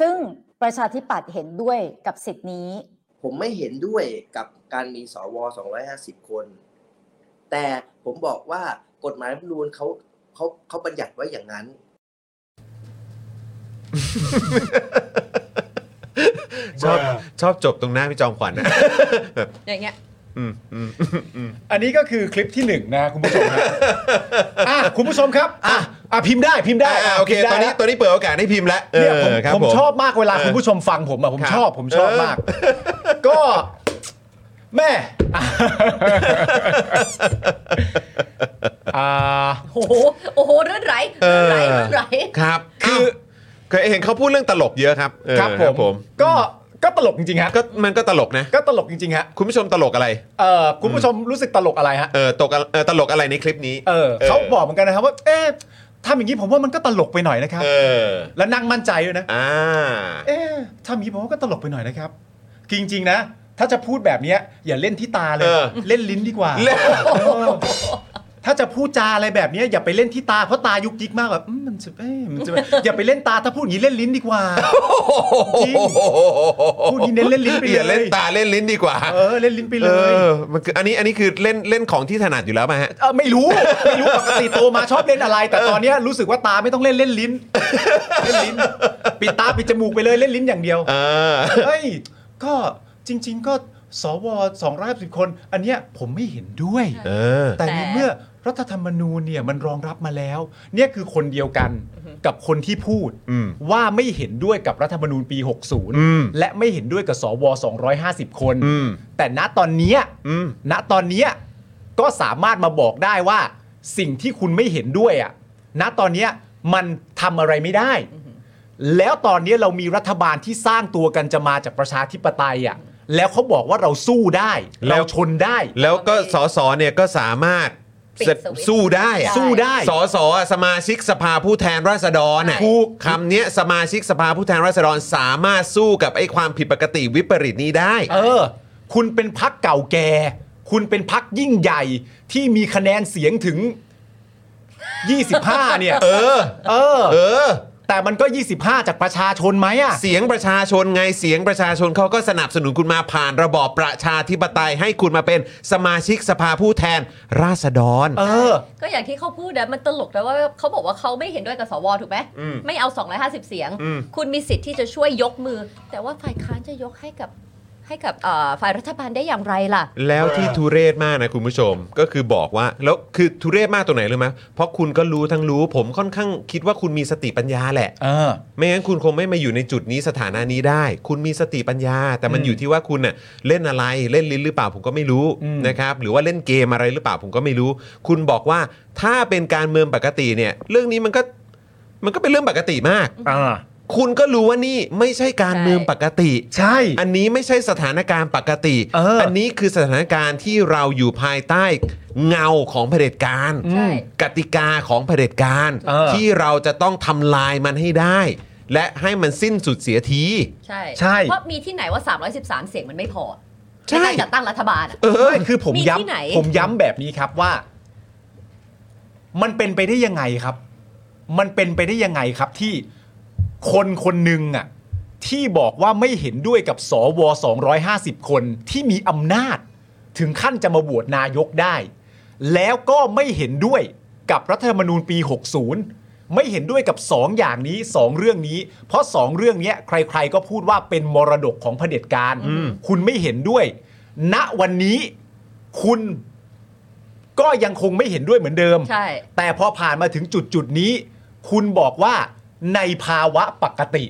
ซึ่งประชาธิปัตย์เห็นด้วยกับสิทธินี้ ผมไม่เห็นด้วยกับการมีสว 250 คน แต่ผมบอกว่ากฎหมายรัฐธรรมนูญเขาเขาเขาบัญญัติไว้อย่างนั้น ชอบชอบจบตรงหน้าพี่จอมขวัญนะ อย่างเงี้ย อืมอืม อันนี้ก็คือคลิปที่หนึ่งนะคุณผู้ชมฮะ อ่ะคุณผู้ชมครับอ่ะอ่ะพิมพ์ได้พิมพ์ได้ อ่าอ่าโอเค พิมพ์ ตอ ได้ นนี้ตอนนี้เปิดโอกาสให้พิมพ์แล้ว เนี่ยผม เครับ ผมชอบมากเวลา เออ คุณผู้ชมฟังผมอ่ะผม ครับ ชอบผมชอบ เออ มาก ก็แม่อ่า โอ้โห โอ้โหเรื่อนไหล เอ เรื่ออนไหลเรื่อนไหล ครับ คือ เคยเห็นเขาพูดเรื่องตลกเยอะครับเออ ครับผมก็ก็ตลกจริงๆฮะ ก็มันก็ตลกนะ ก็ตลกจริงๆฮะ คุณผู้ชมตลกอะไร เอ่อคุณผู้ชมรู้สึกตลกอะไรฮะ เออตกอะเออตลกอะไรในคลิปนี้ เออ เออ เขาบอกเหมือนกันนะครับว่า เอ๊ะทำอย่างนี้ผมว่ามันก็ตลกไปหน่อยนะครับ เออ แล้วนั่งมั่นใจด้วยนะ อ่า เอ๊ะทำอย่างนี้ผมว่าก็ตลกไปหน่อยนะครับ จริง ๆ นะ ถ้าจะพูดแบบเนี้ยอย่าเล่นที่ตาเลย เออ เล่นลิ้นดีกว่า เล่น เออถ้าจะพูดจาอะไรแบบเนี้ยอย่าไปเล่นที่ตาเพราะตายุกยิกมากแบบอืมมันจะเอ๊ะมันจะอย่าไปเล่นตาถ้าพูดอย่างนี้เล่นลิ้นดีกว่า จริง พูดอย่างนี้เน้นเล่นลิ้นไปเลย อย่าเล่นตาเล่นลิ้นดีกว่า เออเล่นลิ้นไปเล เอย อมันคืออันนี้อันนี้คือเล่นเล่นของที่ถนัดอยู่แล้วไหมฮะ เออไม่รู้ ไม่รู้ปกติโตมาชอบเล่นอะไร แต่ตอนเนี้ยรู้สึกว่าตาไม่ต้องเล่นเล่นลิ้น เล่นลิ้น ปิดตาปิดจมูกไปเลยเล่นลิ้นอย่างเดียว เออ เฮ้ยก็จริง ๆ ก็ สวสองร้อยสิบคน อันเนี้ยผมไม่เห็นด้วย เออ แต่ แต่ ในเมื่อรัฐธรรมนูญเนี่ยมันรองรับมาแล้ว เนี่ยคือคนเดียวกัน อือฮึ กับคนที่พูด อืม ว่าไม่เห็นด้วยกับรัฐธรรมนูญปี อืม 60 และไม่เห็นด้วยกับสว250 คน อืม แต่ณตอนเนี้ย อืม ณตอนเนี้ยก็สามารถมาบอกได้ว่าสิ่งที่คุณไม่เห็นด้วยอะณตอนเนี้ยมันทำอะไรไม่ได้ แล้วตอนเนี้ยเรามีรัฐบาลที่สร้างตัวกันจะมาจากประชาธิปไตยอะแล้วเขาบอกว่าเราสู้ได้ แล้ว เราชนได้ แล้วก็สอสอเนี่ยก็สามารถ ปิดสวิตช์ สู้ได้อะ ใช่ สู้ได้ สอสอสมาชิกสภาผู้แทนราษฎรน่ะ ใช่ คำเนี้ยสมาชิกสภาผู้แทนราษฎรสามารถสู้กับไอ้ความผิดปกติวิปริตนี้ได้ เออ คุณเป็นพักเก่าแก่ คุณเป็นพักยิ่งใหญ่ที่มีคะแนนเสียงถึง 25 เนี่ย เออ เออ เออ แต่มันก็ 25 จากประชาชนไหมอ่ะ เสียงประชาชนไงเสียงประชาชนเขาก็สนับสนุนคุณมาผ่านระบอบประชาธิปไตยให้คุณมาเป็นสมาชิกสภาผู้แทนราษฎร เออ ก็อย่างที่เขาพูดนะมันตลกนะว่าเขาบอกว่าเขาไม่เห็นด้วยกับสวถูกไหม อืม ไม่เอา 250 เสียง อืม คุณมีสิทธิ์ที่จะช่วยยกมือ แต่ว่าฝ่ายค้านจะยกให้กับให้กับเอ่อฝ่ายรัฐบาลได้อย่างไรล่ะ แล้วที่ทุเรศมากนะคุณผู้ชมก็คือบอกว่า แล้วคือทุเรศมากตรงไหนรู้ไหมเพราะคุณก็รู้ทั้งรู้ ผมค่อนข้างคิดว่าคุณมีสติปัญญาแหละ เออ ไม่งั้นคุณคงไม่มาอยู่ในจุดนี้สถานะนี้ได้ คุณมีสติปัญญา แต่มัน อืม อยู่ที่ว่าคุณน่ะเล่นอะไรเล่นลิ้นหรือเปล่าผมก็ไม่รู้ อืม นะครับหรือว่าเล่นเกมอะไรหรือเปล่าผมก็ไม่รู้ คุณบอกว่าถ้าเป็นการเมืองปกติเนี่ยเรื่องนี้มันก็มันก็เป็นเรื่องปกติมาก อ่า คุณก็รู้ว่านี่ไม่ใช่การเมืองปกติ ใช่ อันนี้ไม่ใช่สถานการณ์ปกติ เอออั อันนี้คือสถานการณ์ที่เราอยู่ภายใต้เงาของเผด็จการ ใช่ กติกาของเผด็จการ เออ ที่เราจะต้องทำลายมันให้ได้ และให้มันสิ้นสุดเสียที ใช่ ใช่ เพราะมีที่ไหนว่า 313 เสียงมันไม่พอ ใช่ นการจัดตั้งรัฐบาลอะ เออ ไม่คือผม มีที่ไหน ย้ำผมย้ำแบบนี้ครับว่า มันเป็นไปได้ยังไงครับ มันเป็นไปได้ยังไงครับ ที่คนคนหนึ่งอ่ะ ที่บอกว่าไม่เห็นด้วยกับสว250 คนที่มีอำนาจ ถึงขั้นจะมาโหวตนายกได้ แล้วก็ไม่เห็นด้วยกับรัฐธรรมนูญปี 60 ไม่เห็นด้วยกับ 2 อย่างนี้ 2 เรื่องนี้ เพราะ 2 เรื่องเนี้ยใครๆก็พูดว่าเป็นมรดกของเผด็จการ คุณไม่เห็นด้วย ณวันนี้คุณก็ยังคงไม่เห็นด้วยเหมือนเดิม ใช่ แต่พอผ่านมาถึงจุดจุดๆนี้ คุณบอกว่าในภาวะปกติ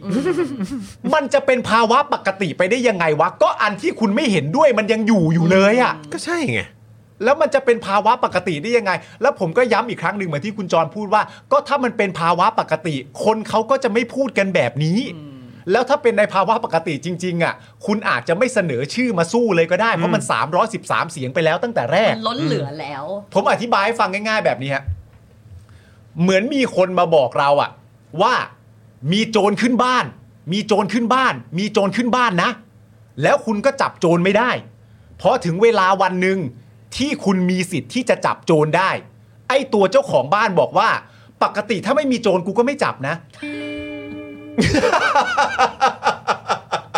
มันจะเป็นภาวะปกติไปได้ยังไงวะ ก็อันที่คุณไม่เห็นด้วยมันยังอยู่อยู่เลยอะ่ะ ก็ใช่ไง แล้วมันจะเป็นภาวะปกติได้ยังไง แล้วผมก็ย้ำอีกครั้งหนึ่งเหมือนที่คุณจรพูดว่า ก็ถ้ามันเป็นภาวะปกติ คนเขาก็จะไม่พูดกันแบบนี้ แล้วถ้าเป็นในภาวะปกติจริง ๆ อ่ะ คุณอาจจะไม่เสนอชื่อมาสู้เลยก็ได้ เพราะมัน 313 เสียงไปแล้วตั้งแต่แรก มันล้นเหลือแล้ว ผมอธิบายให้ฟังง่าย ๆ แบบนี้ฮะ เหมือนมีคนมาบอกเราอะว่ามีโจรขึ้นบ้าน มีโจรขึ้นบ้าน มีโจรขึ้นบ้านนะ แล้วคุณก็จับโจรไม่ได้ เพราะถึงเวลาวันหนึ่งที่คุณมีสิทธิ์ที่จะจับโจรได้ ไอ้ตัวเจ้าของบ้านบอกว่า ปกติถ้าไม่มีโจรกูก็ไม่จับนะ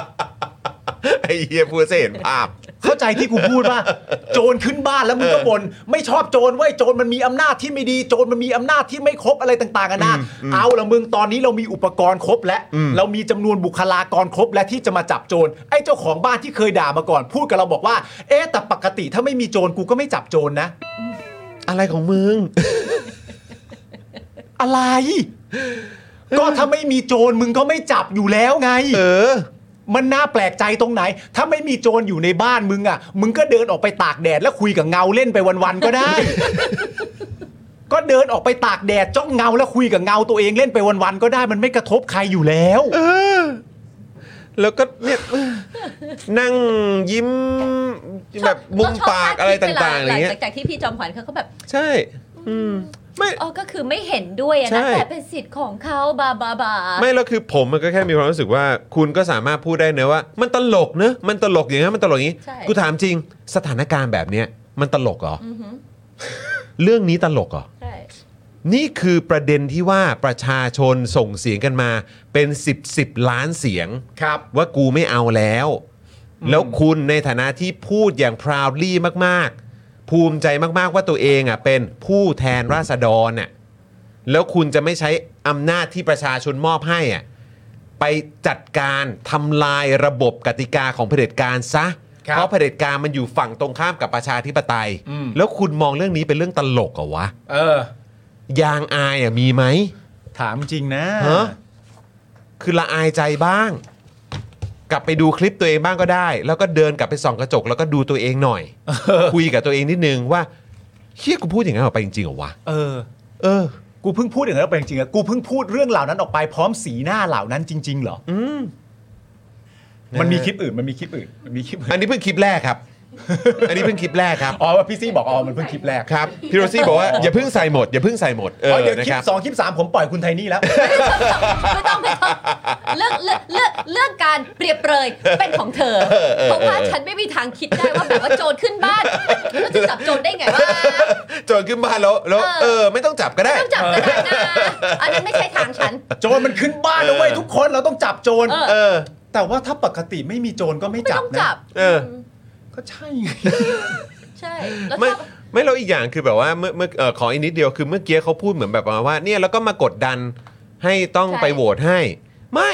ไอ้เหี้ยพูดซะเห็นภาพ เข้าใจที่กูพูดว่า โจรขึ้นบ้านแล้วมึงก็บน่นไม่ชอบโจรเว้ยโจรมันมีอำนาจที่ไม่ดีโจรมันมีอำนาจที่ไม่ครบอะไรต่างๆกันะเอาละมึงตอนนี้เรามีอุปกรณ์ครบแล้วเรามีจำนวนบุคลากรครบและที่จะมาจับโจรไอ้เจ้าของบ้านที่เคยด่ามาก่อนพูดกับเราบอกว่า เอ๊ะแต่ปกติถ้าไม่มีโจรกูก็ไม่จับโจรนะ อะไรของมึง อะไร ก็ถ้าไม่มีโจรมึงก็ไม่จับอยู่แล้วไง เออ มันน่าแปลกใจตรงไหน ถ้าไม่มีโจรอยู่ในบ้านมึงอ่ะ มึงก็เดินออกไปตากแดดแล้วคุยกับเงาเล่นไปวันๆก็ได้ ก็เดินออกไปตากแดดจ้องเงาแล้วคุยกับเงาตัวเองเล่นไปวันๆก็ได้ มันไม่กระทบใครอยู่แล้ว เออ แล้วก็เนี่ยนั่งยิ้มแบบมุมปากอะไรต่างๆอะไรเงี้ หลั ย จากที่พี่จอมขวัญเขาก็แบบ ใช่ อืมไม่ อ๋อก็คือไม่เห็นด้วยอะ ใช่ นะแต่เป็นสิทธิ์ของเขาบาบาบา ไม่แล้วคือผมมันก็แค่มีความรู้สึกว่า คุณก็สามารถพูดได้เนอะว่า มันตลกเนอะมันตลกอย่างนี้นมันตลกอย่างนี้ ใช่ กูถามจริงสถานการณ์แบบเนี้ยมันตลกเหรอ อือหือ เรื่องนี้ตลกเหรอ ใช่ นี่คือประเด็นที่ว่าประชาชนส่งเสียงกันมา เป็น 10บสล้านเสียง ครับ ว่ากูไม่เอาแล้ว แล้วคุณในฐานะที่พูดอย่าง proudly มาก ๆ ภูมิใจมาก ๆ ว่าตัวเองอ่ะเป็นผู้แทนราษฎรน่ะ แล้วคุณจะไม่ใช้อำนาจที่ประชาชนมอบให้อ่ะ ไปจัดการทำลายระบบกติกาของเผด็จการซะ ครับ เพราะเผด็จการมันอยู่ฝั่งตรงข้ามกับประชาธิปไตย อืม แล้วคุณมองเรื่องนี้เป็นเรื่องตลกเหรอวะ เออ ยางอายอะมีไหม ถามจริงนะ ฮะ คือละอายใจบ้าง กลับไปดูคลิปตัวเองบ้างก็ได้ แล้วก็เดินกลับไปส่องกระจก แล้วก็ดูตัวเองหน่อย คุยกับตัวเองนิดนึงว่าเฮียกูพูดอย่างนั้นออกไปจริงๆเหรอวะ เออ เออ กูเพิ่งพูดอย่างนั้นออกไปจริงๆอะกูเพิ่งพูดเรื่องเหล่านั้นออกไปพร้อมสีหน้าเหล่านั้นจริง ๆ เหรอ อืม มันมี นะฮะ คลิปอื่น มันมีคลิปอื่น มันมีคลิปอื่น อันนี้เพิ่งคลิปแรกครับ อันนี้เพิ่งคลิปแรกครับ อ๋อพี่ซี่บอกอ๋อมันเพิ่งคลิปแรก ครับพี่โรซี่บอก ว่าอย่าเพิ่งใส่หมดอย่าเพิ่งใส่หมดเอ อ๋อ อ เดี๋ยว นะ คลิ ครั ป บ สองคลิปสามผมปล่อยคุณไทนี่แล้ว ไม่ต้องไม่ต้องเรื่องเรื่องเรื่องเรื่องการเปรียบเปรยเป็นของเธอ เออเออ เพราะว่าฉันไม่มีทางคิดได้ว่าแบบว่าโจรขึ้นบ้านแล้วจะจับโจรได้ไงวะ โจรขึ้นบ้านแล้วแล้วเอ เอ อ อ ไม่ต้องจับก็ได้ ต้องจับก็ได้นะอันนั้นไม่ใช่ทางฉัน โจรมันขึ้นบ้านแล้วเว้ย เออ ทุกคนเราต้องจับโจร เออ เออ แต่ว่าถ้าปกติไม่มีโจรก็ไม่ ไม่ จับ ต้อง นะ จับ เออ ม ก็ใช่ไง ใช่แล้ว ไม่ ชอบ ไม่แล้วอีกอย่างคือแบบว่าเมื่อเมื่อเอ่อขออีกนิดเดียวคือเมื่อกี้เขาพูดเหมือนแบบประมาณว่า เนี่ยแล้วก็มากดดันให้ต้อง ใช่ ไปโหวตให้ ไม่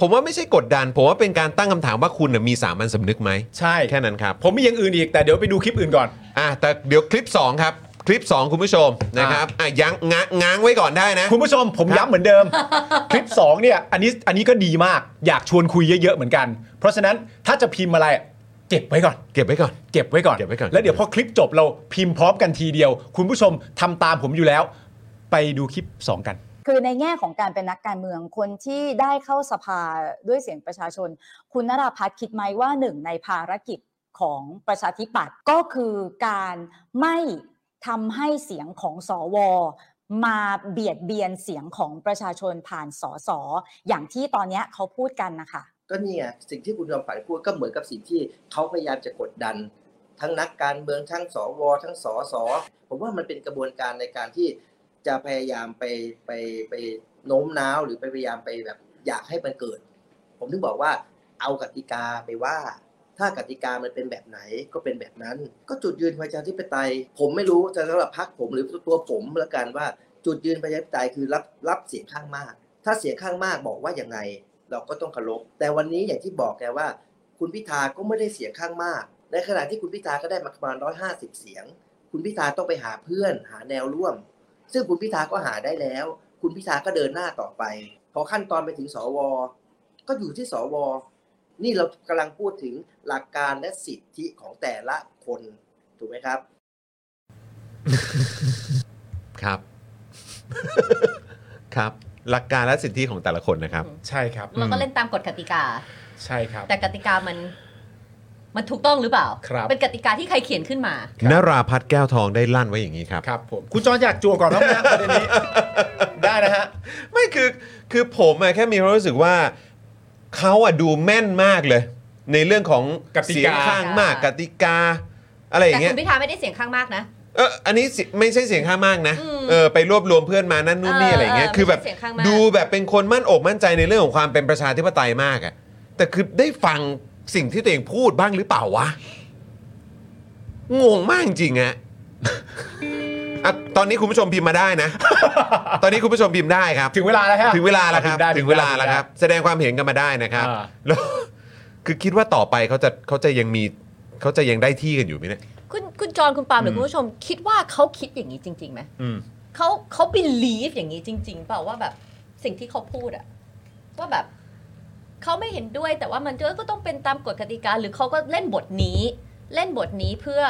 ผมว่าไม่ใช่กดดัน ผมว่าเป็นการตั้งคำถามว่าคุณน่ะมีสามัญสำนึกไหม ใช่ แค่นั้นครับ ผมมีอย่างอื่นอีกแต่เดี๋ยวไปดูคลิปอื่นก่อน อ่ะแต่เดี๋ยวคลิปสองครับคลิปสองคุณผู้ชมนะครับอ่ะยั้งงะง้างไว้ก่อนได้นะ คุณผู้ชมผมย้ำเหมือนเดิม คลิป 2 เนี่ยอันนี้อันนี้ก็ดีมากอยากชวนคุยเยอะ ๆ เหมือนกัน เพราะฉะนั้นถ้าจะพิมพ์อะไรเก็บไว้ก่อน เก็บไว้ก่อน เก็บไว้ก่อน เก็บไว้ก่อน แล้วเดี๋ยวพอคลิปจบเราพิมพ์พร้อมกันทีเดียว คุณผู้ชมทำตามผมอยู่แล้ว ไปดูคลิป 2 กัน คือในแง่ของการเป็นนักการเมืองคนที่ได้เข้าสภาด้วยเสียงประชาชน คุณนราพัฒน์คิดไหมว่าหนึ่งในภารกิจของประชาธิปัตย์ก็คือการไม่ทำให้เสียงของสว มาเบียดเบียนเสียงของประชาชนผ่านสสอย่างที่ตอนเนี้ยเขาพูดกันนะคะ ก็นี่ไงสิ่งที่คุณจอมฝันพูดก็เหมือนกับสิ่งที่เขาพยายามจะกดดัน ทั้งนักการเมืองทั้งสวทั้งสสผมว่ามันเป็นกระบวนการในการที่จะพยายามไปไปไปโน้มน้าวหรือไปพยายามไปแบบอยากให้มันเกิด ผมถึงบอกว่าเอากติกาไปว่า ถ้ากติกามันเป็นแบบไหนก็เป็นแบบนั้น ก็จุดยืนประชาธิปไตย ผมไม่รู้จะสำหรับพรรคผมหรือตัวผมละกันว่าจุดยืนประชาธิปไตยคือรับรับเสียงข้างมาก ถ้าเสียงข้างมากบอกว่าอย่างไง เราก็ต้องเคารพแต่วันนี้อย่างที่บอกแกว่า คุณพิธาก็ไม่ได้เสียงข้างมาก ในขณะที่คุณพิธาก็ได้มาประมาณ150 เสียง คุณพิธาต้องไปหาเพื่อน หาแนวร่วม ซึ่งคุณพิธาก็หาได้แล้ว คุณพิธาก็เดินหน้าต่อไป พอขั้นตอนไปถึงสว ก็อยู่ที่สว นี่เรากำลังพูดถึงหลักการและสิทธิของแต่ละคนถูกไหมครับ ครับ ครับ หลักการและสิทธิของแต่ละคนนะครับ ใช่ครับ เราก็เล่นตามกฎกติกา ใช่ครับ แต่กติกามัน มันถูกต้องหรือเปล่า ครับ เป็นกติกาที่ใครเขียนขึ้นมา นราพัฒน์แก้วทองได้ลั่นไว้อย่างนี้ครับ ครับผมคุณจอนอยากจั่วก่อนแล้วนะประเด็นนี้ ได้นะฮะ ไม่คือคือผมอะแค่มีความรู้สึกว่าเขาอะดูแม่นมากเลย ในเรื่องของ กติกา เสียงข้างมากกติกา อะไรอย่า แต่ งเงี้ คุ ย ณพิธาไม่ได้เสียงข้างมากนะ เอออันนี้สิไม่ใช่เสียงข้างมากนะ อืม เออไปรวบรวมเพื่อนมานั่นนู่นนี่ เออ อะไรอย่างเงี้ย เออ คือแบบ ไม่ใช่เสียงข้างมาก ดูแบบเป็นคนมั่นอกมั่นใจในเรื่องของความเป็นประชาธิปไตยมากอะแต่คือได้ฟังสิ่งที่ตัวเองพูดบ้างหรือเปล่าวะงงมากจริงๆอะอ่ะตอนนี้คุณผู้ชมพิมพ์มาได้นะ ตอนนี้คุณผู้ชมพิมพ์ได้ครับ ถึงเวลาแล้วฮะ ถึงเวลาแล้วครับ ได้ ถึงเวลาแล้วครับ ได้ แสดงความเห็นกันมาได้นะครับ อ่า แล้วคือคิดว่าต่อไปเขาจะเขาจะยังมีเขาจะยังได้ที่กันอยู่ไหมเนี่ย คุณคุณจอนคุณปาล์มหรือมอคุณผู้ชม คิดว่าเขาคิดอย่างนี้จริงๆไหม อืม เขาเขาบิลีฟอย่างนี้จริง ๆ เปล่าว่าแบบสิ่งที่เขาพูดอะว่าแบบเขาไม่เห็นด้วย แต่ว่ามันก็ต้องเป็นตามกฎกติกาหรือเขาก็เล่นบทนี้ เล่นบทนี้เพื่อ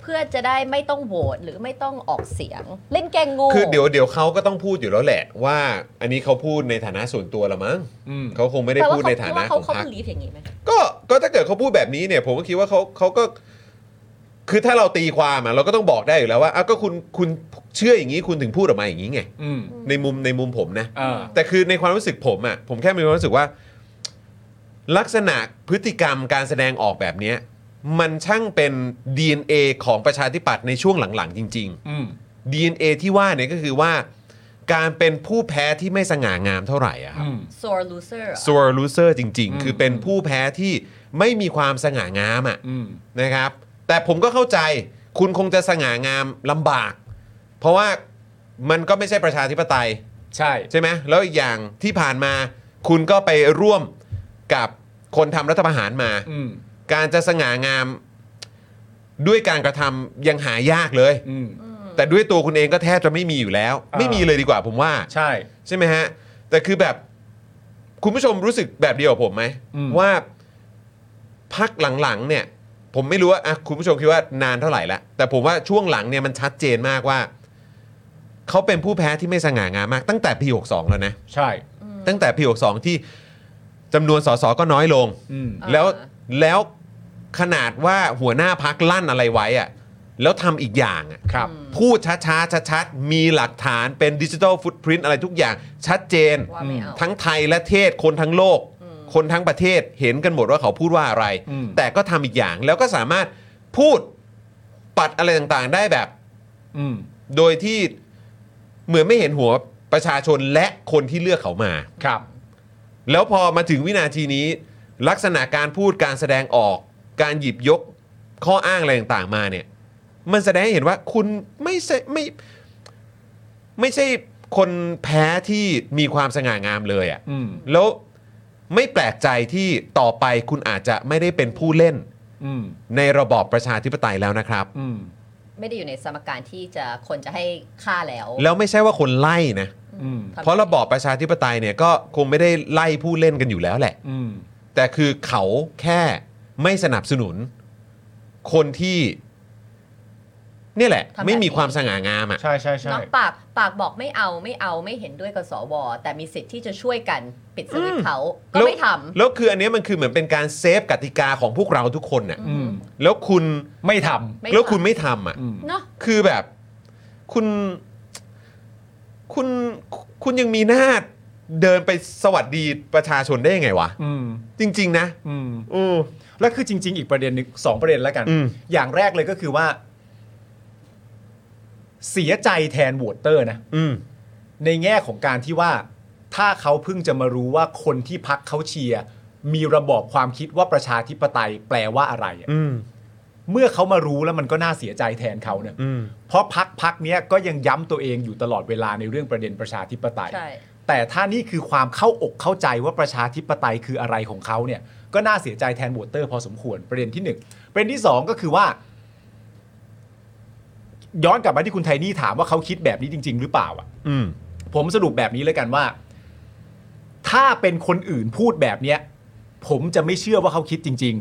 เพื่อจะได้ไม่ต้องโหวตหรือไม่ต้องออกเสียง เล่นแกงโง่ คือเดี๋ยวเดี๋ยวเขาก็ต้องพูดอยู่แล้วแหละ ว่าอันนี้เขาพูดในฐานะส่วนตัวละมั้ง อืม เขาคงไม่ได้ แปลว่า พูด เขา ใน คิ ฐา ด นะ ว่า ข เขา อง เขา พรรค บิลีฟอย่างนี้ไหม ก็ก็ถ้าเกิดเขาพูดแบบนี้เนี่ย ผมก็คิดว่าเขาเขาก็ คือถ้าเราตีความอะเราก็ต้องบอกได้อยู่แล้วว่าอ้าวก็คุณคุณเชื่ออย่างนี้คุณถึงพูดออกมาอย่างนี้ไง อืม ในมุมในมุมผมนะ อ่า แต่คือในความรู้สึกผมอะ่ะผมแค่มีความรู้สึกว่า ลักษณะพฤติกรรมการแสดงออกแบบเนี้ยมันช่างเป็น DNA ของประชาธิปัตย์ในช่วงหลังๆ จริง อืม ๆ DNA ที่ว่าเนี่ยก็คือว่า การเป็นผู้แพ้ที่ไม่สง่างามเท่าไหร่อะครับ อืม sore loser เหรอ s o r loser จริง อืม ๆ คือเป็นผู้แพ้ที่ไม่มีความสง่างามอ่ะ อืม นะครับแต่ผมก็เข้าใจคุณคงจะสง่างามลำบาก เพราะว่ามันก็ไม่ใช่ประชาธิปไตย ใช่ ใช่ไหมแล้วอีกอย่างที่ผ่านมาคุณก็ไปร่วมกับคนทำรัฐประหารมา อืม การจะสง่างามด้วยการกระทำยังหายากเลย อืม อืม แต่ด้วยตัวคุณเองก็แทบจะไม่มีอยู่แล้ว อ่า ไม่มีเลยดีกว่าผมว่า ใช่ ใช่ไหมฮะ แต่คือแบบคุณผู้ชมรู้สึกแบบเดียวกับผมไหม อืม ว่าพักหลังๆเนี่ย ผมไม่รู้ว่าอ่ะคุณผู้ชมคิดว่านานเท่าไหร่ละแต่ผมว่าช่วงหลังเนี่ยมันชัดเจนมากว่า เขาเป็นผู้แพ้ที่ไม่สง่างามมาก ตั้งแต่ปี62แล้วนะ ใช่ ตั้งแต่ปี62ที่จำนวนสสก็น้อยลง อืม า แล้วแล้วขนาดว่าหัวหน้าพักลั่นอะไรไว้อะแล้วทำอีกอย่างอะ ครับ พูดช้าๆชัดๆมีหลักฐานเป็นดิจิทัลฟุตพิ i น t อะไรทุกอย่างชัดเจน ว่าไม่เอา ทั้งไทยและเทศคนทั้งโลก คนทั้งประเทศเห็นกันหมดว่าเขาพูดว่าอะไร อืม แต่ก็ทำอีกอย่างแล้วก็สามารถพูดปัดอะไรต่างๆได้แบบ อืม โดยที่เหมือนไม่เห็นหัวประชาชนและคนที่เลือกเขามา ครับ แล้วพอมาถึงวินาทีนี้ ลักษณะการพูดการแสดงออก การหยิบยกข้ออ้างอะไรต่างๆมาเนี่ย มันแสดงให้เห็นว่าคุณไม่ใช่ไม่ไม่ใช่คนแพ้ที่มีความสง่างามเลยอะ่ะ อืม แล้วไม่แปลกใจที่ต่อไปคุณอาจจะไม่ได้เป็นผู้เล่น อืม ในระบอบประชาธิปไตยแล้วนะครับ อืม ไม่ได้อยู่ในสมการที่จะคนจะให้ค่าแล้ว แล้วไม่ใช่ว่าคนไล่นะ อืม เพราะระบอบประชาธิปไตยเนี่ยก็คงไม่ได้ไล่ผู้เล่นกันอยู่แล้วแหละ อืม แต่คือเขาแค่ไม่สนับสนุน คนที่เนี่ยแหละ ไม่มีความสง่างามอ่ะ ใช่ใช่ใช่ เนาะปากปากบอกไม่เอาไม่เอาไม่เห็นด้วยกับสว แต่มีสิทธิ์ที่จะช่วยกันปิดสวิตช์เขาก็ไม่ทำ แล้วคืออันเนี้ยมันคือเหมือนเป็นการเซฟกติกาของพวกเราทุกคนน่ะ อืม แล้วคุณ ไม่ท ไม่ แล้วคุณ ท ไม่ทำอ่ะ ำอืม ำเนาะ คือแบบ คุณ คุณคุณยังมีหน้าเดินไปสวัสดีประชาชนได้ยังไงวะ อืม จริง ๆ นะ อืม อือ แล้วคือจริง ๆ อีกประเด็นหนึ่งสองประเด็นแล้วกัน อืม อย่างแรกเลยก็คือว่า เสียใจแทนโหวตเตอร์นะ อืม ในแง่ของการที่ว่า ถ้าเขาเพิ่งจะมารู้ว่าคนที่พักเขาเชียร์มีระบอบความคิดว่าประชาธิปไตยแปลว่าอะไรอะ อืม เมื่อเขามารู้แล้วมันก็น่าเสียใจแทนเขาเนอะ อืม เพราะพักพักเนี้ยก็ยังย้ำตัวเองอยู่ตลอดเวลาในเรื่องประเด็นประชาธิปไตย ใช่ แต่ถ้านี่คือความเข้าอกเข้าใจว่าประชาธิปไตยคืออะไรของเขาเนี่ย ก็น่าเสียใจแทนโหวตเตอร์พอสมควรประเด็นที่หนึ่งประเด็นที่สองก็คือว่า ย้อนกลับมาที่คุณไทนี่ถามว่าเขาคิดแบบนี้จริง ๆ หรือเปล่าอ่ะ อืม ผมสรุปแบบนี้แล้วกันว่า ถ้าเป็นคนอื่นพูดแบบเนี้ย ผมจะไม่เชื่อว่าเขาคิดจริง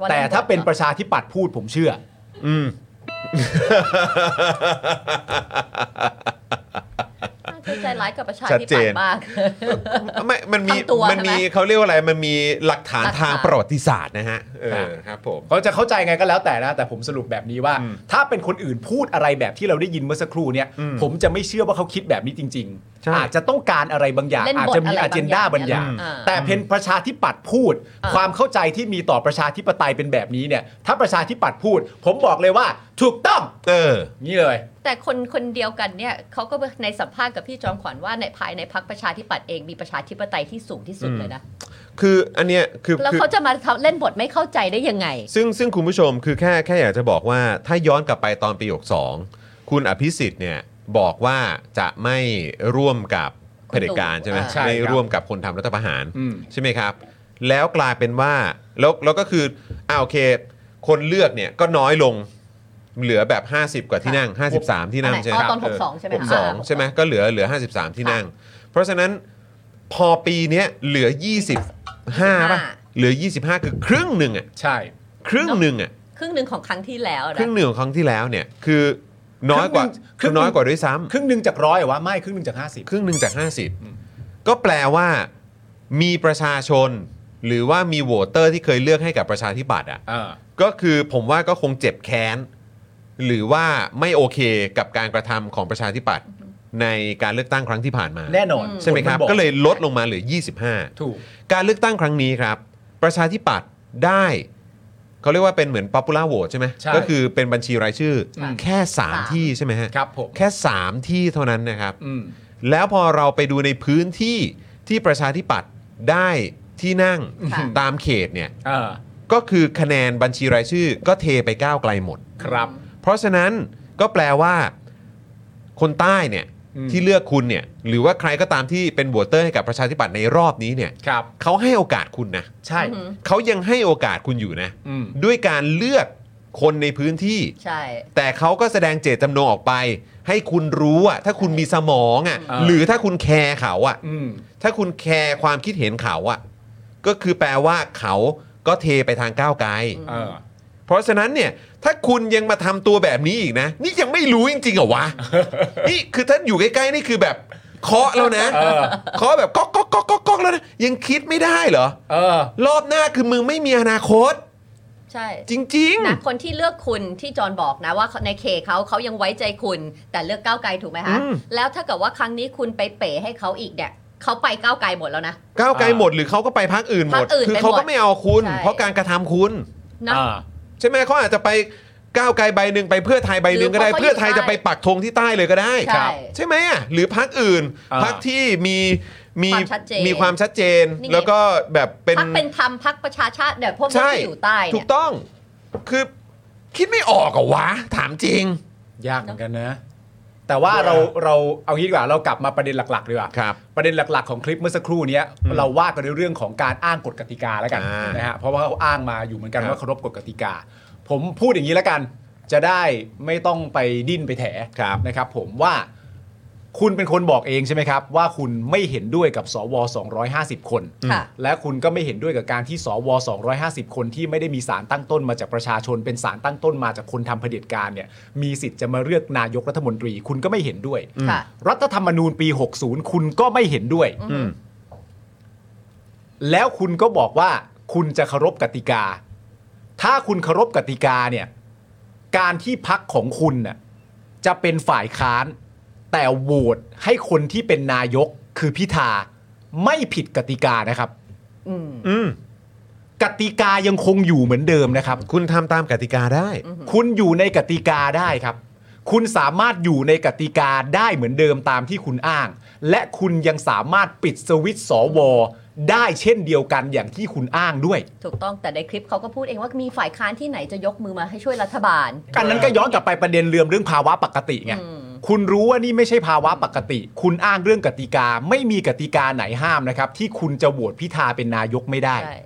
ว่า ๆ แต่ถ้าเป็นประชาธิปัตย์พูดผมเชื่อ อืม ใจร้ายกับประชา ชั ธิ ดเจ ปัต น ย์มาก ไม่มันมี ทำตัว มันมี ใช่ไหม เขาเรียกว่าอะไร มันมีหลักฐาน หลักฐาน ทางประวัติศาสตร์นะฮะ เอ ครั อบ ครับผม เขาจะเข้าใจไงก็แล้วแต่นะ แต่ผมสรุปแบบนี้ว่า อืม ถ้าเป็นคนอื่นพูดอะไรแบบที่เราได้ยินเมื่อสักครู่เนี่ย อืม ผมจะไม่เชื่อว่าเขาคิดแบบนี้จริง ใช่ ๆ อาจจะต้องการอะไรบางอย่าง เล่น อาจ บท จะ อะ มี ไร อ บาง g เจนดาบางอย่าง อ่า แต่เป็นประชาธิปัตย์พูด อ่า ความเข้าใจที่มีต่อประชาธิปไตยเป็นแบบนี้เนี่ย ถ้าประชาธิปัตย์พูด ผมบอกเลยว่าถูกต้อง เออ นี่เลย แต่คนคนเดียวกันเนี่ยเขาก็ในสัมภาษณ์กับพี่จอมขวัญว่าในภายในพักประชาธิปัตย์เองมีประชาธิปไตยที่สูงที่สุดเลยนะ คืออันเนี้ย คือ แล้ว คือ เขาจะมาเล่นบทไม่เข้าใจได้ยังไง ซึ่งซึ่งคุณผู้ชม คือแค่แค่อยากจะบอกว่า ถ้าย้อนกลับไปตอนปีหกสองคุณอภิสิทธิ์เนี่ย บอกว่าจะไม่ร่วมกับเผด็จการใช่ไหม อ่า ใช่ ไม่ ครับ ร่วมกับคนทำรัฐประหาร อืม ใช่ไหมครับ แล้วกลายเป็นว่า แล้วแล้วก็คืออ่าโอเค คนเลือกเนี่ยก็น้อยลง เหลือแบบ 50 กว่าที่นั่ง 53 ที่นั่ง อันไหน ใช่ไหมคอ๋อรับ ตอน62ใช่ไหม เอ คะ อ62 ใช่ไหมก็เหลือเหลือ 53 ที่นั่ง เพราะฉะนั้นพอปีเนี้ยเหลือ 25ป่ะ เหลือ 25 คือครึ่งหนึ่งอ่ะ ใช่ ครึ่งหนึ่งอ่ะ ครึ่งหนึ่งของครั้งที่แล้วนะ ครึ่งหนึ่งของครั้งที่แล้วเนี่ย คือน้อยกว่าคือน้อยกว่าด้วยซ้ำ ครึ่งหนึ่งจากร้อยเหรอวะไม่ครึ่งหนึ่งจากห้าสิบ ครึ่งหนึ่งจาก 50 ก็แปลว่ามีประชาชน หรือว่ามีโหวตเตอร์ที่เคยเลือกให้กับประชาธิปัตย์อ่ะก็คือผมว่าก็คงเจ็บแค้น หรือว่าไม่โอเคกับการกระทำของประชาธิปัตย์ในการเลือกตั้งครั้งที่ผ่านมา แน่นอน ใช่ไหมครับ ผนอ ก็เลยลดลงมาเหลือ ถูก 25 การเลือกตั้งครั้งนี้ครับ ประชาธิปัตย์ได้เขาเรียกว่าเป็นเหมือน popular vote ใช่ไหม ใช่ ก็คือเป็นบัญชีรายชื่อ อืม แค่สาม สาม ที่ใช่ไหมฮะ ครับผม แค่สามที่เท่านั้นนะครับ อืม แล้วพอเราไปดูในพื้นที่ที่ประชาธิปัตย์ได้ที่นั่ง ค่ะ ตามเขตเนี่ย อ่า ก็คือคะแนนบัญชีรายชื่อก็เทไปก้าวไกลหมด ครับ เพราะฉะนั้นก็แปลว่าคนใต้เนี่ย อืม ที่เลือกคุณเนี่ยหรือว่าใครก็ตามที่เป็นบวตเตอร์ให้กับประชาธิปัตย์ในรอบนี้เนี่ย ครับ เขาให้โอกาสคุณนะ ใช่ อืม เขายังให้โอกาสคุณอยู่นะ อืม ด้วยการเลือกคนในพื้นที่ ใช่ แต่เขาก็แสดงเจตจำนงออกไป ให้คุณรู้อะถ้าคุณมีสมองอะ อ่า หรือถ้าคุณแคร์เขาอะ อืม ถ้าคุณแคร์ความคิดเห็นเขาอะก็คือแปลว่าเขาก็เทไปทางก้าวไกล เออ เพราะฉะนั้นเนี่ยถ้าคุณยังมาทำตัวแบบนี้อีกนะ นี่ยังไม่รู้จริงๆเหรอ วะ นี่คือท่านอยู่ใกล้ๆนี่คือแบบเคาะแล้วนะ เออ เคาะแบบก๊อกก๊อกก๊อกก๊อกก๊อกแล้วนะยังคิดไม่ได้เหรอ เออ รอบหน้าคือมึงไม่มีอนาคต ใช่ จริง ๆ นะคนที่เลือกคุณที่จอห์นบอกนะว่าในเคเขาเขายังไว้ใจคุณ แต่เลือกก้าวไกลถูกไหมคะ อืม แล้วถ้าเกิดว่าครั้งนี้คุณไปเป๋ให้เขาอีกเนี่ยเขาไปก้าวไกลหมดแล้วนะ ก้าวไกลหมดหรือเขาก็ไปพักอื่นหมด พรรคอื่น คือ ไปหมด เขาก็ไม่เอาคุณ ใช่ เพราะการกระทำคุณ นะ อ่า ใช่ไหมเขาอาจจะไปก้าวไกลใบหนึ่งไปเพื่อไทยใบหนึ่งก็ได้ หรือเพราะ เพื่อไทยจะไปปักธงที่ใต้เลยก็ได้ ใช่ครับ ใช่ไหมอ่ะหรือพักอื่น อ่า พักที่มีมี ความชัดเจน มีความชัดเจน นี่ไง แล้วก็แบบเป็น พักเป็นธรรมพักประชาชาติเดี๋ยวพวกนี้ ใช่ ที่อยู่ใต้ ถู เนี่ ก ย ต้อง คือคิดไม่ออกเหรอะวะ ถามจริง ยากเหมือนกันนะ แต่ว่าเราเราเอางี้ดีกว่าเรากลับมาประเด็นหลักๆดีกว่า ครับ ประเด็นหลักๆของคลิปเมื่อสักครู่เนี้ย อืม เราว่ากันในเรื่องของการอ้างกฎกติกาแล้วกัน อ่าน นะฮะเพราะว่าเขาอ้างมาอยู่เหมือนกัน ครับ ว่าเคารพกฎกติกา ผมพูดอย่างนี้แล้วกัน จะได้ไม่ต้องไปดิ้นไปแถ ครับ นะครับ ผมว่าคุณเป็นคนบอกเองใช่ไหมครับ ว่าคุณไม่เห็นด้วยกับสว250 คน ค่ะ และคุณก็ไม่เห็นด้วยกับการที่สว 250 คนที่ไม่ได้มีสารตั้งต้นมาจากประชาชน เป็นสารตั้งต้นมาจากคนทำเผด็จการเนี่ยมีสิทธิ์จะมาเลือกนายกรัฐมนตรี คุณก็ไม่เห็นด้วย ค่ะ รัฐธรรมนูญปี 60 คุณก็ไม่เห็นด้วย อืม แล้วคุณก็บอกว่าคุณจะเคารพกติกา ถ้าคุณเคารพกติกาเนี่ยการที่พักของคุณน่ะจะเป็นฝ่ายค้าน แต่โหวตให้คนที่เป็นนายกคือพิธาไม่ผิดกติกานะครับ อืม อืม กติกายังคงอยู่เหมือนเดิมนะครับ คุณทำตามกติกาได้ คุณอยู่ในกติกาได้ครับ คุณสามารถอยู่ในกติกาได้เหมือนเดิมตามที่คุณอ้าง และคุณยังสามารถปิดสวิตช์สวได้เช่นเดียวกันอย่างที่คุณอ้างด้วย ถูกต้องแต่ในคลิปเขาก็พูดเองว่ามีฝ่ายค้านที่ไหนจะยกมือมาให้ช่วยรัฐบาล อันนั้นก็ย้อนกลับไปประเด็นเรื่องเรื่องภาวะปกติไง อืม คุณรู้ว่านี่ไม่ใช่ภาวะปกติ คุณอ้างเรื่องกติกา ไม่มีกติกาไหนห้ามนะครับ ที่คุณจะโหวตพิธาเป็นนายกไม่ได้ ใช่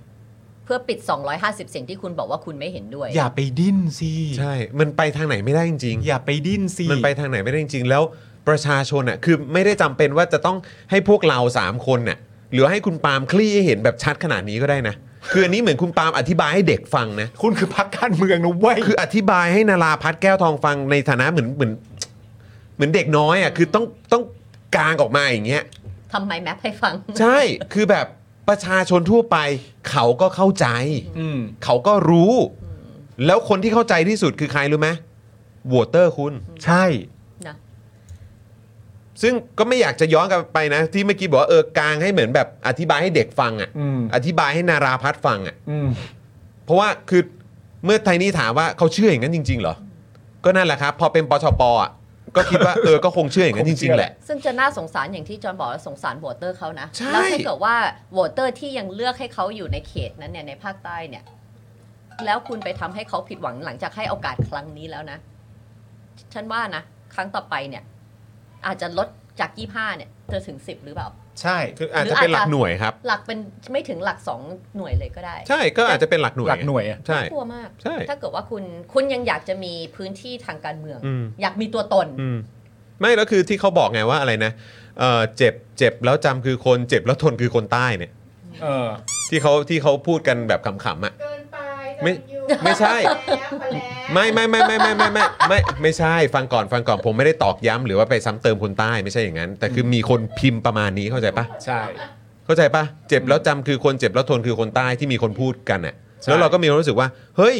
เพื่อปิด 250 เสียงที่คุณบอกว่าคุณไม่เห็นด้วย อย่าไปดิ้นสิ ใช่ มันไปทางไหนไม่ได้จริง อย่าไปดิ้นสิ มันไปทางไหนไม่ได้จริงๆ แล้วประชาชนอ่ะคือไม่ได้จำเป็นว่าจะต้องให้พวกเรา 3 คนน่ะหรือให้คุณปาล์มคลี่ให้เห็นแบบชัดขนาดนี้ก็ได้นะ คืออันนี้เหมือนคุณปาล์มอธิบายให้เด็กฟังนะ คุณคือพักการเมืองนะเว้ย คืออธิบายให้นาราพัฒน์แก้วทองฟังในฐานะเหมือนเหมือน เหมือนเด็กน้อยอ่ะคือต้องต้องกางออกมาอย่างเงี้ย ทำไมแมปให้ฟัง ใช่ คือแบบประชาชนทั่วไป เขาก็เข้าใจ อืม เขาก็รู้ แล้วคนที่เข้าใจที่สุดคือใครรู้ไหมวอเตอร์คุณ ใช่ นะ ซึ่งก็ไม่อยากจะย้อนกลับไปนะ ที่เมื่อกี้บอกว่าเออกลางให้เหมือนแบบอธิบายให้เด็กฟังอะ่ะ อืม อธิบายให้นาราพัฒน์ฟังอะ่ะ อืม เพราะว่าคือเมื่อไทนี่ถามว่าเขาเชื่ออย่างนั้นจริง ๆ เหรอ ก็นั่นแหละครับ พอเป็นปชปอ่ะก็คิดว่าเออก็คงเชื่ออย่างนั้นจริง ๆ แหละ ซึ่งจะน่าสงสารอย่างที่จอห์นบอกแล้วสงสารโหวตเตอร์เขานะ ใช่ แล้วถ้าเกิดว่าโหวตเตอร์ที่ยังเลือกให้เขาอยู่ในเขตนั้นเนี่ยในภาคใต้เนี่ย แล้วคุณไปทำให้เขาผิดหวังหลังจากให้โอกาสครั้งนี้แล้วนะ ฉันว่านะ ครั้งต่อไปเนี่ย อาจจะลดจากยี่ห้าเนี่ยจะถึงสิบหรือเปล่า ใช่ คืออาจจะเป็นหลักหน่วยครับ หลักเป็นไม่ถึงหลักสองหน่วยเลยก็ได้ ใช่ก็อาจจะเป็นหลักหน่วย หลักหน่วยอะ ใช่ กลัวมาก ใช่ ถ้าเกิดว่าคุณคุณยังอยากจะมีพื้นที่ทางการเมือง อืม อยากมีตัวตน อืมไม่แล้วคือที่เขาบอกไงว่าอะไรนะเออเจ็บเจ็บแล้วจำคือคนเจ็บแล้วทนคือคนใต้เนี่ย เออ ที่เขาที่เขาพูดกันแบบขำๆอ่ะ เกินไป ไม่ไม่ใช่ ไม่ ไม่ไม่ไม่ไม่ไม่ไม่ไม่ไม่ไม่ใช่ฟังก่อนฟังก่อนผมไม่ได้ตอกย้ำหรือว่าไปซ้ำเติมคนใต้ไม่ใช่อย่างนั้น แต่คือมีคนพิมพ์ประมาณนี้เข้าใจปะ ใช่ เข้าใจปะเจ็บแล้วจำคือคนเจ็บแล้วทนคือคนใต้ที่มีคนพูดกันน่ะ ใช่ แล้วเราก็มีความรู้สึกว่า เฮ้ย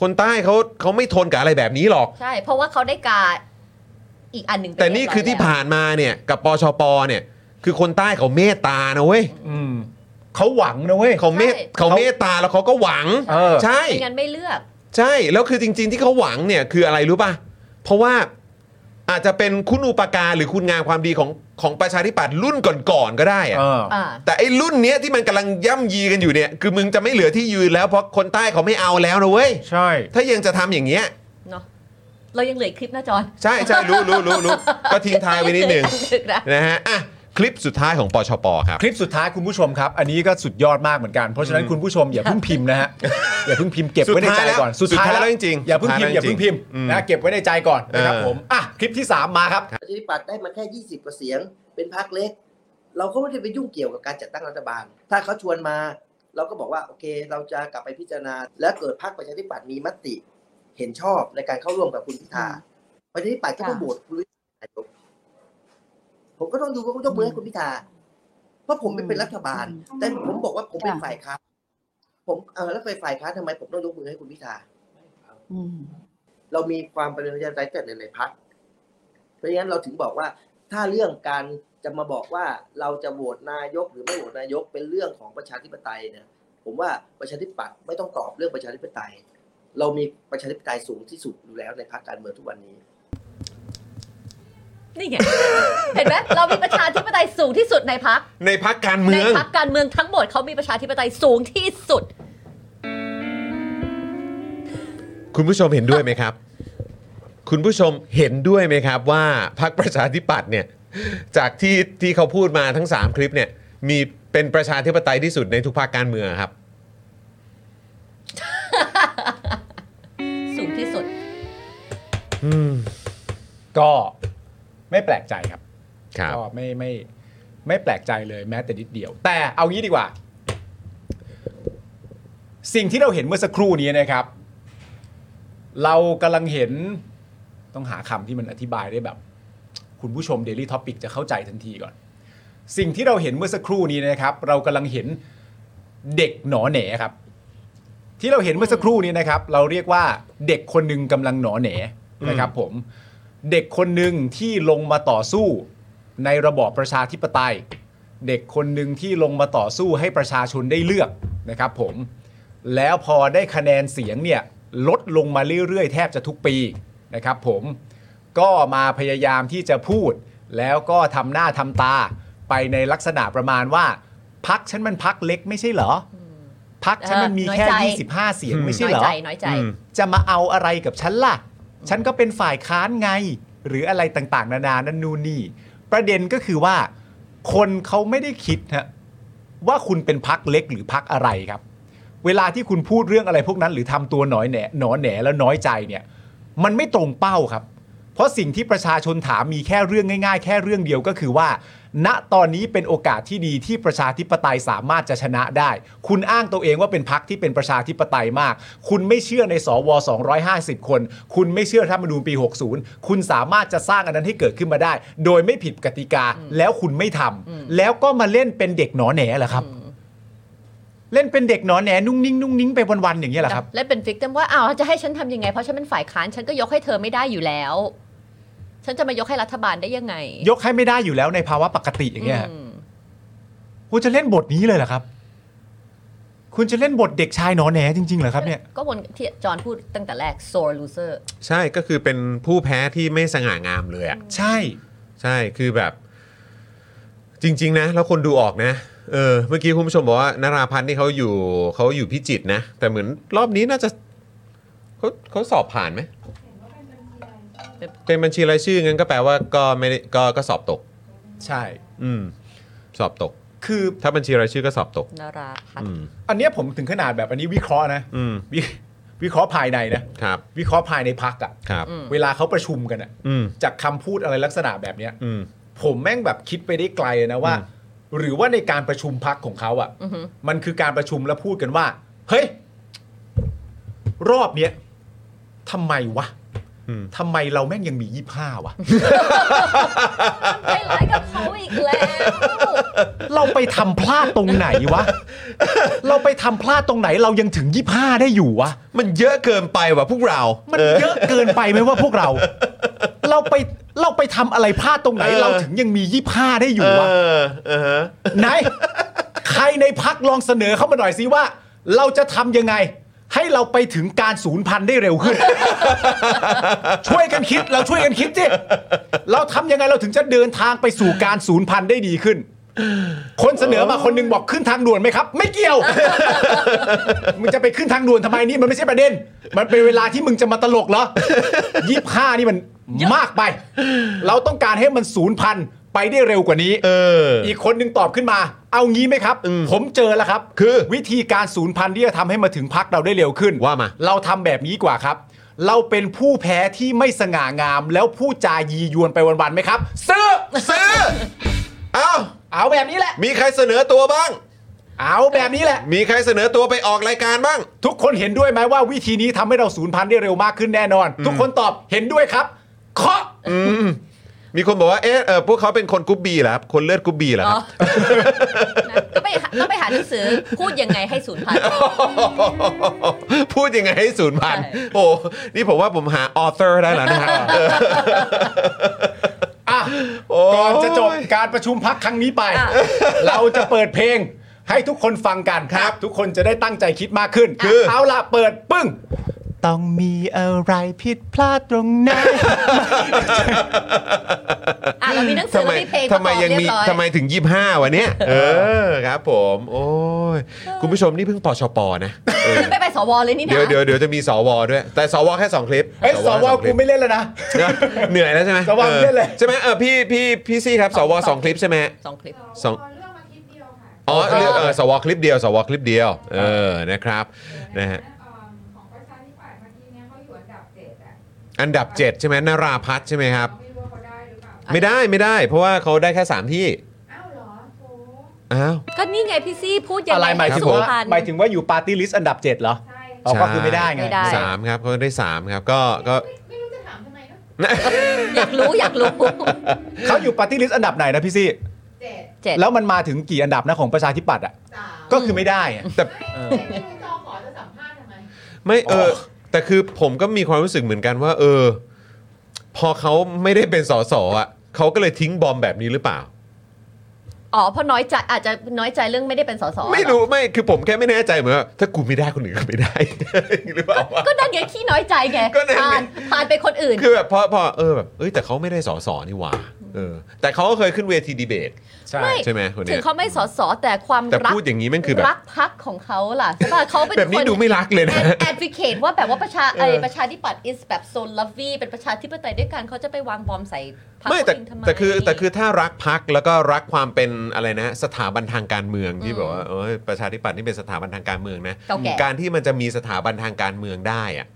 คนใต้เขาเขาไม่ทนกับอะไรแบบนี้หรอก ใช่ เพราะว่าเขาได้การอีกอันหนึ่งไป แต่นี่ เรียบร้ย คือที่ แล้ว ผ่านมาเนี่ยกับปชปเนี่ย คือคนใต้เขาเมตตานะเว้ย อืมเขาหวังนะเว้ย เขาเมต ใช่ เขาเมตตาแล้วเขาก็หวัง เออ ใช่ ไม่งั้นไม่เลือก ใช่ แล้วคือจริง ๆ ที่เขาหวังเนี่ยคืออะไรรู้ป่ะ เพราะว่าอาจจะเป็นคุณอุปการหรือคุณงามความดีของของประชาธิปัตย์รุ่นก่อนๆก็ได้อะ เออ อ่า แต่ไอ้รุ่นเนี้ยที่มันกำลังย่ำยีกันอยู่เนี่ย คือมึงจะไม่เหลือที่ยืนแล้วเพราะคนใต้เขาไม่เอาแล้วนะเว้ย ใช่ ถ้ายังจะทำอย่างเงี้ย เนอะ เรายังเหลืออีกคลิปนะจอน ใช่ใช่รู้รู้รู้รู้ก็ทิ้งท้ายไว้นิดหนึ่ง เหลืออีกนะ นะฮะอ่ะคลิปสุดท้ายของปชปครับ คลิปสุดท้ายคุณผู้ชมครับ อันนี้ก็สุดยอดมากเหมือนกัน เพราะฉะนั้นคุณผู้ชมอ ย่าเพิ่งพิมพ์นะฮะ อย่าเพิ่งพิมพ์เก็บไว้ในใจก่อน สุดท้ายแล้วจริงๆ อย่าเพิ่งพิมพ์อย่าเพิ่งพิมพ์ อืม นะเก็บไว้ในใจก่อนนะครับ เออ ผมอ่ะคลิปที่สามมาครับ ประชาธิปัตย์ได้มาแค่ 20กว่าเสียง เป็นพรรคเล็ก เราก็ไม่ได้ไปยุ่งเกี่ยวกับการจัดตั้งรัฐบาล ถ้าเขาชวนมา เราก็บอกว่าโอเค เราจะกลับไปพิจารณา และเกิดพรรคประชาธิปัตย์มีมติ เห็นชอบในการเข้าร่วมกับคุณพิธาประชาธิปัตย์ก็ต้อง ค่ะ โหวตคุณพิธาผมก็ต้องดูว่าเขาต้องเมือให้คุณพิธา เพราะผมไม่เป็นรัฐบาล แต่ผมบอกว่าผมเป็น ค่ะ ฝ่ายค้านผมเออแล้วไปฝ่ายค้านทำไมผมต้องยกมือให้คุณพิธา อืม เรามีความเป็นประชาธิปไตยแต่ในในพักเพราะฉะนั้นเราถึงบอกว่าถ้าเรื่องการจะมาบอกว่าเราจะโหวตนายกหรือไม่โหวตนายกเป็นเรื่องของประชาธิปไตยเนี่ย ผมว่าประชาธิปัตย์ไม่ต้องตอบเรื่องประชาธิปไตย เรามีประชาธิปไตยสูงที่สุดอยู่แล้วในพรรคการเมืองทุกวันนี้ นี่ไง เห็นไหมเรามีประชาธิปไตยสูงที่สุดในพัก ในพักการ ใน เมือง พักการเมืองทั้งหมดเขามีประชาธิปไตยสูงที่สุด คุณผู้ชมเห็นด้วยไหมครับ คุณผู้ชมเห็นด้วยไหมครับว่าพรรคประชาธิปัตย์เนี่ยจากที่ที่เขาพูดมาทั้ง 3 คลิปเนี่ยมีเป็นประชาธิปไตยที่สุดในทุกภาคการเมืองครับ สูงที่สุด อืม ก็ไม่แปลกใจครับ ครับ ก็ไม่ไม่ไม่แปลกใจเลยแม้แต่นิดเดียว แต่เอางี้ดีกว่า สิ่งที่เราเห็นเมื่อสักครู่นี้นะครับ เรากำลังเห็นต้องหาคำที่มันอธิบายได้แบบ คุณผู้ชม Daily Topic จะเข้าใจทันทีก่อน สิ่งที่เราเห็นเมื่อสักครู่นี้นะครับ เรากำลังเห็นเด็กหนอแหนครับ ที่เราเห็นเมื่อสักครู่นี้นะครับ เราเรียกว่าเด็กคนหนึ่งกำลังหนอแหนนะครับ ผม เด็กคนหนึ่งที่ลงมาต่อสู้ในระบอบประชาธิปไตย เด็กคนหนึ่งที่ลงมาต่อสู้ให้ประชาชนได้เลือกนะครับผม แล้วพอได้คะแนนเสียงเนี่ยลดลงมาเรื่อยๆ แทบจะทุกปีนะครับผมก็มาพยายามที่จะพูด แล้วก็ทำหน้าทำตาไปในลักษณะประมาณว่า พักฉันมันพักเล็กไม่ใช่เหรอพักฉันมันมีแค่ เออน้อยใจ 25 เสียง อืม ไม่ใช่ น้อ เหรยอ ใจน้อยใจ อืม จะมาเอาอะไรกับฉันล่ะ ฉันก็เป็นฝ่ายค้านไง หรืออะไรต่างๆ นานานั่นนู่นนี่ ประเด็นก็คือว่า คนเขาไม่ได้คิดฮะว่าคุณเป็นพักเล็กหรือพักอะไรครับ เวลาที่คุณพูดเรื่องอะไรพวกนั้น หรือทำตัวหน่อยแหนหนอแหนแล้วน้อยใจเนี่ย มันไม่ตรงเป้าครับ เพราะสิ่งที่ประชาชนถามมีแค่เรื่องง่ายๆ แค่เรื่องเดียวก็คือว่า ณตอนนี้เป็นโอกาสที่ดีที่ประชาธิปไตยสามารถจะชนะได้ คุณอ้างตัวเองว่าเป็นพักที่เป็นประชาธิปไตยมาก คุณไม่เชื่อในสว250 คน คุณไม่เชื่อรัฐธรรมนูญปี 60 คุณสามารถจะสร้างอันนั้นให้เกิดขึ้นมาได้ โดยไม่ผิดกติกาแล้วคุณไม่ทำแล้วก็มาเล่นเป็นเด็กหนอแหนเหรอครับ เล่นเป็นเด็กหนอแหนนุ่งนิ่งนุ่งนิ่งไปวันๆอย่างนี้ยเหรอครับ และเป็นฟิกเต็มว่าอ้าวจะให้ฉันทำยังไง เพราะฉันเป็นฝ่ายค้านฉันก็ยกให้เธอไม่ได้อยู่แล้ว ฉันจะมายกให้รัฐบาลได้ยังไง ยกให้ไม่ได้อยู่แล้วในภาวะปกติอย่างเงี้ยฮะ อืม คุณจะเล่นบทนี้เลยเหรอครับ คุณจะเล่นบทเด็กชายหนอแหนจริงๆเหรอครับเนี่ย ก็วนที่จอนพูดตั้งแต่แรก sore loser ใช่ก็คือเป็นผู้แพ้ที่ไม่สง่างามเลยอ่ะ ใช่ ใช่คือแบบจริง ๆ นะ แล้วคนดูออกนะ เออ เมื่อกี้คุณผู้ชมบอกว่านาราพันธ์นี่เขาอยู่เขาอยู่พิจิตรนะ แต่เหมือนรอบนี้น่าจะเขาเขาสอบผ่านไหมเป็นบัญชีรายชื่องั้นก็แปลว่าก็ไม่ได้ก็ก็สอบตก ใช่ อืม สอบตก คือ ถ้าบัญชีรายชื่อก็สอบตก นราพัฒ อื น์ ม อันเนี้ยผมถึงขนาดแบบอันนี้วิเคราะห์นะ อืม วิวิเคราะห์ภายในนะ ครับ วิเคราะห์ภายในพักอะ ครับ เวลาเขาประชุมกันอะ อืม จากคำพูดอะไรลักษณะแบบเนี้ย อืม ผมแม่งแบบคิดไปได้ไกลเลยนะว่า อืม หรือว่าในการประชุมพักของเขาอะ อือหือ มันคือการประชุมแล้วพูดกันว่า เฮ้ย รอบเนี้ยทำไมวะ อืม ทำไมเราแม่งยังมียี่ห้าวะ ใจร้ายกับเขาอีกแล้ว เราไปทำพลาดตรงไหนวะ เราไปทำพลาดตรงไหนเรายังถึง 25 ได้อยู่วะ มันเยอะเกินไปว่ะพวกเรา มันเยอะเกินไปไหมว่าพวกเรา เราไปเราไปทำอะไรพลาดตรงไหน เออ เราถึงยังมี 25 ได้อยู่ เอ วะ อเออฮะ ไหน ใครในพักลองเสนอเข้ามาหน่อยสิว่า เราจะทำยังไง ให้เราไปถึงการศูนย์พันธุ์ได้เร็วขึ้น ช่วยกันคิดเราช่วยกันคิดสิเราทำยังไงเราถึงจะเดินทางไปสู่การศูนย์พันธุ์ได้ดีขึ้น คนเสนอมาคนหนึงบอกขึ้นทางด่วนไหมครับ ไม่เกี่ยว มึงจะไปขึ้นทางด่วนทำไมนี่มันไม่ใช่ประเด็น มันเป็นเวลาที่มึงจะมาตลกเหรอยี่ห้านี่มันมากไป เราต้องการให้มันศูนย์พันไปได้เร็วกว่านี้ เออ อีกคนหนึงตอบขึ้นมา เอางี้ไหมครับ อืม ผมเจอแล้วครับ คือ วิธีการศูนย์พันธุ์ที่จะทำให้มาถึงพักเราได้เร็วขึ้น ว่ามา เราทำแบบนี้กว่าครับ เราเป็นผู้แพ้ที่ไม่สง่างาม แล้วผู้จายียวนไปวันๆไหมครับ ซื้อ ซื้อ เอ้า เอาแบบนี้แหละ มีใครเสนอตัวบ้าง เอาแบบนี้แหละ มีใครเสนอตัวไปออกรายการบ้าง ทุกคนเห็นด้วยไหมว่าวิธีนี้ทำให้เราศูนย์พันธุ์ได้เร็วมากขึ้นแน่นอน ทุกคนตอบเห็นด้วยครับเคาะ มีคนบอกว่า เอ๊ะเออพวกเขาเป็นคนกรุ๊บบีเหรอครับ คนเลือดกรุ๊บบีเหรอครับ นะก็ไปหาต้องไปหาหนังสือพูดยังไงให้ศูนย์พัน พูดยังไงให้ศูนย์พัน ใช่ โอ้ นี่ผมว่าผมหาออเ o อร์ได้แล้ว นะฮะเออ อ่ะ โอ้ย ก่อนจะจบการประชุมพักครั้งนี้ไป อ่ะ เราจะเปิดเพลง ให้ทุกคนฟังกันครับ ทุกคนจะได้ตั้งใจคิดมากขึ้น คือ เอาล่ะเปิดปึ้ง ต้องมีอะไรผิดพลาดตรงไหน อ่ะเรามีหนังสืทำอไม เรามีเพลง ทำไม ประกอบ ยังมี เรีบร้อ ทำไมถึงยี่ห้าวันเนี้ยเออครับผม โอ้ย คุณผู้ชมนี่เพิ่งปชปนะเออ ไม่ไปสวเลยนี่นะ เดี๋ยวเดี๋ยวเดี๋ยวจะมีสวด้วย แต่สวแค่ 2 คลิป เอ้ยสว แค่ กูไม่เล่นแล้วนะ นะเหนื่อยแล้วใช่ไหม สว ออ เล่นเลย ใช่ไหมเออพี่พี่พี่ซี่ครับสวสองคลิปใช่ไหม สองคลิป สองอ๋อเลือกเออสวคลิปเดียว สวคลิปเดียว เออ นะครับ นะฮะ อันดับ 7 ใช่ไหมนาราพัฒน์ใช่ไหมครับ ไม่ได้ ไม่ได้ เพราะว่าเขาได้แค่ 3 ที่ อ้าว ก็นี่ไงพี่ซี่พูดยัง อะไร ไง หมาย ให้ ถึง ศูน ว่า ย์พัน หมายถึงว่าอยู่ปาร์ตี้ลิสต์อันดับ 7 เหรออ๋อ ใช่ ก็คือไม่ได้ไง ไม่ได้ สามครับเขาได้ 3 ครับ ก็ ก็ อยากรู้อยากรู้ เขาอยู่ปาร์ตี้ลิสต์อันดับไหนนะพี่ซี่ เจ็ด แล้วมันมาถึงกี่อันดับนะของประชาธิปัตย์อ่ะก็คือไม่ได้อะ แต่ ไม่เออ แต่คือผมก็มีความรู้สึกเหมือนกันว่า เออ พอเขาไม่ได้เป็นสสอ่ะเขาก็เลยทิ้งบอมแบบนี้หรือเปล่า อ๋อเพราะน้อยใจอาจจะน้อยใจเรื่องไม่ได้เป็นสส ไม่รู้ไม่คือผมแค่ไม่แน่ใจเหมือนว่าถ้ากูไม่ได้คนอื่นก็ไม่ได้ หรือเปล่าวะ ก็นั่นไงขี้น้อยใจไง ก็นั่นไง ผ่านผ่านไปคนอื่น คือแบบพอพอเออแบบเอ้ยแต่เขาไม่ได้สอสอนี่หว่าเออ แต่เขาก็เคยขึ้นเวทีดีเบต ใช่ ไม่ ใช่ไหมคนเนี้ ถึ ย งเขาไม่สสแต่ความ แต่ รัก พูดอย่างนี้มันคือแบบ รักพักของเขาล่ะใช่ป่ะเขาเป็น แบบนี้ คน ดูไม่รักเลยนะ แอด i c a t e ว่าแบบว่าประชา เอ ไอ อ ประชาธิปัตย์ is แบบโซนลัฟวี่เป็นประชาธิปไตยด้วยกันเขาจะไปวางบอมใส่พรรค ไม่แต่ ตัวเองทำไม แต่คือแต่คือถ้ารักพักแล้วก็รักความเป็นอะไรนะ สถาบันทางการเมืองที่ อืม แบบว่าเอ้ยประชาธิปัตย์นี่เป็นสถาบันทางการเมืองนะ เก่าแก่ การที่มันจะมีสถาบันทางการเมืองได้อะ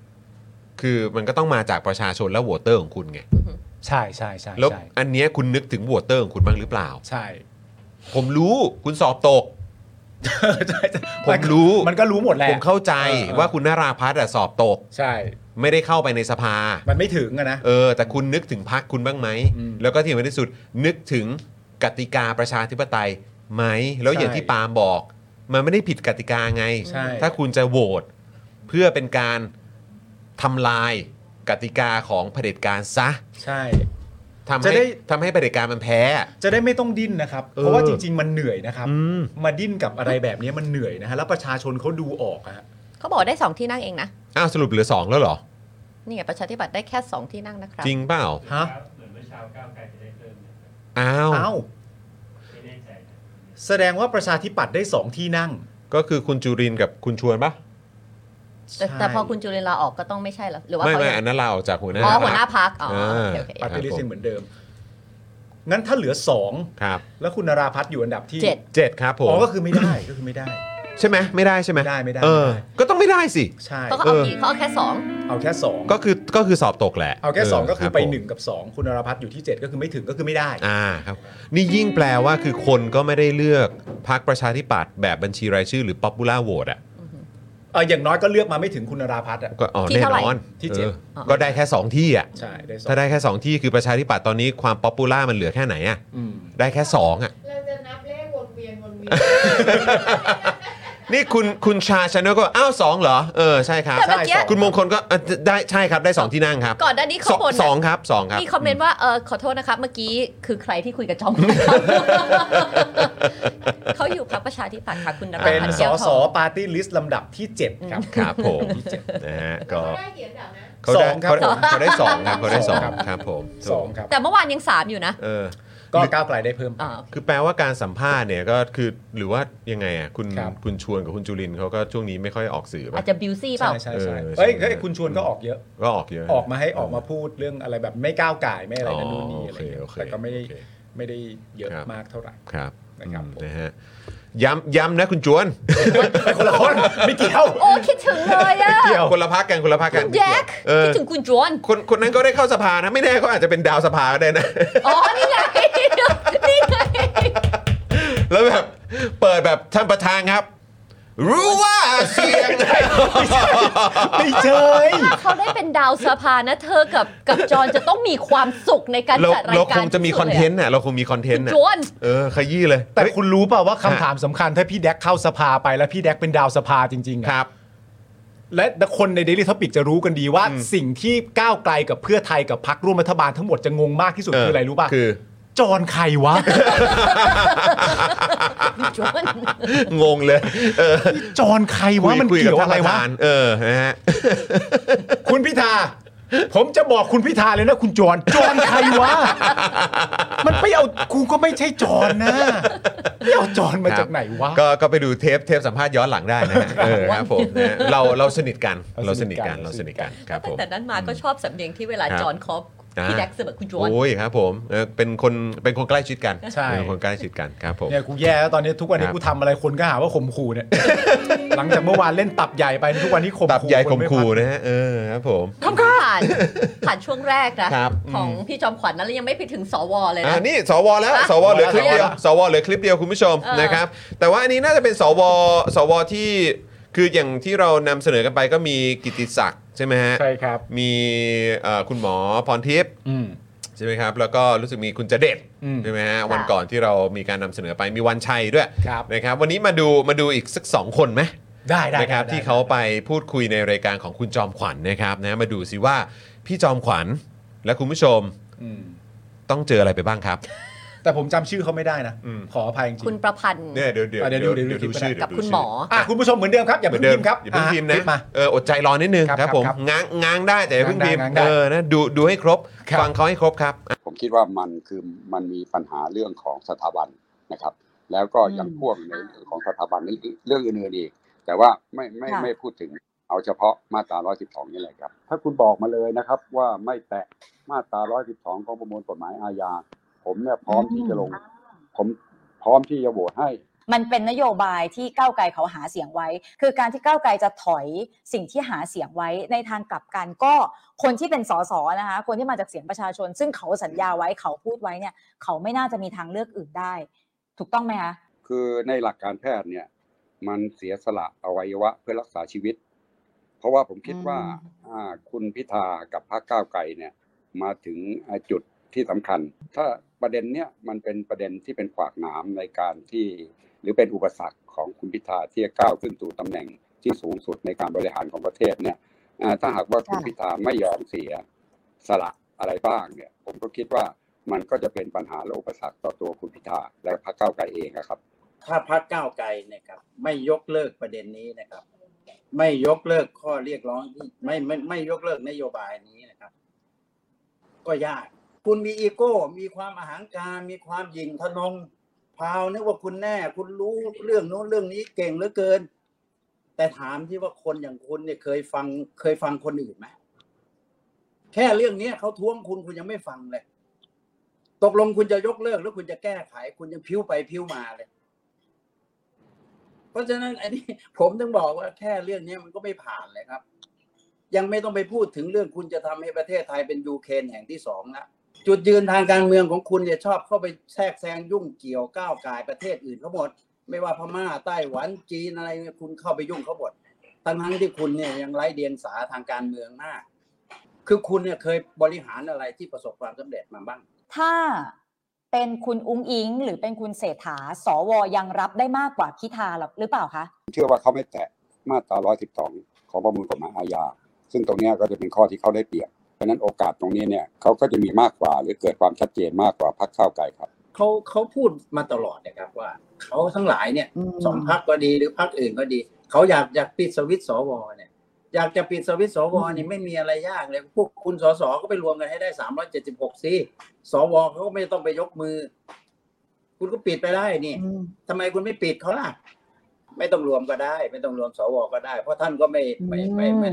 คือมันก็ต้องมาจากประชาชนและโหวตเตอร์ของคุณไง ใช่ใช่ใช่ แล้ว ใช่ อันเนี้ยคุณนึกถึงโหวตเตอร์ของคุณบ้างหรือเปล่า ใช่ ผมรู้คุณสอบตก ใช่ใช่ ผมรู้ มันก็รู้หมดแหละ ผมเข้าใจ เออ ว่าคุณนราพัฒน์อะสอบตก ใช่ ไม่ได้เข้าไปในสภา มันไม่ถึงอะนะ เออ แต่คุณนึกถึงพักคุณบ้างไหม อืม แล้วก็ที่สำคัญที่สุดนึกถึงกติกาประชาธิปไตยไหม แล้วอย่าง ใช่ ที่ปาล์มบอก มันไม่ได้ผิดกติกาไง ใช่ ถ้าคุณจะโหวตเพื่อเป็นการทำลายกติกาของเผด็จการซะ ใช่ ทำ จะ ให้ ได้ ทำให้เผด็จการมันแพ้ จะได้ไม่ต้องดิ้นนะครับ เออ เพราะว่าจริง ๆ มันเหนื่อยนะครับ อืม มาดิ้นกับอะไรแบบนี้มันเหนื่อยนะฮะ แล้วประชาชนเขาดูออกอะฮะ เขาบอกได้ 2 ที่นั่งเองนะ อ้าวสรุปเหลือสองแล้วเหรอ นี่ไงประชาธิปัตย์ได้แค่ 2 ที่นั่งนะครับ จริงเปล่า ฮะ อ้าว เอ้า แสดงว่าประชาธิปัตย์ได้สองที่นั่ง ก็คือคุณจุรินทร์กับคุณชวนปะ แต่ ใช่ แต่พอคุณจุลินลาออกก็ต้องไม่ใช่เหรอหรือว่า ไม่ เขา ไม่ ยัง อันนั้นเราออกจากหัวหน้า อ๋อหัวหน้า พรรค พักอ๋อโอเคโอเค อ่า ปาร์ตี้ลิสต์ยังเหมือนเดิม งั้นถ้าเหลือสอง ครับ แล้วคุณนราพัฒน์อยู่อันดับที่ เจ็ด เจ็ดครับผม อ๋อก็คือไม่ได้ ก็คือไม่ได้ ใช่ไหมไม่ได้ใช่ไหม ไม่ได้ไม่ได้ เออ ไม่ได้ ก็ต้องไม่ได้สิ ใช่ เขาก็ เอ เอา อ กี่เขาเอาแค่สอง เอาแค่สอง ก็คือก็คือสอบตกแหละ เอาแค่สองก็คือไป รับผม หนึ่งกับสองคุณนราพัฒน์อยู่ที่เจ็ดก็คือไม่ถึงก็คือไม่ได้ อ่าครับ นี่ยิ่งแปลว่าคือคนก็ไม่ได้เลือกพรรคประชาธิปัตย์แบบบัญชีรายชื่อหรือป๊อปปูล่าโหวตอ่ะ เอออย่างน้อยก็เลือกมาไม่ถึงคุณนราพัฒน์อะ ก็อ๋อแน่ที่นอนเท่าไหร่ที่เจ็ด ออก็ได้แค่ 2 ที่อ่ะ ใช่ได้สอง ถ้าได้แค่ 2 ที่คือประชาธิปัตย์ตอนนี้ความป๊อปปูล่ามันเหลือแค่ไหนอ่ะ อืม ได้แค่ 2อ่ะ เราจะนับเลขวนเวียนวนเวียน นี่คุณคุณชาชาแนลก็อ้าวสองเหรอเออใช่ครับ แต่เมื่อกี้ ใช่ คุณมงคลก็อ่ะได้ใช่ครับได้สองที่นั่งครับ ก่อนด้านนี้ ส เขา อง บน สองครับสองครับ มีคอมเมนต์ว่าเออขอโทษนะครับ เมื่อกี้คือใครที่คุยกับจ อม เขาอยู่พรรคประชาธิปัตย์ค่ะคุณนรา เป็น พัฒน์ ส แก้ว ส ทอง ปาร์ตี้ลิสต์ลำดับที่ 7 ครับ ครับผม ที่เจ็ด นะฮะก็ ได้เขียนแบบนะ เขาได้ สองครับ เขาได้เขาได้สองครับเขาได้สอง สองครับ ครับผม สองครับ แต่เมื่อวานยังสามอยู่นะ เออ ก็ก้าวไกลได้เพิ่ม อ่าโอเค คือแปลว่าการสัมภาษณ์เนี่ยก็คือหรือว่ายังไงอ่ะคุณ ครับ คุณชวนกับคุณจุรินทร์เขาก็ช่วงนี้ไม่ค่อยออกสื่อป่ะ อาจจะบิวซี่เปล่า ใช่ใช่ใช่ เออ เอ้ย ใช่ เฮ้ยคุณชวนก็ออกเยอะ ก็ออกเยอะ ออกมาให้ออกมาพูดเรื่องอะไรแบบไม่ก้าวไก่ายไม่อะไรนั่นนู่นนี่อะไรเงี้ย อ๋อโอเคโอเค แต่ก็ไม่ได้ โอเค ไม่ได้เยอะ ครับ มากเท่าไหร่ ครับ นะครับ อืม ผม นะฮะย้ำย้ำนะคุณจวน ไปคนละคนไม่เกี่ยว โอ้คิดถึงเลยอะ เกี่ยวคนละพักกันคนละพักกั คุ น ณแจ็ค เอ คิ อ ดถึงคุณจวน คนคนนั้นก็ได้เข้าสภานะ ไม่แน่ก็อาจจะเป็นดาวสภาก็ได้นะ อ๋อ นี่ไง นี่ไง แล้วแบบเปิดแบบท่านประธานครับ รู้ว่าเสียง ไม่เชย ถ้าเขาได้เป็นดาวสภานะ เธอกับกับจอนจะต้องมีความสุขในการ เรา จัดรายการ เราคงจะมีคอนเทนต์น่ะเราคงมีคอนเทน คุณ ต์น่ะ จวน เออขยี้เลย แต่ เฮ้ย คุณรู้เปล่าว่าคำถามสำคัญถ้าพี่แดกเข้าสภาไปแล้วพี่แดกเป็นดาวสภาจริงๆอะครับ และคนใน Daily Topic จะรู้กันดีว่า อืม สิ่งที่ก้าวไกลกับเพื่อไทยกับพรรคร่วมรัฐบาลทั้งหมดจะงงมากที่สุด เ คืออะไรรู้ป่ะ คือ จอนใครวะ จวน งงเลย เออ จอนใครวะมัน คุย เกี่ยว ท่ อะไร ป วะ ธานเออนะฮะ คุณพิธา ผมจะบอกคุณพิธาเลยนะคุณจอนจอนใครวะ มันไม่เอากูก็ไม่ใช่จอนนะไม่เอาจอนมาจากไหนวะ ก็ก็ไปดูเทปเทปสัมภาษณ์ย้อนหลังได้นะ ฮะเออครับผมนะฮะเราเราสนิทกันเรา เรา ส สนิ นิท ทกั กัน น เราสนิทกันครับผ ตั้ ม งแต่นั้นมาก็ชอบสำเนียงที่เวลา ครับ จอนคอบพี่ อ่า แดกเสมอคุณจวน โอ้ยครับผมเออเป็นคนเป็นคนใกล้ชิดกัน ใช่ เป็นคนใกล้ชิดกันครับผม เนี่ยกูแย่แล้วตอนนี้ทุกวันนี้ ครับ กูทำอะไรคนก็หาว่าข่มขู่เนี่ย หลังจากเมื่อวานเล่นตับใหญ่ไปทุกวันนี้ข่มขู่ ตับใหญ่ข่มขู่ นไพัก นะฮะเออครับผม ต้องผ่านผ่านช่วงแรกนะ ครับ ของพี่จอมขวัญนั้นแล้วยังไม่ไปถึงสวเลย อ่า นะ นี่สวแล้ว อ่ะ สวเหลือคลิปเดียวสวเหลือคลิปเดียวคุณผู้ชม เออ นะครับ แต่ว่าอันนี้น่าจะเป็นสวสวที่คืออย่างที่เรานำเสนอกันไปก็มีกิติศักดิ์ใช่ไหมฮะ ใช่ครับ มีเอ่อคุณหมอพรทิพย์ อืม ใช่ไหมครับ แล้วก็รู้สึกมีคุณจเดช อืม ใช่ไหมฮะวันก่อนที่เรามีการนำเสนอไปมีวันชัยด้วย ครับ นะครับ วันนี้มาดูมาดูอีกสัก 2 คนไหม ได้ได้ นะครับ ได้ ที่เขาไปพูดคุยในรายการของคุณจอมขวัญนะครับนะมาดูสิว่าพี่จอมขวัญและคุณผู้ชม อืม ต้องเจออะไรไปบ้างครับ แต่ผมจำชื่อเขาไม่ได้นะ อืม ขออภัยจริง คุณประพันธ์ เนี่ยเดี๋ยวเดี๋ยว อ่ะเดี๋ยวดูเดี๋ยวดูคลิป กับ ดู คุณ ชื่ หมอ อ่ะคุณผู้ชมเหมือนเดิมครับ อย่า เหมือ เพิ่ น งพิมพ์เดิมครับ อย่าเพิ่ง อ่ พิมพ์คนะลิปมา เอออดใจรอนิดนึง ครับ ครับผม ครับ ง้างง้างได้แต่อย่าเพิ่งพิมพ์ ง้างได้ เออนะดูดูให้ครบ ครับ ฟังเขาให้ครบครับ ผมคิดว่ามันคือมันมีปัญหาเรื่องของสถาบันนะครับ แล้วก็ยัง อืม พ่วงในเรื่องของสถาบันเรื่องอื่นๆอีก แต่ว่าไม่ไม่ ค่ะ ไม่พูดถึงเอาเฉพาะมาตรา 112 นี่แหละครับ ถ้าคุณบอกมาเลยนะครับว่าไม่แตะมาตรา 112 ของประมวลกฎหมายอาญา ผมเนี่ยพร้อมที่จะลง ผมพร้อมที่จะโหวตให้ มันเป็นนโยบายที่ก้าวไกลเขาหาเสียงไว้ คือการที่ก้าวไกลจะถอยสิ่งที่หาเสียงไว้ในทางกลับกันก็คนที่เป็นสสนะคะ คนที่มาจากเสียงประชาชน ซึ่งเขาสัญญาไว้เขาพูดไว้เนี่ย เขาไม่น่าจะมีทางเลือกอื่นได้ ถูกต้องไหมคะ คือในหลักการแพทย์เนี่ยมันเสียสละอวัยวะเพื่อรักษาชีวิต เพราะว่าผมคิดว่าอ่าคุณพิธากับพรรคก้าวไกลเนี่ยมาถึงอ่าจุดที่สำคัญ ถ้าประเด็นเนี่ยมันเป็นประเด็นที่เป็นขวากหนามในการที่ หรือเป็นอุปสรรคของคุณพิธาที่จะก้าวขึ้นสู่ตำแหน่งที่สูงสุดในการบริหารของประเทศเนี่ยอ่าถ้าหากว่าคุณพิธาไม่ยอมเสียสละอะไรบ้างเนี่ยผมก็คิดว่ามันก็จะเป็นปัญหาและอุปสรรคต่อตัวคุณพิธาและพรรคก้าวไกลเองอะครับ ถ้าพรรคก้าวไกลเนะครับ ไม่ยกเลิกประเด็นนี้นะครับ ไม่ยกเลิกข้อเรียกร้องที่ไม่ไม่ไม่ยกเลิกนโยบายนี้นะครับ ก็ยาก คุณมีอีโก้ มีความอาหางการ มีความหยิ่งทะนงพราวนึกว่าคุณแน่ คุณรู้เรื่องโน้นเรื่องนี้เก่งเหลือเกิน แต่ถามที่ว่าคนอย่างคุณเนี่ยเคยฟังเคยฟังคนอื่นไหมแค่เรื่องเนี้ยเขาท้วงคุณคุณยังไม่ฟังเลย ตกลงคุณจะยกเลิกหรือคุณจะแก้ไข คุณยังพิ้วไปพิ้วมาเลย เพราะฉะนั้นอันนี้ ผมต้องบอกว่าแค่เรื่องนี้มันก็ไม่ผ่านเลยครับ ยังไม่ต้องไปพูดถึงเรื่องคุณจะทำให้ประเทศไทยเป็นยูเครนแห่งที่สองนะจุดยืนทางการเมืองของคุณเนี่ยชอบเข้าไปแทรกแซงยุ่งเกี่ยวก้าวไก่ายประเทศอื่นเขาหมด ไม่ว่าพม่าไต้หวันจีนอะไรเนี่ยคุณเข้าไปยุ่งเขาหมดทั้งทั้งๆที่คุณเนี่ยยังไร้เดียงสาทางการเมืองมากคือคุณเนี่ยเคยบริหารอะไรที่ประสบความสำเร็จมาบ้าง ถ้าเป็นคุณอุ้งอิง หรือเป็นคุณเศรษฐาสวยังรับได้มากกว่าพิธาหรอหรือเปล่าคะ เชื่อว่าเขาไม่แตะมาตรา 112 ของประมวลกฎหมายอาญา ซึ่งตรงเนี้ยก็จะเป็นข้อที่เขาได้เปรียบ เพราะฉะนั้นโอกาสตรงนี้เนี่ยเขาก็จะมีมากกว่า หรือเกิดความชัดเจนมากกว่าพรรคข้าวไกลครับ เขาเขาพูดมาตลอดนะครับว่าเขาทั้งหลายเนี่ย อืม สองพักก็ดีหรือพักอื่นก็ดี เขาอยากอยากปิดสวิตช์สวเนี่ยอยากจะปิดสวิตช์สวนี่ไม่มีอะไรยากเลยพวกคุณสสก็ไปรวมกันให้ได้ 376สิสวเขาก็ไม่ต้องไปยกมือ คุณก็ปิดไปได้นี่ทำไมคุณไม่ปิดเขาล่ะ ไม่ต้องรวมก็ได้ ไม่ต้องรวมสวก็ได้ เพราะท่านก็ไม่ไม่ไม่ไม่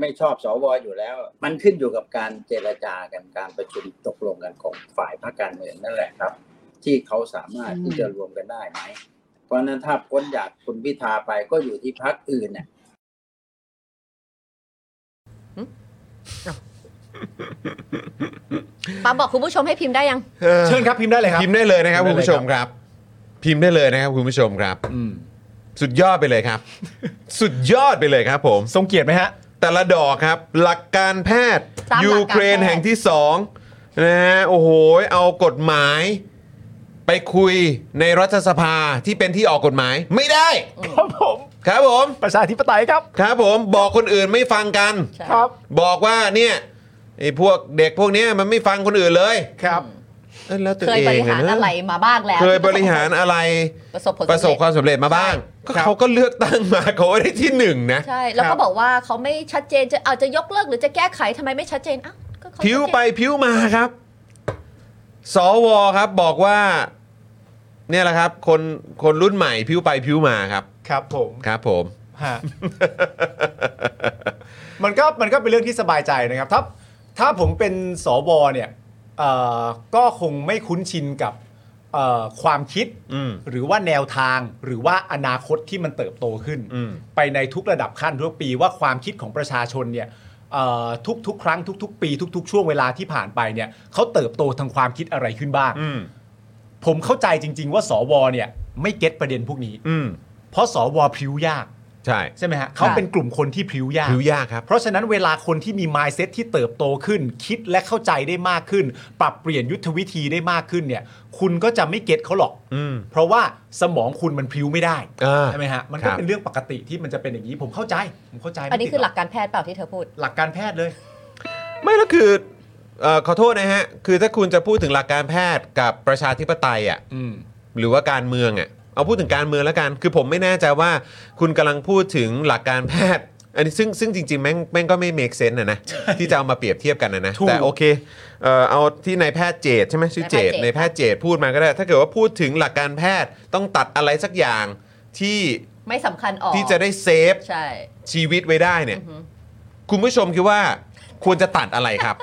ไม่ชอบสวอยู่แล้ว มันขึ้นอยู่กับการเจรจากันการประชุมตกลงกันของฝ่ายพรรคการเมืองนั่นแหละครับ ที่เขาสามารถที่จะรวมกันได้ไหมเพราะฉะนั้นถ้าพ้นจากคุณพิธาไปก็อยู่ที่พรรคอื่นเนี่ย ปาบอกคุณผู้ชมให้พิมพ์ได้ยัง เชิญครับพิมพ์ได้เลยครับ พิมพ์ได้เลยนะครับคุณผู้ชมครับ พิมพ์ได้เลยนะครับคุณผู้ชมครับ อืม สุดยอดไปเลยครับ สุดยอดไปเลยครับผม ทรงเกียรติไหมฮะ แต่ละดอกครับ หลักการแพทย์ ตามหลักการแพทย์ ยูเครนแห่งที่สองนะฮะโอ้โหเอากฎหมาย ไปคุยในรัฐสภาที่เป็นที่ออกกฎหมาย ไม่ได้ ครับผม ครับผม ประชาธิปไตยครับ ครับผมบอกคนอื่นไม่ฟังกัน ใช่ ครับ บอกว่าเนี่ยไอ้พวกเด็กพวกเนี้ยมันไม่ฟังคนอื่นเลย ครับ เอ้ยแล้วตัว เคย เอง บริหาร น อะไรมาบ้างแล้ว เคยบริหารอะไร ประสบผล ประสบความสำเร็จมาบ้าง ก็ ครับ เขาก็เลือกตั้งมาเขาได้ที่หนึ่งนะ ใช่ แล้ว ครั ก็ บ บอกว่าเขาไม่ชัดเจนจะเอาจะยกเลิกหรือจะแก้ไขทำไมไม่ชัดเจนอ้าวก็เขา พิ้วไปพิ้วมาครับ สวครับบอกว่า เนี่ยแหละครับ คนคนรุ่นใหม่พิ้วไปพิ้วมาครับ ครับผม ครับผม ฮะ มันก็มันก็เป็นเรื่องที่สบายใจนะครับ ถ้าถ้าผมเป็นสวเนี่ยเอ่อก็คงไม่คุ้นชินกับเอ่อความคิด อืม หรือว่าแนวทางหรือว่าอนาคตที่มันเติบโตขึ้น อืม ไปในทุกระดับขั้นทุกปีว่าความคิดของประชาชนเนี่ยเอ่อทุกๆ ครั้งทุก ๆ ปี ทุก ๆ ช่วงเวลาที่ผ่านไปเนี่ยเขาเติบโตทางความคิดอะไรขึ้นบ้าง อืม ผมเข้าใจจริง ๆ ว่าสวเนี่ยไม่เก็ตประเด็นพวกนี้ อืม เพราะสวพริ้วยาก ใช่ ใช่ไหมฮะเขาเป็นกลุ่มคนที่พริ้วยาก พิ้วยากครับ เพราะฉะนั้นเวลาคนที่มี mindset ที่เติบโตขึ้น คิดและเข้าใจได้มากขึ้น ปรับเปลี่ยนยุทธวิธีได้มากขึ้นเนี่ย คุณก็จะไม่เก็ตเขาหรอก อืม เพราะว่าสมองคุณมันพริ้วไม่ได้ อ่า ใช่ไหมฮะมัน ครั ก็ บ เป็นเรื่องปกติที่มันจะเป็นอย่างนี้ผมเข้าใจ ผมเข้าใจไม่ อันนี้ ติด คือหลัก ร การแพทย์เปล่าที่เธอพูด กหลักการแพทย์เลย ไม่แล้วคือเอ่อขอโทษนะฮะ คือถ้าคุณจะพูดถึงหลักการแพทย์กับประชาธิปไตยอ่ะ อืม หรือว่าการเมืองอ่ะเอาพูดถึงการเมืองแล้วกัน คือผมไม่แน่ใจว่าคุณกำลังพูดถึงหลักการแพทย์ อันนี้ซึ่งซึ่งจริงๆ แม่งแม่งก็ไม่ make sense นะนะที่จะเอามาเปรียบเทียบกันนะนะ ถูก แต่โอเคเอ่อเอาที่นายแพทย์เจตใช่ไหมชื่อเจตนาน าย ย แพ แพ ท ทย์ ย์เจ เจ ต ต พูดมาก็ได้ ถ้าเกิดว่าพูดถึงหลักการแพทย์ต้องตัดอะไรสักอย่างที่ ไม่สำคัญออก ที่จะได้เซฟ ใช่ ชีวิตไว้ได้เนี่ย อือหือ คุณผู้ชมคิดว่าควรจะตัดอะไรครับ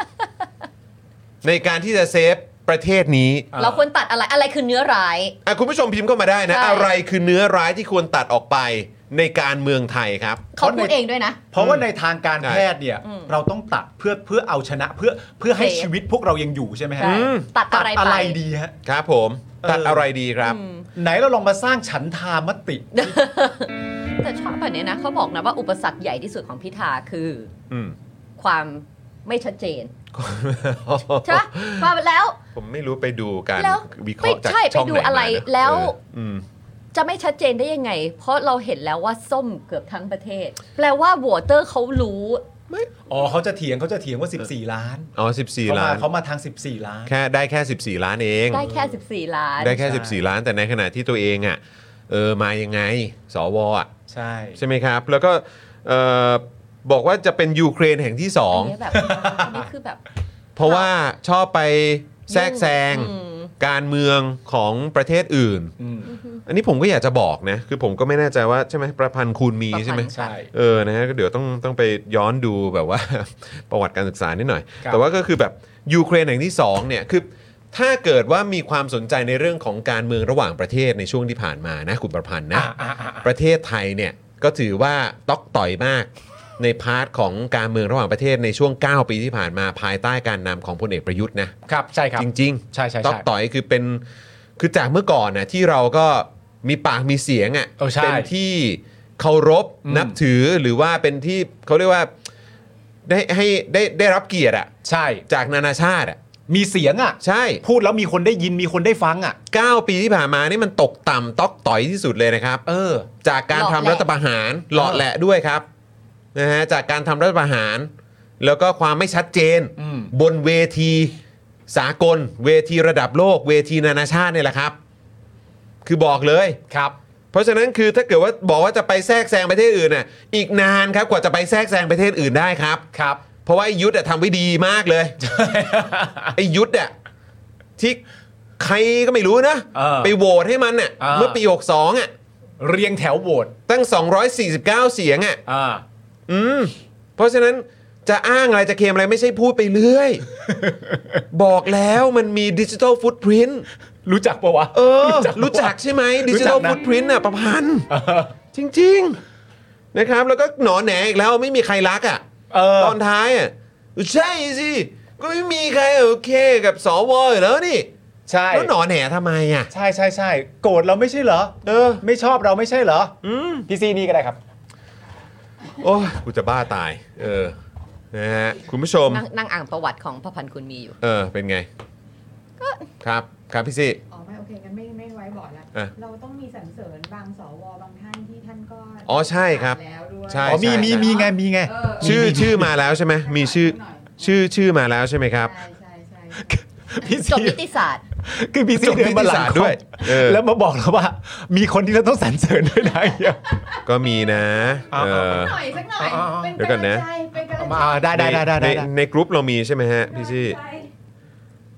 ในการที่จะเซฟประเทศนี้ อ่า เราควรตัดอะไรอะไรคือเนื้อร้าย อ่ะคุณผู้ชมพิมพ์เข้ามาได้นะ ใช่ อะไรคือเนื้อร้ายที่ควรตัดออกไปในการเมืองไทยครับ เขาพูดเองด้วยนะ เพราะว่าในทางการแพทย์เนี่ย อืม เราต้องตัดเพื่อเพื่อเอาชนะเพื่อเพื่อให้ เซฟ ชีวิตพวกเรายังอยู่ใช่ไหมฮะ ใช่ตัด ตัดอะไร อะไร ไป ดีฮะ ครับผม เออ ตัดอะไรดีครับ อืม ไหนเราลองมาสร้างฉันทามติ แต่ชอบแบบนี้นะเขาบอกนะว่าอุปสรรคใหญ่ที่สุดของพิธาคือ อืม ความไม่ชัดเจนใช่ปะว่าไปแล้ว ผมไม่รู้ไปดูการ แล้ว วิเคราะห์จาก ไม่ใช่ ช่องไหน ไปดูอะไร มานะ แล้ว เอออืม จะไม่ชัดเจนได้ยังไง เพราะเราเห็นแล้วว่าส้มเกือบทั้งประเทศ แปลว่าโหวตเตอร์เขารู้ อ๋อเขาจะเถียงเขาจะเถียงว่า 14 ล้าน อ๋อ เขา 14 มา ล้าน เขามาทาง 14 ล้าน แค่ได้แค่ 14 ล้านเอง ได้แค่ 14 ล้าน ได้แค่ ใช่ 14 ล้านแต่ในขณะที่ตัวเองอ่ะเออมายังไง สวอ่ะ ใช่ ใช่ไหมครับ แล้วก็เอ่อบอกว่าจะเป็นยูเครนแห่งที่สอง อันนี้แบบอันนี้คือแบบ เพราะว่าชอบไปแทรกแซง อืม การเมืองของประเทศอื่น อืม อันนี้ผมก็อยากจะบอกนะ คือผมก็ไม่แน่ใจว่าใช่ไหมประพันธ์คูณมีใช่ไหม ใช่ เออนะฮะก็เดี๋ยวต้องต้องไปย้อนดูแบบว่า ประวัติการศึกษานิดหน่อย ครับ แต่ว่าก็คือแบบยูเครนอย่างที่สองเนี่ยคือถ้าเกิดว่ามีความสนใจในเรื่องของการเมืองระหว่างประเทศในช่วงที่ผ่านมานะคุณประพันธ์นะ อ่ะอ่ะอ่ะอ่ะ ประเทศไทยเนี่ยก็ถือว่าต๊อกต่อยมากในพาร์ทของการเมืองระหว่างประเทศในช่วง 9 ปีที่ผ่านมาภายใต้การนำของพลเอกประยุทธ์นะครับ ใช่ครับ จริง ๆ ใช่ใช่ ต๊อก ใช่ ต่อยคือเป็นคือจากเมื่อก่อนนะที่เราก็มีปากมีเสียงอ่ะ เออใช่ เป็นที่เคารพ อืม นับถือหรือว่าเป็นที่เขาเรียกว่าได้ให้ได้ได้รับเกียรติอ่ะ ใช่ จากนานาชาติอ่ะ มีเสียงอ่ะ ใช่ พูดแล้วมีคนได้ยินมีคนได้ฟังอ่ะ 9 ปีที่ผ่านมานี่มันตกต่ำต๊อกต่อยที่สุดเลยนะครับ เออ จากการทำรัฐประหารหลอดแหละด้วยครับนะฮะจากการทำรัฐประหาร แล้วก็ความไม่ชัดเจน อืม บนเวทีสากล เวทีระดับโลก เวทีนานาชาติเนี่ยแหละครับ คือบอกเลย ครับ เพราะฉะนั้นคือถ้าเกิดว่าบอกว่าจะไปแทรกแซงประเทศอื่นน่ะอีกนานครับกว่าจะไปแทรกแซงประเทศอื่นได้ครับ ครับ เพราะว่าไอ้ยุทธอะทำไว้ดีมากเลย ไอ้ยุทธอะที่ ใครก็ไม่รู้นะ เออ ไปโหวตให้มันเนี่ย อ่า เมื่อปี 62อ่ะ เรียงแถวโหวต ตั้ง 249 เสียงอ่ะ อ่า อืมเพราะฉะนั้นจะอ้างอะไรจะเคลมอะไรไม่ใช่พูดไปเรื่อย บอกแล้วมันมีดิจิ t a ลฟุตพิ้น รู้จักปะวะ เออ รู้จักใช่ไหมดิจิ t a ล รู้จักนะ ฟุตพิ้นอ่ะประพันธ์ จริง ๆ นะครับ แล้วก็หนอแหนอีกแล้วไม่มีใครรักอ่ะ เออ ตอนท้ายอ่ะใช่สิก็ไม่มีใครโอเคกับสวอยู่แล้วนี่ ใช่ แล้วหนอแหนทำไมอ่ะ ใช่ใช่ใช่โกรธเราไม่ใช่เหรอ เออ ไม่ชอบเราไม่ใช่เหรอ อืม พี่ซีนี่ก็ได้ครับ โอ้ยกูจะบ้าตาย เออ นะฮะ คุณผู้ชม นั่งนั่งอ่านประวัติของพระพันธ์คุณมีอยู่ เออ เป็นไง ครับ ครับพี่ซี่ อ๋อไม่โอเคงั้นไม่ไม่ไว้บอร์ดละ อ่ะ เราต้องมีสรรเสริญบางสวบางท่านที่ท่านก็ อ๋อใช่ครับ ผ่านแล้วด้วย ใช่ อ๋อมีมีมีไงมีไง เออ ชื่อชื่อมาแล้วใช่ไหมมีชื่อ ชื่อชื่อมาแล้วใช่ไหมครับ ใช่ใช่ใช่ พี่ จบ ซี นิติศาสตร์ คือพี่ซี จบนิ เดิ ติ นมาหลั ศาง สตร์ด้วยเออ แล้วมาบอกแล้วว่า มีคนที่เราต้องสรรเสริญด้วยนะเฮีย ก็มีนะ เอา เอ เอา อ หน่อยสักหน่อย อ๋ออ๋อ เป็น เดี๋ยวก่อนนะ ำลังใจเป็นกำลัง มา ใจ ได้ได้ได้ได้ได้ในใน ได้ ในกรุ๊ปเรามีใช่ไหมฮะ พี่ซี่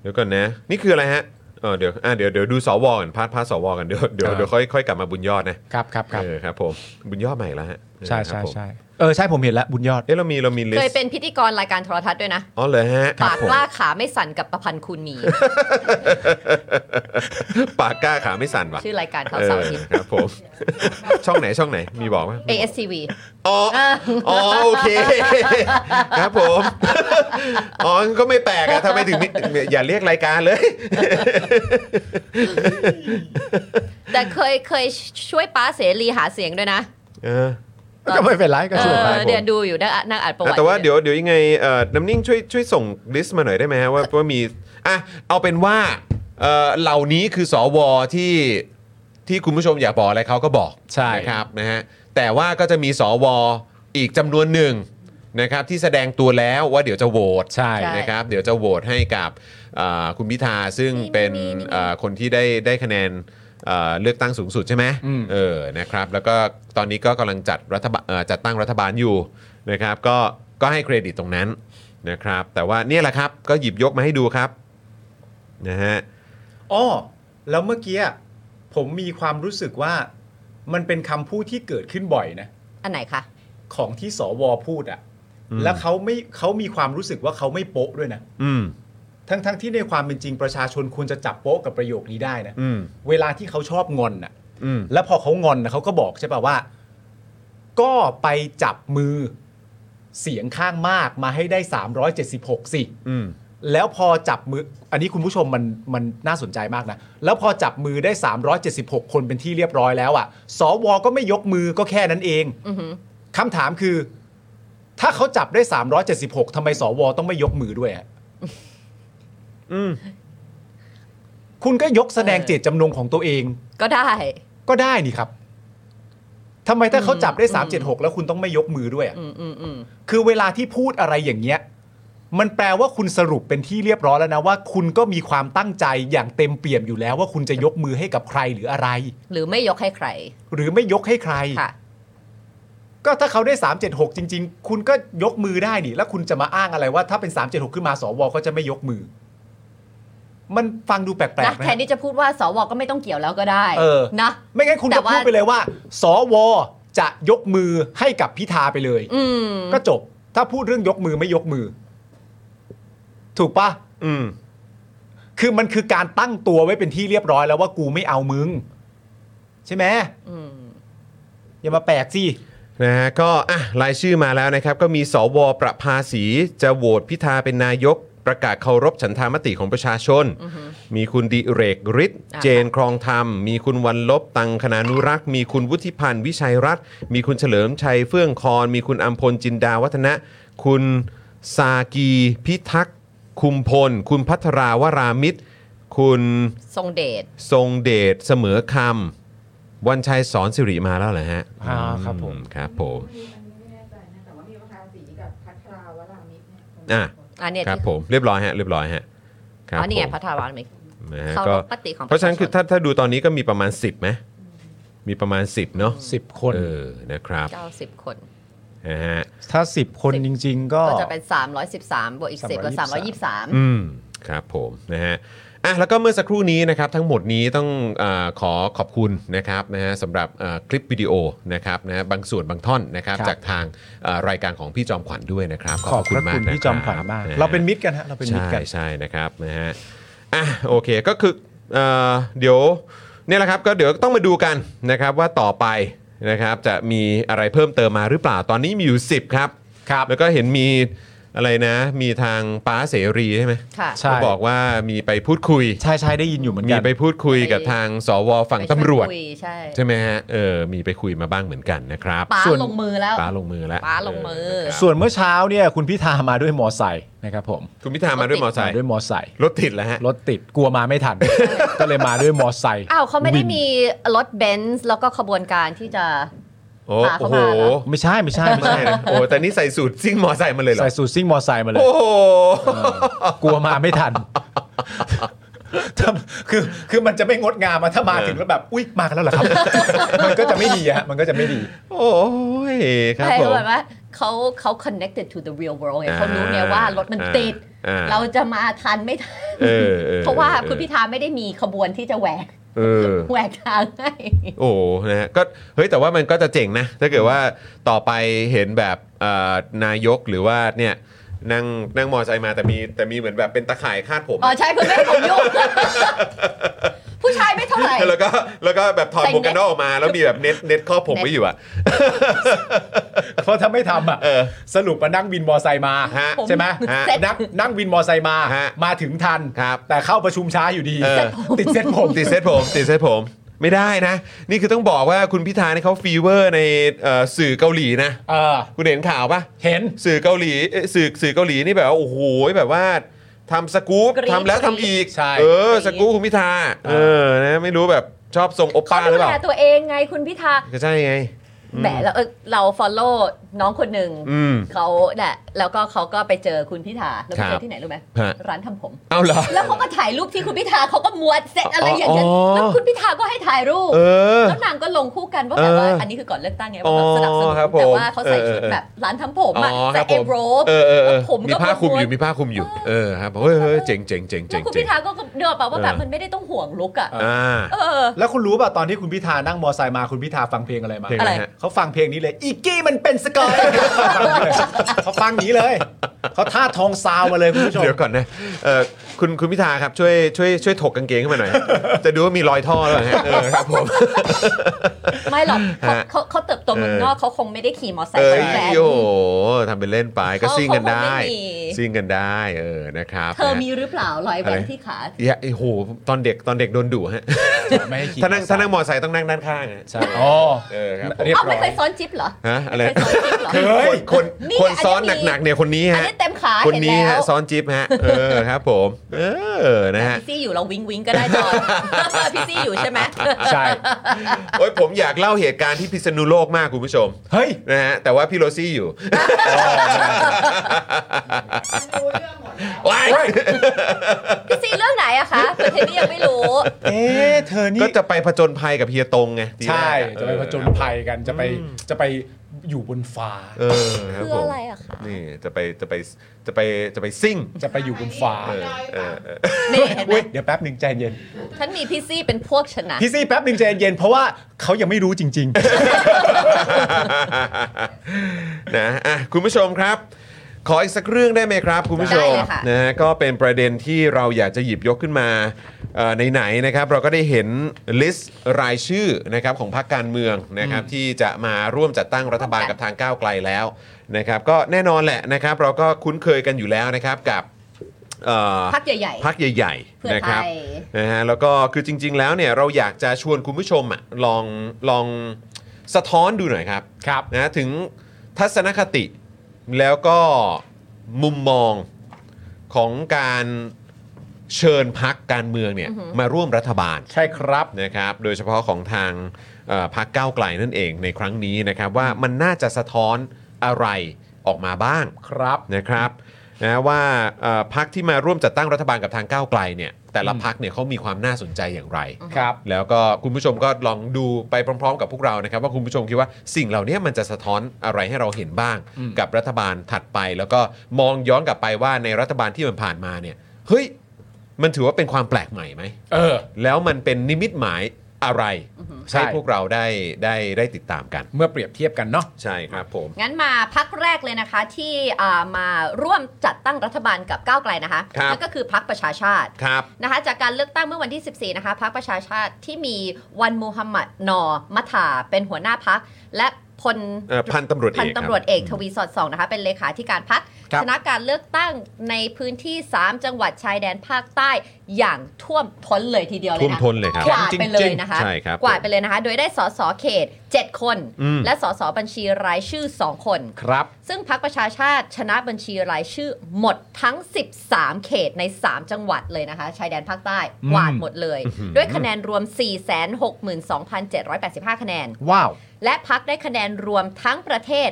เดี๋ยวก่อนนะ นี่คืออะไรฮะเออเดี๋ยวอ่ะเดี๋ยวเดี๋ยวดูสวก่อนพาร์ทพาร์ทสวกันเดี๋ยวเดี๋ยวเดี๋ยวค่อยค่อยกลับมาบุญยอดนะครับ ครับครับ เออครับผมบุญยอดใหม่แล้วฮะ ใช่ใช่ เออครับผม ใช่เออใช่ผมเห็นแล้วบุญยอด เอ๊ะเรามีเรามีลิส เคย ต์ เป็นพิธีกรรายการโทรทัศน์ด้วยนะ อ๋อเหรอฮะ ปากกล้าขาไม่สั่นกับประพันธ์คุณมี ปากกล้าขาไม่สั่นว่ะ ชื่อรายการเขาเสาร์อาทิตย์ ออครับผม ช่องไหนช่องไหนมีบอกไหม ASTV อ๋ออ๋อโอเค ครับผม อ๋อก็ไม่แปลกอะทำไมถึงมีอย่าเรียกรายการเลย แต่เคยเคยช่วยป้าเสรีหาเสียงด้วยนะ เออ ก็ไม่เป็นไรก็ เอ ช่วยไป อเดี๋ยวดูอยู่นั่งอ่านนั่งอ่านประวัติ แต่ว่าเดี๋ยวเดี๋ยวยังไงเอ่อน้ำนิ่งช่วยช่วยส่งลิสต์มาหน่อยได้ไหมฮะว่าว่ามีอ่ะเอาเป็นว่าเอ่อเหล่านี้คือสวที่ที่คุณผู้ชมอยากบอกอะไรเขาก็บอก ใช่ นะครับ นะฮะแต่ว่าก็จะมีสวอีกจำนวนหนึ่งนะครับที่แสดงตัวแล้วว่าเดี๋ยวจะโหวต ใช่ นะครับเดี๋ยวจะโหวตให้กับอ่าคุณพิธาซึ่งเป็นอ่าคนที่ได้ได้คะแนนอ่าเลือกตั้งสูงสุดใช่ไหม อืม เออนะครับแล้วก็ตอนนี้ก็กำลังจัดรัฐบาลเอ่อจัดตั้งรัฐบาลอยู่นะครับก็ก็ให้เครดิตตรงนั้นนะครับแต่ว่าเนี่ยแหละครับก็หยิบยกมาให้ดูครับนะฮะ อ้อแล้วเมื่อกี้ผมมีความรู้สึกว่ามันเป็นคำพูดที่เกิดขึ้นบ่อยนะ อันไหนคะ ของที่สวพูดอะ อืม แล้วเขาไม่เขามีความรู้สึกว่าเขาไม่โป๊ะด้วยนะ อืม ทั้งทั้งที่ในความเป็นจริงประชาชนควรจะจับโป๊ะกับประโยคนี้ได้นะ อืม เวลาที่เขาชอบงอนน่ะ อืม แล้วพอเขางอนน่ะเขาก็บอกใช่ป่ะว่า ก็ไปจับมือเสียงข้างมากมาให้ได้ 376 สิ อืม แล้วพอจับมือ อันนี้คุณผู้ชมมันมันน่าสนใจมากนะ แล้วพอจับมือได้ 376 คนเป็นที่เรียบร้อยแล้วอ่ะ สวก็ไม่ยกมือก็แค่นั้นเอง อือหือ คำถามคือ ถ้าเขาจับได้ 376ทำไมสวต้องไม่ยกมือด้วยอะ อืม คุณก็ยกแสดงเจตจำนงของตัวเอง ก็ได้ ก็ได้นี่ครับทำไมถ้าเขาจับได้ อืม 376 แล้วคุณต้องไม่ยกมือด้วยอะ อืมอืมอืม คือเวลาที่พูดอะไรอย่างเงี้ย มันแปลว่าคุณสรุปเป็นที่เรียบร้อยแล้วนะว่า คุณก็มีความตั้งใจอย่างเต็มเปี่ยมอยู่แล้วว่าคุณจะยกมือให้กับใครหรืออะไร หรือไม่ยกให้ใคร หรือไม่ยกให้ใคร ค่ะ ก็ถ้าเขาได้ 376 จริง ๆ คุณก็ยกมือได้นี่แล้วคุณจะมาอ้างอะไรว่าถ้าเป็น 376 ขึ้นมาสวก็จะไม่ยกมือ มันฟังดูแปลกๆ นะ นะ แทนที่จะพูดว่าสวก็ไม่ต้องเกี่ยวแล้วก็ได้ เออ นะ ไม่งั้นคุณ แต่ จะ ว่า พูดไปเลยว่า สวจะยกมือให้กับพิธาไปเลย อืม ก็จบ ถ้าพูดเรื่องยกมือไม่ยกมือ ถูกปะ อืม คือมันคือการตั้งตัวไว้เป็นที่เรียบร้อยแล้วว่ากูไม่เอามึง ใช่ไหม อืม อย่ามาแปลกสิ นะฮะก็อ่ะรายชื่อมาแล้วนะครับ ก็มีสวประภาสีจะโหวตพิธาเป็นนายกประกาศเคารพฉันทามติของประชาชน อือหือ มีคุณดิเรกฤทธิ์ อ่า เจนครองธรรม มีคุณวันลบตังคณานุรักษ์ มีคุณวุฒิพันธ์วิชัยรัตน์มีคุณเฉลิมชัยเฟื่องคอนมีคุณอัมพลจินดาวัฒนะ คุณซากีพิทักษ์คุมพล คุณพัทราวรามิตร คุณ ทรงเดช ทรงเดชเสมอคำวันชัยสอนสิริมาแล้วเหรอฮะ อ่าครับผม ครับผม อันนี้ไม่แน่ใจนะแต่ว่ามีประภาสีกับพัทราวรามิตรเนี่ย อ่ะ อันเนี้ย ครับ ที่ ผมเรียบร้อยฮะเรียบร้อยฮะครับ อ๋อนี่ไง ผม พัทราวรามิตร นะฮะ เขา ก็ รพปฏิของ เพราะฉะนั้นคือ ปชช ถ้าถ้าดูตอนนี้ก็มีประมาณ 10ไหมมีประมาณ 10เนาะ สิบคน เออ นะครับ เก้าสิบคน นะฮะ ถ้าสิบคนจริง ๆ ก็ ก็จะเป็น 313บวกอีก10ก็ 323 323 อืม ครับผม นะฮะ อ่ะแล้วก็เมื่อสักครู่นี้นะครับทั้งหมดนี้ต้องอาขอขอบคุณนะครับนะฮะสำหรับอ่าคลิปวิดีโอนะครับนะฮะบางส่วนบางท่อนนะครับ ครับ จากทางอ่ารายการของพี่จอมขวัญด้วยนะครับ ขอบพระคุณ นะ พี่จอมขวัญมาก ะฮะ เราเป็นมิตรกันฮะเราเป็นมิตรกัน ใช่ใช่นะครับนะฮะอ่ะโอเคก็คือเอ่อเดี๋ยวเนี่ยแหละครับก็เดี๋ยวต้องมาดูกันนะครับว่าต่อไปนะครับจะมีอะไรเพิ่มเติมมาหรือเปล่าตอนนี้มีอยู่ 10 ครับครับแล้วก็เห็นมีอะไรนะมีทางป้าเสรีใช่ไหม ค่ะ ใช่ ก็บอกว่ามีไปพูดคุย ใช่ใช่ได้ยินอยู่เหมือน มี กัน ไปพูดคุยกับทางสวฝั่งตำรวจ ไปช่ยคุยใช่ ใช่ไหมฮะเออมีไปคุยมาบ้างเหมือนกันนะครับ ป้า ส่วน ลงมือแล้ว ป้าลงมือแล้ว ป้าลงมือ ส่วนเมื่อเช้าเนี่ยคุณพิธามาด้วยมอไซค์นะครับผม คุณพิธามาด้วยมอไซ มา ค์ ด้วยมอไซค์ รถติดแล้วฮะ รถติดกลัวมาไม่ทัน ก็เลยมาด้วยมอไซค์ อ้าวเขาไม่ได้ วิน มีรถเบนซ์แล้วก็ขบวนการที่จะ โอ้ พาเข้า โห มาเหรอ ไม่ใช่ไม่ใช่ ไม่ ไม่ใช่ ใช่นะโอ้แต่นี่ใส่สูตรซิ่งมอไซค์มาเลยเหรอ ใส่สูทซิ่งมอไซค์มาเลย โอ้โห กลัวมาไม่ทัน ถ้าคือคือมันจะไม่งดงามอะถ้ามา เออ ถึงแล้วแบบ อุ๊ย มากันแล้วเหรอครับ มันก็จะไม่ดีอะมันก็จะไม่ดี โอ้ยครับ แต่ ผมรู้ไหมว่าเขาเขา connected to the real world ไงเขารู้ไงว่ารถมันติด อ่า เราจะมาทันไม่ทัน เออออ เพราะว่าคุณพิธาไม่ได้มีขบวนที่จะแหวก เออ แหวกทางให้ โอ้โหนะฮะก็เฮ้ยแต่ว่ามันก็จะเจ๋งนะ ถ้าเกิดว่าต่อไปเห็นแบบเอ่อนายกหรือว่าเนี่ยนั่งนั่งมอไซค์มาแต่มีแต่มีเหมือนแบบเป็นตะข่ายคาดผม อ๋อใช่คุณไม่ให้ผมยุ่ง ผู้ชายไม่เท่าไหร่ แล้วก็แล้วก็แบบถอด ใส่ หมวกกัน เน็ต น็อกออกมา แล้วมีแบบเน็ตเน็ตครอบผมไว้อยู่อะ เพราะถ้าไม่ทำอะ เออ สรุปมานั่งวินมอไซค์มา ฮะ ใช่ไหม ฮะ นั่งนั่งวินมอไซค์มา ฮะ มาถึงทัน ครับ แต่เข้าประชุมช้าอยู่ดี เออ ติดเส้นผม ติดเซตผมติดเซตผมไม่ได้นะ นี่คือต้องบอกว่าคุณพิธานี่เขาฟีเวอร์ในเอ่อสื่อเกาหลีนะ เออ คุณเห็นข่าวปะ เห็น สื่อเกาหลีเอ้ยสื่อสื่อเกาหลีนี่แบบว่า โอ้โหแบบว่าทำสกู๊ป กรี๊ด ทำแล้วทำอีก ใช่ เออ กรี๊ด สกู๊ปคุณพิธาเออนะไม่รู้แบบชอบทรงโอ เขา ป้าห ดู รือเป แล ล่า ตัวเองไงคุณพิธา ก็ใช่ไง แหมแล้วเออเรา follow น้องคนหนึ่ง อืม เขาแหละแล้วก็เขาก็ไปเจอคุณพิธาแล้วไปเจ ครั อบ ที่ไหนรู้ไหม ฮะ ร้านทำผม เอาเหรอ แล้วเขาก็ถ่ายรูปที่คุณพิธาเขาก็ม้วนเซตอะไรอย่างเงี้ย อ๋อ แล้วคุณพิธาก็ให้ถ่ายรูป เออ แล้วนางก็ลงคู่กันว่าแบบว่า เอออั อันนี้คือก่อนเลือกตั้งไง อ๋อว่าแบบสนับสนุน ครับผม แต่ว่าเขาใส่ชุเออดเออ แบบร้านทำผม อ๋ อะ อค ใส่ รับผ เอ ม ฟโรบ เออเออเอ แล้ว อ ผม มี ก็ ผ้าคลุมอยู่ วน มีผ้าคลุมอยู่เออครับเฮ้ยเฮ้ยเจ๋งเจ๋งเจ๋ง แล้ เจ๋ ว ง คุณ เจ๋ พิ ง ธาก็เดือกป่าว่าแบบ เออ มันไม่ได้ต้องห่วงลุกอะ อ่า เออ แล้วคุณรู้ป่ะตอนที่คุณพิธานั่งมอไซค์มาคุณพิธาฟังเพลงอะไรมา เพลง อะ อะไร ไรฮะ เขาฟังเพลงนี้เลย อีกกี้มันเป็นสกอยเขาฟังอย่างนี้เลย เขาท่าทองซาวมาเลยคุณผู้ชม เดี๋ยวก่อนนะเอ่อคุณคุณพิธาครับช่วยช่วยช่วยถกกางเกงขึ้นมาหน่อย จะดูว่ามีรอยท่อหรือเปล่า ฮะเออครับผม ไม่หรอกเขา ฮะ เขาเขาเติบโตเมือง เออ นอกเขาคงไม่ได้ขี่มอไซ เอ้ ค์ ย แบน โอ้โหทำเป็นเล่นไปก็ เขา ซิ่งกันได้ เขาคงไม่มี ซิ่งกันได้เออนะครับ เธอ นะ มีหรือเปล่ารอยแบนที่ขา อย่าโอ้โหตอนเด็กตอนเด็กโดนดุฮะ ไม่ให้ขี่ ถ้านั่ง มอไซค์ ถ้านั่งมอไซค์ต้องนั่งด้านข้างอะ ใช่อ๋อ เออครับ เรียบ เอ้า ร้อไม่ย เคยซ้อนจิ๊บเหรอ ฮะอะไร ไม่เคยซ้อนจิ๊บเหรอ เคย คนคน นี่ คน อันนี้ ซ้อน มี หนักๆเนี่ยคนนี้ อัน ฮะ นี้เต็มขา คน เห็น นี้ แล้ ฮะ ว ซ้อนจิ๊บฮะเออครับผม เออนะฮะ พี่ซี่อยู่เราวิงวิงก็ได้จอน พี่ซี่อยู่ใช่ไหม ใช่ โอ้ยผมอยากเล่าเหตุการณ์ที่พิษณุโลกมากคุณผู้ชม เฮ้ย นะฮะแต่ว่าพี่โรซี่อยู่ รู้เรื่องหมดแล้ว ว้าย พี่ซีเรื่องไหนอะคะเปิดเทปนี้ยังไม่รู้ เอ๊ะเธอนี่ ก็จะไปผจญภัยกับเฮียตงไงทีแรก ใช่ อ จะไปผจญภัยกันจะไปจะไปอยู่บนฟ้า เออรับ คือ ผม อะไรอะคะ นี่จะไปจะไปจะไปจะไปซิ่ง จะไปอยู่บนฟ้า เออเออเออ นี่เห็นไหม เว้ยเดี๋ยวแป๊บหนึ่งใจเย็น ฉันมีพี่ซี่เป็นพวกชนะ พี่ซี่แป๊บหนึ่งใจเย็นเพราะว่าเขายังไม่รู้จริง นะอ่ะคุณผู้ชมครับ ขออีกสักเรื่องได้ไหมครับ คุณผู้ชม ได้เลยค่ะ นะฮะก็เป็นประเด็นที่เราอยากจะหยิบยกขึ้นมาเอ่อไหนๆนะครับ เราก็ได้เห็นลิสต์รายชื่อนะครับของพรรคการเมืองนะครับที่จะมาร่วมจัดตั้งรัฐบาลกับทางก้าวไกลแล้วนะครับ ก็แน่นอนแหละนะครับ เราก็คุ้นเคยกันอยู่แล้วนะครับกับเอ่อ พักใหญ่ๆ พักใหญ่ เพื่อ ๆนะครับ ไทย นะฮะแล้วก็คือจริง ๆ แล้วเนี่ยเราอยากจะชวนคุณผู้ชมอะลองลองสะท้อนดูหน่อยครับ ครับ นะถึงทัศนคติแล้วก็มุมมองของการเชิญพักการเมืองเนี่ยมาร่วมรัฐบาล ๆ ใช่ครับ นะครับโดยเฉพาะของทางเอ่อพรรคก้าวไกลนั่นเองในครั้งนี้นะครับว่ามันน่าจะสะท้อนอะไรออกมาบ้าง ครับ นะครับนะว่าเอ่อพรรคที่มาร่วมจัดตั้งรัฐบาลกับทางก้าวไกลเนี่ยแต่ละ อืม พรรคเนี่ยเขามีความน่าสนใจอย่างไร ครับ แล้วก็คุณผู้ชมก็ลองดูไปพร้อม ๆ กับพวกเรานะครับว่าคุณผู้ชมคิดว่าสิ่งเหล่านี้มันจะสะท้อนอะไรให้เราเห็นบ้าง อืม กับรัฐบาลถัดไป แล้วก็มองย้อนกลับไปว่าในรัฐบาลที่มันผ่านมาเนี่ยเฮ้ย มันถือว่าเป็นความแปลกใหม่ไหม เออ แล้วมันเป็นนิมิตหมายอะไร ใช่ ให้พวกเราได้ได้ได้ติดตามกัน เมื่อเปรียบเทียบกันเนาะ ใช่ครับผม งั้นมาพักแรกเลยนะคะที่อ่ามาร่วมจัดตั้งรัฐบาลกับก้าวไกลนะคะ ครับ นั่นก็คือพักประชาชาติ ครับ นะคะจากการเลือกตั้งเมื่อวันที่ 14 นะคะพักประชาชาติที่มีวันมูฮัมหมัดนอมัทาเป็นหัวหน้าพัก และพล เอ่อพันตำรวจเอก พันตำรวคจรับ เอกทวีสอดส่องนะคะเป็นเลขาธิการพัก ครับ ชนะการเลือกตั้งในพื้นที่ 3 จังหวัดชายแดนภาคใต้อย่างท่วมท้นเลยทีเดียวเลยนะ ท่วมท้นเลยครับ กวาดไปเลยนะคะ ใช่ครับ กวาดไปเลยนะคะ โดยได้สสเขต 7 คน อืม และสสบัญชีรายชื่อ 2 คน ครับ ซึ่งพักประชาชาติชนะบัญชีรายชื่อหมดทั้ง 13 เขตใน 3 จังหวัดเลยนะคะ ชายแดนภาคใต้ อืม กวาดหมดเลย อื้อหือ ด้วยคะแนนรวม 462,785 คะแนน ว้าว และพักได้คะแนนรวมทั้งประเทศ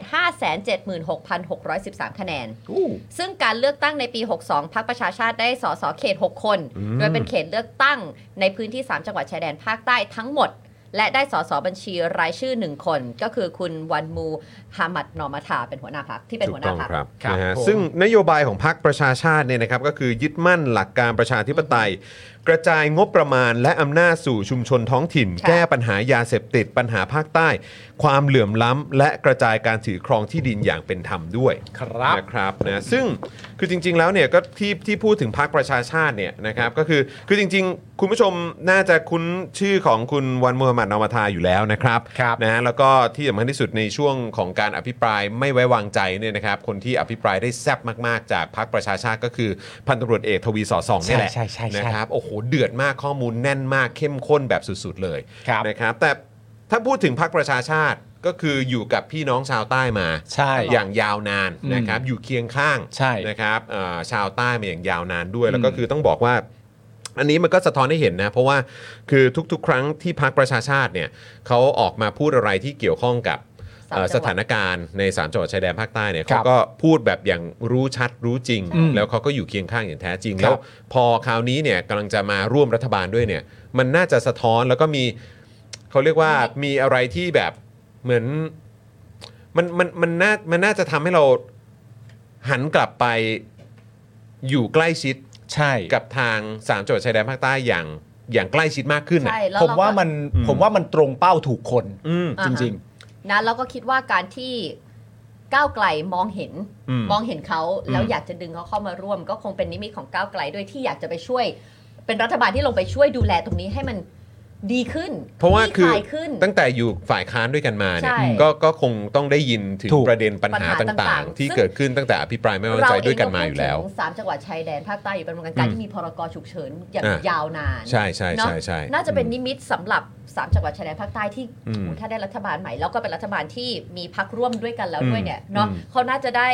576,613 คะแนน อู้ ซึ่งการเลือกตั้งในปี 62 พักประชาชาติได้สสเขต 6 คน อืม โดยเป็นเขตเลือกตั้งในพื้นที่ 3 จังหวัดชายแดนภาคใต้ทั้งหมด และได้สสบัญชีรายชื่อ 1 คน ก็คือคุณวันมูฮัมหมัดนอมาธาเป็นหัวหน้าพักที่เป็น ถู หัว ก ห ต้ น้า อง พัก ครับ ครับ นะฮะ ผม ซึ่งนโยบายของพรรคประชาชาติเนี่ยนะครับก็คือยึดมั่นหลักการประชาธิปไตย กระจายงบประมาณและอำนาจสู่ชุมชนท้องถิ่น ค่ะ แก้ปัญหายาเสพติดปัญหาภาคใต้ ความเหลื่อมล้ำ และกระจายการถือครองที่ดินอย่างเป็นธรรมด้วย ครับ นะครับนะซึ่งคือจริง ๆ แล้วเนี่ยก็ที่ที่พูดถึงพรรคประชาชาติเนี่ยนะครับก็คือคือจริง ๆ คุณผู้ชมน่าจะคุ้นชื่อของคุณวันมูฮัมหมัดนอมาทาอยู่แล้วนะครับ ครับ นะฮะแล้วก็ที่สำคัญที่สุดในช่วงของการอภิปรายไม่ไว้วางใจเนี่ยนะครับคนที่อภิปรายได้แซ่บมากๆ จากพรรคประชาชาติก็คือพันตำรวจเอกทวีสอดส่องเนี่ยแหละ ใช่ใช่ใช่ใช่ นะครับโอ้โหเดือดมากข้อมูลแน่นมากเข้มข้นแบบสุดๆเลย ครับ นะครับแต่ถ้าพูดถึงพรรคประชาชาติก็คืออยู่กับพี่น้องชาวใต้มา ใช่ อย่างยาวนาน อืม นะครับอยู่เคียงข้าง ใช่ นะครับเอ่อชาวใต้มาอย่างยาวนานด้วย อืม แล้วก็คือต้องบอกว่า อันนี้มันก็สะท้อนให้เห็นนะ เพราะว่าคือทุกๆ ครั้งที่พรรคประชาชาติเนี่ยเขาออกมาพูดอะไรที่เกี่ยวข้องกับเอ่อ สามสจังหวัดถานการณ์ใน 3 จังหวัดชายแดนภาคใต้เนี่ย ครั เขา บ ก็พูดแบบอย่างรู้ชัดรู้จริง อืม แล้วเขาก็อยู่เคียงข้างอย่างแท้จริง ครับ แล้วพอคราวนี้เนี่ยกำลังจะมาร่วมรัฐบาลด้วยเนี่ย มันน่าจะสะท้อนแล้วก็มีเขาเรียกว่ามีอะไรที่แบบเหมือน มันมันมันน่ามันน่าจะทำให้เราหันกลับไปอยู่ใกล้ชิด ใช่ กับทางสามจังหวัดชายแดนภาคใต้อย่างอย่างใกล้ชิดมากขึ้นน่ะ ใช่แล้ว ผม เรก็ ว่ามัน อืม ผมว่ามันตรงเป้าถูกคน อืม อ่า จ ฮะ ริง นะเราก็คิดว่าการที่ก้าวไกลมองเห็น อืม มองเห็นเขาแล้ว อืม อยากจะดึงเขาเข้ามาร่วม ก็คงเป็นนิมิตของก้าวไกลด้วยที่อยากจะไปช่วย เป็นรัฐบาลที่ลงไปช่วยดูแลตรงนี้ให้มันดีขึ้น เพราะว่า ลี่ คือ ลยขึ้น ตั้งแต่อยู่ฝ่ายค้านด้วยกันมาเนี่ย ใช่ ก็ก็คงต้องได้ยินถึง ถูก ประเด็นปัญหา ปัญหา ต่า ต่าง ง ๆ ๆ ที่ ซึ่ง เกิดขึ้นตั้งแต่อภิปรายไม่ไว้วางใจด้วยกันมาอยู่แล้ว เงพูดถึงสามจังหวัดชายแดนภาคใต้อยู่เป็นเหมือนกันการที่มีพรกฉุกเฉินอย่าง อ่ะ ยาวนาน ใช่ใช่ เนอะ ใช่ใช่ น่าจะเป็นนิมิตสำหรับสามจังหวัดชายแดนภาคใต้ที่ อืม โอ้ถ้าได้รัฐบาลใหม่แล้วก็เป็นรัฐบาลที่มีพักร่วมด้วยกันแล้ว อืม ด้วยเนี่ยเนาะ อืม เขาน่าจะได้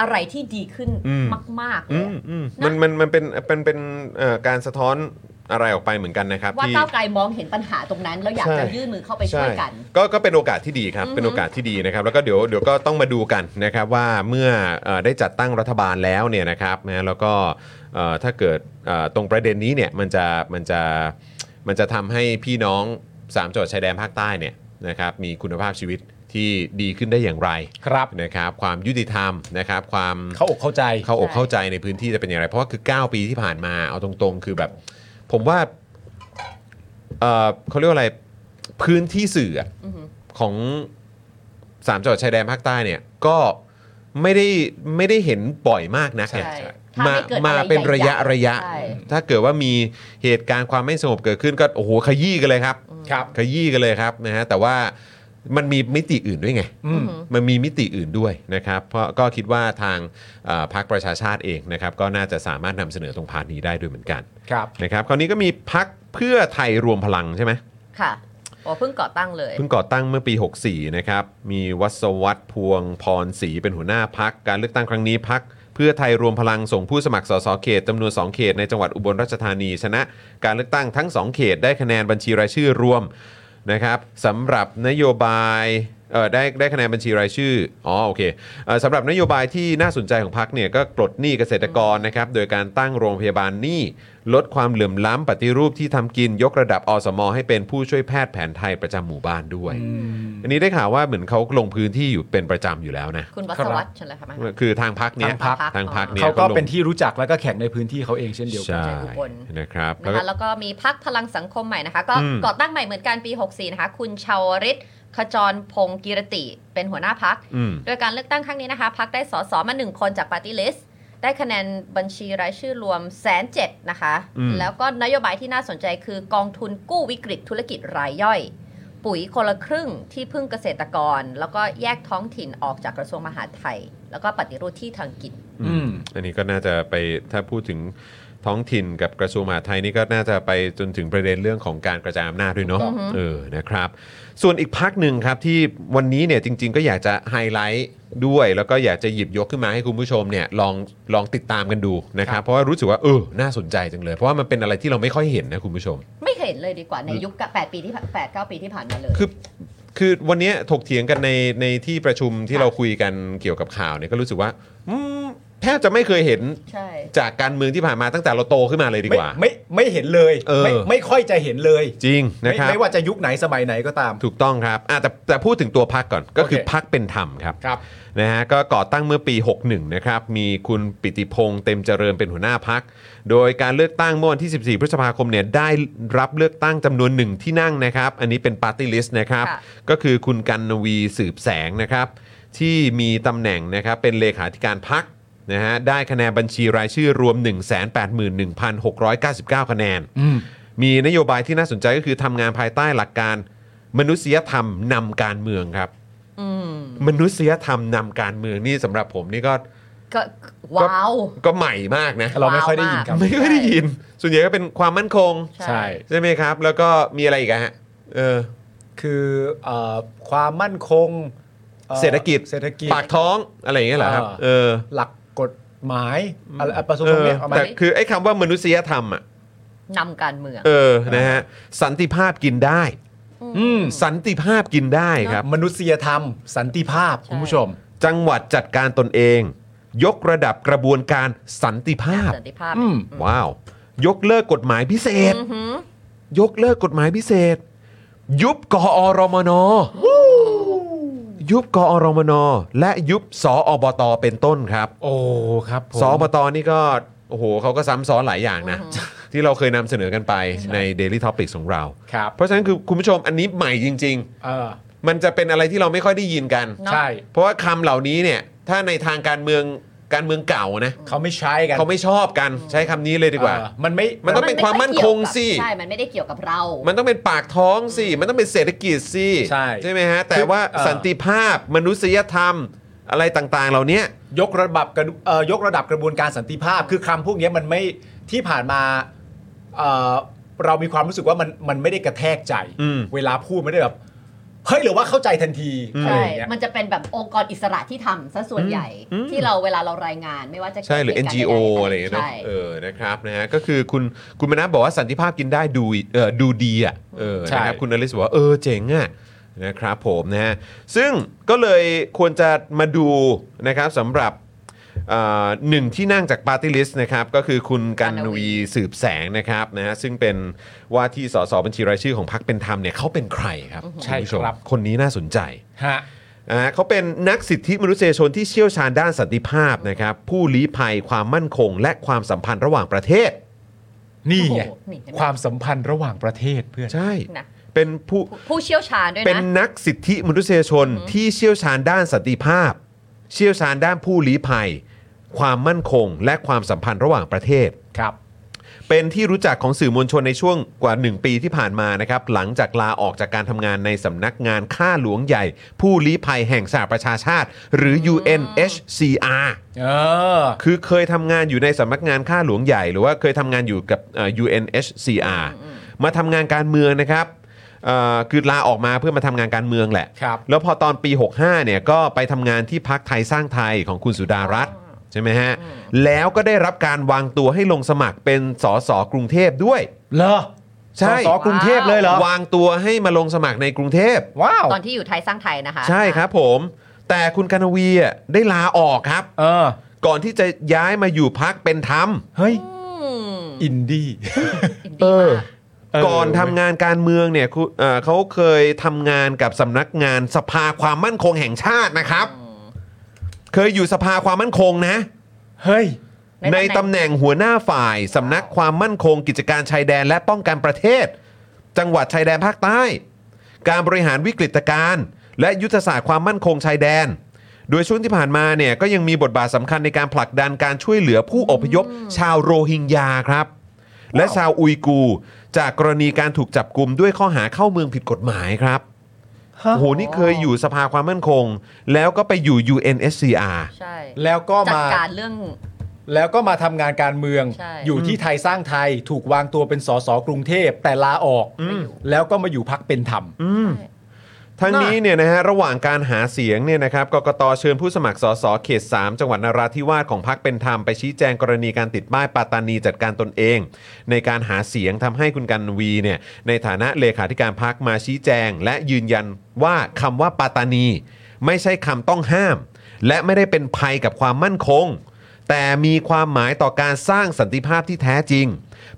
อะไรที่ดีขึ้น อืม มากๆเล อื ย ม อะ อืม นะ มันมันมันเป็นเป็นเป็นเอ่อการสะท้อนอะไรออกไปเหมือนกันนะครับ ว่า ที่ ก้าวไกลมองเห็นปัญหาตรงนั้น แล้วอยาก ใช่ จะยื่นมือเข้าไปช่วยกัน ใก็ก็เป็นโอกาสที่ดีครับ อือฮึ เป็นโอกาสที่ดีนะครับแล้วก็เดี๋ยวเดี๋ยวก็ต้องมาดูกันนะครับว่าเมื่อเอ่อได้จัดตั้งรัฐบาลแล้วเนี่ยนะครับนะแล้วก็เอ่อถ้าเกิดเอ่อตรงประเด็นนี้เนี่ยมันจะมันจะมันจะทำให้พี่น้องสามจังหวัดชายแดนภาคใต้เนี่ยนะครับมีคุณภาพชีวิตที่ดีขึ้นได้อย่างไร ๆ ครับ นะครับความยุติธรรมนะครับความ เข้าอกเข้าใจ เข้าอก ใช่ เข้าใจในพื้นที่จะเป็นอย่างไร เพราะว่าคือ 9 ปีที่ผ่านมาเอาตรงๆ คือแบบ ผมว่าเออเขาเรียกว่าอะไรพื้นที่สื่ออะ อือหือ ของสามจังหวัดชายแดนภาคใต้เนี่ยก็ไม่ได้ไม่ได้เห็นบ่อยมากนัก ใช่ เนี่ย ใช่ถ้า มา ไม่เกิด มา อะไร เป็นระยะ ใหญ่ๆ ระยะ ใช่ ถ้าเกิดว่ามีเหตุการณ์ความไม่สงบเกิดขึ้นก็โอ้โหขยี้กันเลยครับ ครับ ขยี้กันเลยครับนะฮะแต่ว่ามันมีมิติอื่นด้วยไง อืม มันมีมิติอื่นด้วยนะครับ เพราะก็คิดว่าทางเอ่อพรรคประชาชาติเองนะครับ ก็น่าจะสามารถนำเสนอตรงพาร์ทนี้ได้ด้วยเหมือนกัน ครับ นะครับ คราวนี้ก็มีพักเพื่อไทยรวมพลังใช่ไหม ค่ะโอ้เพิ่งก่อตั้งเลย เพิ่งก่อตั้งเมื่อปี 64 นะครับ มีวัศวัตพวงพรศรีเป็นหัวหน้าพักการเลือกตั้งครั้งนี้พักเพื่อไทยรวมพลังส่งผู้สมัครสสเขตจำนวน 2 เขตในจังหวัดอุบลราชธานี ชนะการเลือกตั้งทั้ง 2 เขตได้คะแนนบัญชีรายชื่อรวม นะครับสำหรับนโยบายเออได้ได้คะแนนบัญชีรายชื่ออ๋อโอเคเอ่อสำหรับนโยบายที่น่าสนใจของพรรคเนี่ยก็ปลดหนี้เกษตรกรนะครับโดยการตั้งโรงพยาบาลหนี้ ลดความเหลื่อมล้ำปฏิรูปที่ทำกินยกระดับอสม ให้เป็นผู้ช่วยแพทย์แผนไทยประจำหมู่บ้านด้วย อันนี้ได้ข่าวว่าเหมือนเขาลงพื้นที่อยู่เป็นประจำอยู่แล้วนะ คุณวัศวัตรเฉลยค่ะมา คือทางพักเนี้ย ทางพรรค ทางพักเนี้ย เขาก็ ลง เป็นที่รู้จักแล้วก็แข่งในพื้นที่เขาเองเช่นเดียวกั ใช่ น นะครับแล้ว นะ ก็ คะแล้วก็มีพักพลังสังคมใหม่นะคะ ก็ อืม ก่อตั้งใหม่เหมือนกันปี 64 นะคะ คุณชาวริศขจรพงศ์กิรติ เป็นหัวหน้าพัก อืม โดยการเลือกตั้งครั้งนี้นะคะพักได้สสมาหนึ่งคนจากปาร์ตี้ลิสต์ได้คะแนนบัญชีรายชื่อรวมแสนเจ็ดนะคะ อืม แล้วก็นโยบายที่น่าสนใจคือกองทุนกู้วิกฤตธุรกิจรายย่อย ปุ๋ยคนละครึ่งที่พึ่งเกษตรกร แล้วก็แยกท้องถิ่นออกจากกระทรวงมหาดไทย แล้วก็ปฏิรูปที่ทางกิน อืม อันนี้ก็น่าจะไปถ้าพูดถึงท้องถิ่นกับกระทรวงมหาดไทยนี่ก็น่าจะไปจนถึงประเด็นเรื่องของการกระจายอำนาจด้วยเนาะ อือฮึ เออนะครับ ส่วนอีกพักหนึ่งครับที่วันนี้เนี่ยจริง ๆ ก็อยากจะไฮไลท์ด้วย แล้วก็อยากจะหยิบยกขึ้นมาให้คุณผู้ชมเนี่ยลองลองติดตามกันดูนะครับ เพราะว่ารู้สึกว่าเออน่าสนใจจังเลย เพราะว่ามันเป็นอะไรที่เราไม่ค่อยเห็นนะคุณผู้ชม ไม่เคยเห็นเลยดีกว่าในยุคแปดปีที่แปดเก้าปีที่ผ่านมาเลย คือคือวันเนี้ยถกเถียงกันในในที่ประชุมที่ ค่ะ เราคุยกันเกี่ยวกับข่าวเนี่ยก็รู้สึกว่าอืมแทบจะไม่เคยเห็น ใช่ จากการเมืองที่ผ่านมาตั้งแต่เราโตขึ้นมาเลยดี ไม่ กว่า ไม่ไม่เห็นเลย เออ ไม่ไม่ค่อยจะเห็นเลย จริงนะ ไม่ ครับ ไม่ว่าจะยุคไหนสมัยไหนก็ตาม ถูกต้องครับอ่ะแต่แต่พูดถึงตัวพักก่อนก็คือ โอเค พักเป็นธรรมครับ ครับ นะฮะก็ก่อตั้งเมื่อปี 61 นะครับ มีคุณปิติพงษ์เต็มเจริญเป็นหัวหน้าพัก โดยการเลือกตั้งเมื่อวันที่ 14 พฤษภาคมเนี่ยได้รับเลือกตั้งจำนวนหนึ่งที่นั่งนะครับ อันนี้เป็นปาร์ตี้ลิสต์นะครับ ค่ะ ก็คือคุณกันนวีสืบแสงนะครับ ที่มีตำแหน่งนะครับเป็นเลขาธิการพักนะฮะได้คะแนนบัญชีรายชื่อรวม 181,699 คะแนน มีนโยบายที่น่าสนใจก็คือทำงานภายใต้หลักการมนุษยธรรมนำการเมืองครับ อืม มนุษยธรรมนำการเมืองนี่สำหรับผมนี่ก็ ก็ว้าว ก็ใหม่มากนะ เราไม่ค่อยได้ยินครับ ไม่ค่อยได้ยิน ส่วนใหญ่ก็เป็นความมั่นคง ใช่ ใช่ไหมครับ แล้วก็มีอะไรอีกอะฮะเออ คือเอ่อความมั่นคงอ่อ เศรษฐกิจ เศรษฐกิจ ปากท้องอะไรอย่างเงี้ยเหรอครับ อ่า เออ หลักกฎหมายอะไรอ่ะประสบคเอวาม อ สำเร็จเอามา แต่คือไอ้คำว่ามนุษยธรรมอ่ะ นำการเมือง เออนะฮะสันติภาพกินได้ อืม สันติภาพกินได้ครับ มนุษยธรรม สันติภาพคุณผู้ชม จังหวัดจัดการตนเอง ยกระดับกระบวนการสันติภาพ สันติภาพ อืม ว้าว ยกเลิกกฎหมายพิเศษ อือหือย กเลิกกฎหมายพิเศษ ยุบกอรมนยุบกอรมนและยุบสอบตเป็นต้นครับ โอ้ครับผม สอบตนี่ก็โอ้โหเขาก็ซ้ำซ้อนหลายอย่างนะ ที่เราเคยนำเสนอกันไปใน Daily Topic ของเรา ครับ เพราะฉะนั้นคือคุณผู้ชมอันนี้ใหม่จริง เออ ๆ มันจะเป็นอะไรที่เราไม่ค่อยได้ยินกัน เนอะ ใช่ เพราะว่าคำเหล่านี้เนี่ยถ้าในทางการเมืองการเมืองเก่านะ เขาไม่ใช้กัน เขาไม่ชอบกันใช้คำนี้เลยดีกว่า เออมันไม่ มันต้องเป็น ความมั่คงสิ ใช่ มันไม่ได้เกี่ยวกับเรา มันต้องเป็นปากท้องสิมันต้องเป็นเศรษฐกิจสิ ใช่ ใช่ไหมฮะ แต่ว่า เอ่อ สันติภาพมนุษยธรรมอะไรต่างๆ เหล่าเนี้ย ยกระดับกระดูเอ่อยกระดับกระบวนการสันติภาพ คือคำพวกเนี้ยมันไม่ที่ผ่านมาเอ่อเรามีความรู้สึกว่ามันมันไม่ได้กระแทกใจ อืม เวลาพูดไม่ได้แบบเฮ้ยหรือว่าเข้าใจทันทีอะไรอใช่ย่างเงี้ย มันจะเป็นแบบองค์กรอิสระที่ทำซะส่วนใหญ่ ที่เราเวลาเรารายงานไม่ว่าจะ ใช่หรือ NGO อะไรอย่างเงี้ยเนอะ ใช่ เออนะครับนะฮะก็คือคุณคุณมนัสบอกว่าสันติภาพกินได้ดูเออดูดีอ่ะเออนะครับคุณอลิสบอกว่าเออเจ๋งอ่ะนะครับผมนะฮะซึ่งก็เลยควรจะมาดูนะครับสำหรับเอ่อหนึ่งที่นั่งจากปาร์ตี้ลิสต์นะครับก็คือคุณกันนวีสืบแสงนะครับนะฮะซึ่งเป็นว่าที่สสบัญชีรายชื่อของพรรคเป็นธรรมเนี่ยเขาเป็นใครครับณผู้มคนนี้น่าสนใจ ฮะ อ่าเขาเป็นนักสิทธิมนุษยชนที่เชี่ยวชาญด้านสันติภาพนะครับผู้ลี้ภัยความมั่นคง และความสัมพันธ์ระหว่างประเทศ นี่ไง โอ้โหนี่เห็นไหม ความสัมพันธ์ระหว่างประเทศเพื่อน ใช่ นะ เป็นผู้ ผู้ผู้เชี่ยวชาญด้วย เป็น นะ นักสิทธิมนุษยชนที่เชี่ยวชาญด้านสันติภาพ เชี่ยวชาญด้านผู้ลี้ภัย ความมั่นคง และความสัมพันธ์ระหว่างประเทศ ครับ เป็นที่รู้จักของสื่อมวลชนในช่วงกว่า 1 ปีที่ผ่านมานะครับ หลังจากลาออกจากการทำงานในสำนักงานข้าหลวงใหญ่ ผู้ลี้ภัยแห่งสหประชาชาติ หรือ UNHCR เออ คือเคยทำงานอยู่ในสำนักงานข้าหลวงใหญ่ หรือว่าเคยทำงานอยู่กับเอ่อ UNHCR มาทำงานการเมืองนะครับเอ่อคือลาออกมาเพื่อมาทำงานการเมืองแหละ ครับ แล้วพอตอนปี 65เนี่ยก็ไปทำงานที่พักไทยสร้างไทยของคุณสุดารัตน์ใช่ไหมฮะ แล้วก็ได้รับการวางตัวให้ลงสมัครเป็นสสกรุงเทพด้วย เหรอ ใช่ สสกรุงเทพเลยเหรอ วางตัวให้มาลงสมัครในกรุงเทพ ว้าว ตอนที่อยู่ไทยสร้างไทยนะคะ ใช่ครับผม แต่คุณกนวีอ่ะได้ลาออกครับ เออ ก่อนที่จะย้ายมาอยู่พักเป็นธรรม เฮ้ย อืม อินดี้ เออก่อนทำงานการเมืองเนี่ยคุณเอ่อเขาเคยทำงานกับสำนักงานสภาความมั่นคงแห่งชาตินะครับ เคยอยู่สภาความมั่นคงนะ เฮ้ย ในตำแหน่งหัวหน้าฝ่ายสำนักความมั่นคง กิจการชายแดนและป้องกันประเทศ จังหวัดชายแดนภาคใต้ การบริหารวิกฤตการณ์และยุทธศาสตร์ความมั่นคงชายแดน โดยช่วงที่ผ่านมาเนี่ยก็ยังมีบทบาทสำคัญในการผลักดันการช่วยเหลือผู้อพยพชาวโรฮิงญาครับ และชาวอุยกู จากกรณีการถูกจับกลุ่มด้วยข้อหาเข้าเมืองผิดกฎหมายครับ ฮะ โอ้โหนี่เคยอยู่สภาความมั่นคง แล้วก็ไปอยู่ UNSCR ใช่ แล้วก็ จัด มา การเรื่อง แล้วก็มาทำงานการเมือง ใช่ อยู่ที่ไทยสร้างไทยถูกวางตัวเป็นสสกรุงเทพแต่ลาออก แล้วก็มาอยู่พักเป็นธรรม ทั้งนี้เนี่ยนะฮะระหว่างการหาเสียงเนี่ยนะครับกกตเชิญผู้สมัครสสเขต 3 จังหวัดนราธิวาสของพรรคเป็นธรรมไปชี้แจงกรณีการติดป้ายปาตานีจัดการตนเอง ในการหาเสียงทำให้คุณกันวีเนี่ยในฐานะเลขาธิการพรรคมาชี้แจง และยืนยันว่าคำว่าปาตานี ไม่ใช่คำต้องห้าม และไม่ได้เป็นภัยกับความมั่นคง แต่มีความหมายต่อการสร้างสันติภาพที่แท้จริง